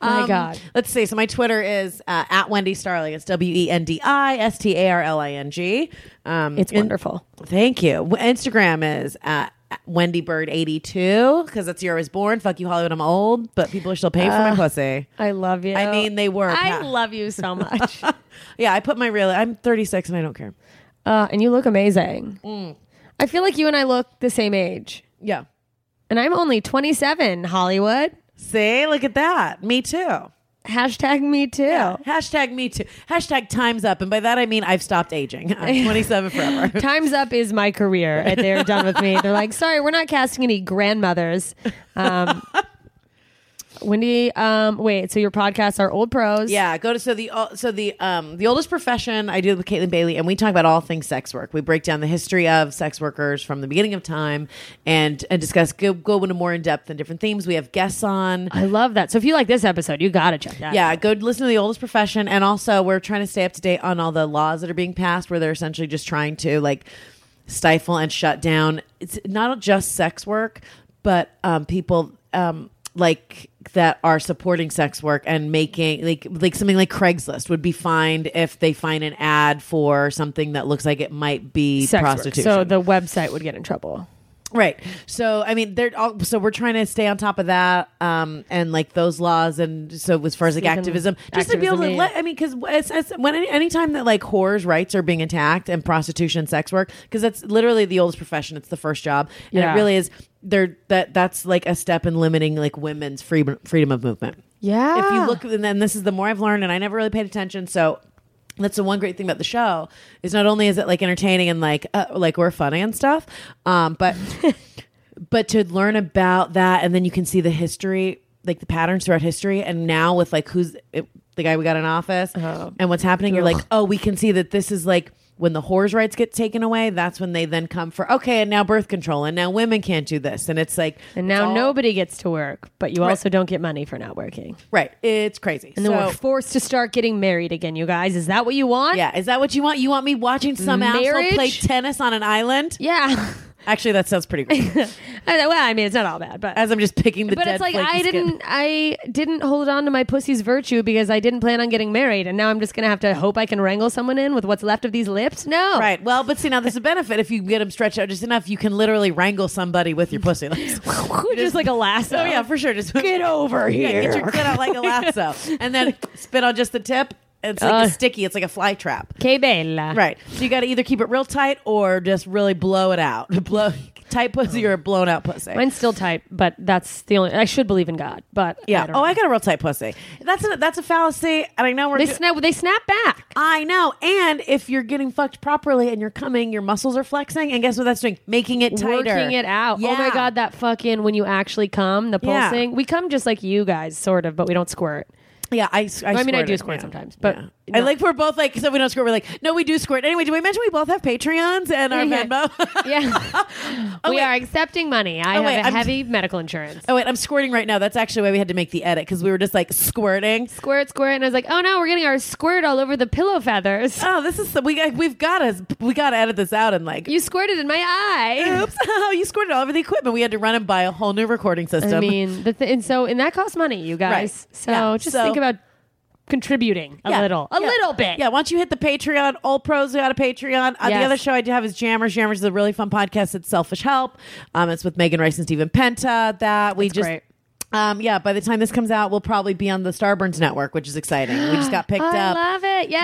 Speaker 5: My God.
Speaker 6: Um, Let's see. So my Twitter is uh, at Wendy Starling. It's W E N D I S T A R L I N G. Um,
Speaker 5: It's
Speaker 6: and-
Speaker 5: wonderful.
Speaker 6: Thank you. W- Instagram is at Wendy Bird eighty two because that's year I was born. Fuck you, Hollywood. I'm old, but people are still paying for my pussy.
Speaker 5: I love you.
Speaker 6: I mean, they were.
Speaker 5: I
Speaker 6: pa-
Speaker 5: love you so much.
Speaker 6: Yeah, I put my real. I'm 36 and I don't care.
Speaker 5: uh, and you look amazing.
Speaker 6: Mm.
Speaker 5: I feel like you and I look the same age.
Speaker 6: Yeah.
Speaker 5: And I'm only 27, Hollywood.
Speaker 6: See, look at that. Me too.
Speaker 5: Hashtag me too.
Speaker 6: Hashtag me too. Hashtag time's up. And by that I mean I've stopped aging. I'm 27 forever.
Speaker 5: Time's up is my career. And they're done with me. They're like, sorry, we're not casting any grandmothers. Um, Wendy, um, wait, so your podcasts are old pros.
Speaker 6: Yeah, go to so the uh, so the um the oldest profession I do with Caitlin Bailey, and we talk about all things sex work. We break down the history of sex workers from the beginning of time, and and discuss go go into more in depth and different themes. We have guests on.
Speaker 5: I love that. So if you like this episode, you got to check that out.
Speaker 6: Yeah, go listen to the oldest profession, and also we're trying to stay up to date on all the laws that are being passed, where they're essentially just trying to like stifle and shut down. It's not just sex work, but um, people um, like that are supporting sex work and making like like something like Craigslist would be fined if they find an ad for something that looks like it might be
Speaker 5: Sex work.
Speaker 6: prostitution.
Speaker 5: So the website would get in trouble.
Speaker 6: Right. So I mean, they're all, so we're trying to stay on top of that, um, and like those laws, and so as far as like
Speaker 5: Speaking-
Speaker 6: activism, just to be able to
Speaker 5: activism,
Speaker 6: let. I mean, because when any anytime that like whores' rights are being attacked and prostitution, and sex work, because that's literally the oldest profession. It's the first job, and
Speaker 5: Yeah.
Speaker 6: it really is. They're that that's like a step in limiting like women's freedom freedom of movement.
Speaker 5: Yeah.
Speaker 6: If you look, and then this is the more I've learned, and I never really paid attention. So that's the one great thing about the show is not only is it like entertaining and like uh, like we're funny and stuff, um, but but to learn about that and then you can see the history, like the patterns throughout history, and now with like who's it, the guy we got in office
Speaker 5: Uh-huh.
Speaker 6: and what's happening, you're like, oh, we can see that this is like. When the whores' rights get taken away, that's when they then come for okay, and now birth control, and now women can't do this, and it's like
Speaker 5: And now
Speaker 6: all-
Speaker 5: nobody gets to work, but you also don't get money for not working.
Speaker 6: right, it's crazy.
Speaker 5: And then
Speaker 6: so,
Speaker 5: we're forced to start getting married again, you guys. Is that what you want?
Speaker 6: Yeah, is that what you want? You want me watching some
Speaker 5: Marriage?
Speaker 6: asshole play tennis on an island?
Speaker 5: Yeah.
Speaker 6: Actually, that sounds pretty great.
Speaker 5: I know- well, I mean, it's not all bad, but uh,
Speaker 6: As I'm just picking the
Speaker 5: but
Speaker 6: dead
Speaker 5: it's like
Speaker 6: flaky
Speaker 5: I
Speaker 6: skin.
Speaker 5: didn't I didn't hold on to my pussy's virtue because I didn't plan on getting married, and now I'm just gonna have to hope I can wrangle someone in with what's left of these lips. No,
Speaker 6: Right. Well, but see now there's a benefit if you get them stretched out just enough, you can literally wrangle somebody with your pussy. Like,
Speaker 5: just like a lasso.
Speaker 6: oh yeah, for sure. Just
Speaker 5: Get over
Speaker 6: Yeah,
Speaker 5: here.
Speaker 6: get your clit out like a lasso, and then spit on just the tip. It's like
Speaker 5: Uh.
Speaker 6: a sticky. It's like a fly trap.
Speaker 5: Que bella.
Speaker 6: Right. So you got to either keep it real tight or just really blow it out. Blow tight pussy or blown out pussy.
Speaker 5: Mine's still tight, but that's the only. I should believe in God, but
Speaker 6: yeah.
Speaker 5: I don't
Speaker 6: oh,
Speaker 5: know.
Speaker 6: I got a real tight pussy. That's a, that's a fallacy, and I know we're
Speaker 5: They
Speaker 6: do-
Speaker 5: snap. They snap back.
Speaker 6: I know. And if you're getting fucked properly and you're coming, your muscles are flexing. And guess what that's doing? Making it tighter.
Speaker 5: Working it out. Oh my
Speaker 6: Yeah.
Speaker 5: god, that fucking when you actually come, the
Speaker 6: Yeah.
Speaker 5: pulsing. We come just like you guys, sort of, but we don't squirt.
Speaker 6: Yeah,
Speaker 5: I
Speaker 6: I, I,
Speaker 5: mean, I
Speaker 6: squirt
Speaker 5: do
Speaker 6: it,
Speaker 5: squirt
Speaker 6: yeah.
Speaker 5: sometimes, but
Speaker 6: Yeah.
Speaker 5: no.
Speaker 6: I like we're both like, so we don't squirt. We're like, no, we do squirt. Anyway, did we mention we both have Patreons and our
Speaker 5: Yeah. Oh,
Speaker 6: Venmo?
Speaker 5: Yeah. we
Speaker 6: wait.
Speaker 5: are accepting money. I
Speaker 6: Oh,
Speaker 5: have
Speaker 6: wait,
Speaker 5: a
Speaker 6: I'm-
Speaker 5: heavy medical insurance.
Speaker 6: oh, wait, I'm squirting right now. That's actually why we had to make the edit because we were just like squirting.
Speaker 5: Squirt, squirt. And I was like, oh no, we're getting our squirt all over the pillow feathers.
Speaker 6: Oh, this is, we, got- we've got to, we got to edit this out and like,
Speaker 5: you squirted in my eye.
Speaker 6: oops, oh, you squirted all over the equipment. We had to run and buy a whole new recording system.
Speaker 5: I mean, the th- and so, and that costs money, you guys.
Speaker 6: Right.
Speaker 5: So
Speaker 6: Yeah.
Speaker 5: just
Speaker 6: So-
Speaker 5: think about contributing a
Speaker 6: Yeah.
Speaker 5: little, a
Speaker 6: Yeah.
Speaker 5: little bit.
Speaker 6: Yeah, why don't you hit the Patreon? All pros who got a Patreon. Uh,
Speaker 5: Yes.
Speaker 6: The other show I do have is Jammers. Jammers is a really fun podcast. It's Selfish Help. Um, it's with Megan Rice and Stephen Penta. That we
Speaker 5: That's
Speaker 6: just.
Speaker 5: great.
Speaker 6: Um, yeah, by the time this comes out, we'll probably be on the Starburns Network, which is exciting. We just got picked
Speaker 5: I
Speaker 6: up.
Speaker 5: love it. Yes.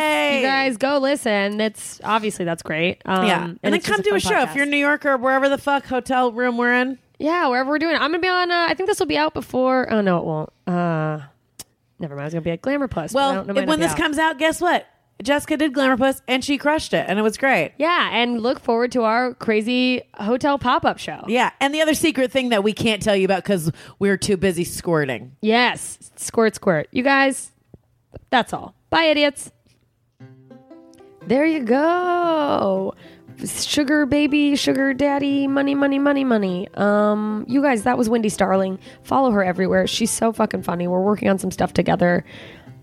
Speaker 6: Yay.
Speaker 5: You guys go listen. It's obviously that's great. Um,
Speaker 6: yeah, and, then
Speaker 5: it's just
Speaker 6: come do a
Speaker 5: fun
Speaker 6: show
Speaker 5: podcast.
Speaker 6: if you're in New York or wherever the fuck hotel room we're in.
Speaker 5: Yeah, wherever we're doing it. I'm going to be on, uh, I think this will be out before. Oh, no, it won't. Uh, never mind. I was going to be at Glamour Plus. but I
Speaker 6: Well,
Speaker 5: don't- it might not
Speaker 6: when
Speaker 5: be
Speaker 6: this
Speaker 5: out.
Speaker 6: comes out, guess what? Jessica did Glamour Puss and she crushed it, and it was great.
Speaker 5: Yeah, and look forward to our crazy hotel pop up show.
Speaker 6: Yeah, and the other secret thing that we can't tell you about because we're too busy squirting.
Speaker 5: Yes, squirt, squirt. You guys, that's all. Bye, idiots. There you go. Sugar baby, sugar daddy, money, money, money, money. Um, you guys, that was Wendy Starling. Follow her everywhere. She's so fucking funny. We're working on some stuff together.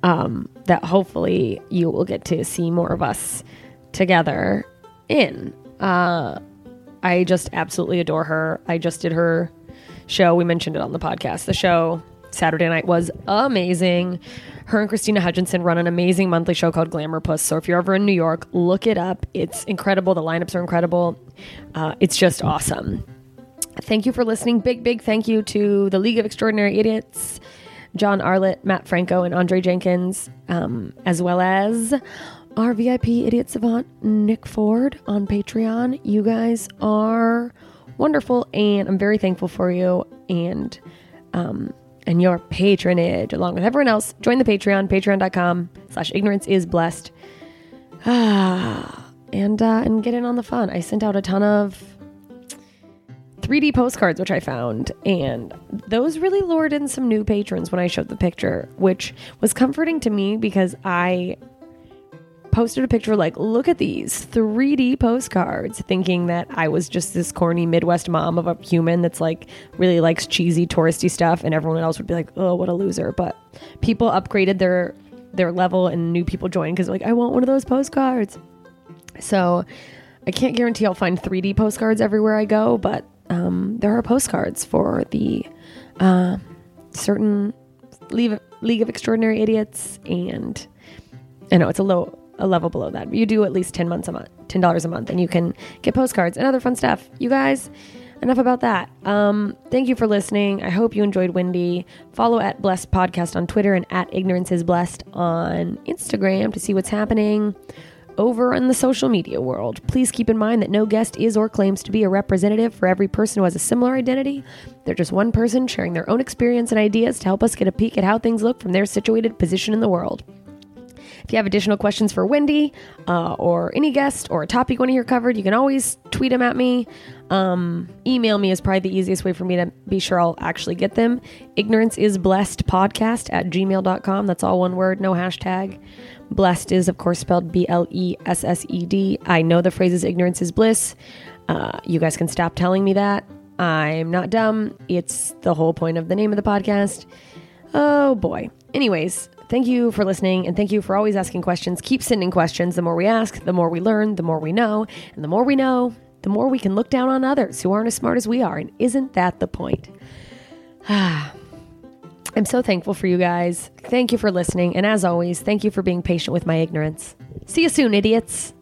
Speaker 5: Um, that hopefully you will get to see more of us together in. Uh, I just absolutely adore her. I just did her show. We mentioned it on the podcast. The show Saturday night was amazing. Her and Christina Hutchinson run an amazing monthly show called Glamour Puss. So if you're ever in New York, look it up. It's incredible. The lineups are incredible. Uh, it's just awesome. Thank you for listening. Big, big thank you to the League of Extraordinary Idiots, John Arlett, Matt Franco, and Andre Jenkins, um, as well as our VIP idiot savant, Nick Ford, on Patreon. You guys are wonderful, and I'm very thankful for you and um, and your patronage, along with everyone else. Join the Patreon, patreon.com slash ignorance is blessed. and, uh, and get in on the fun. I sent out a ton of 3D postcards, which I found, and those really lured in some new patrons when I showed the picture, which was comforting to me because I posted a picture like, look at these 3D postcards, thinking that I was just this corny Midwest mom of a human that's like really likes cheesy touristy stuff, and everyone else would be like, oh, what a loser. But people upgraded their their level, and new people joined because like, I want one of those postcards. So I can't guarantee I'll find 3D postcards everywhere I go, but um, there are postcards for the uh, certain League of, League of Extraordinary Idiots, and I know it's a low a level below that. You do at least ten months a month, ten dollars a month, and you can get postcards and other fun stuff. You guys. Enough about that. Um, thank you for listening. I hope you enjoyed Wendy. Follow at Blessed Podcast on Twitter and at Ignorance is Blessed on Instagram to see what's happening over in the social media world. Please keep in mind that no guest is or claims to be a representative for every person who has a similar identity. They're just one person sharing their own experience and ideas to help us get a peek at how things look from their situated position in the world. If you have additional questions for Wendy uh, or any guest or a topic you want to hear covered, you can always tweet them at me. Um, email me is probably the easiest way for me to be sure I'll actually get them. Ignorance is blessed podcast at gmail.com. That's all one word, no hashtag. Blessed is, of course, spelled B L E S S E D. I know the phrase is ignorance is bliss. Uh, you guys can stop telling me that. I'm not dumb. It's the whole point of the name of the podcast. Oh boy. Anyways, thank you for listening and thank you for always asking questions. Keep sending questions. The more we ask, the more we learn, the more we know. And the more we know, the more we can look down on others who aren't as smart as we are. And isn't that the point? I'm so thankful for you guys. Thank you for listening. And as always, thank you for being patient with my ignorance. See you soon, idiots.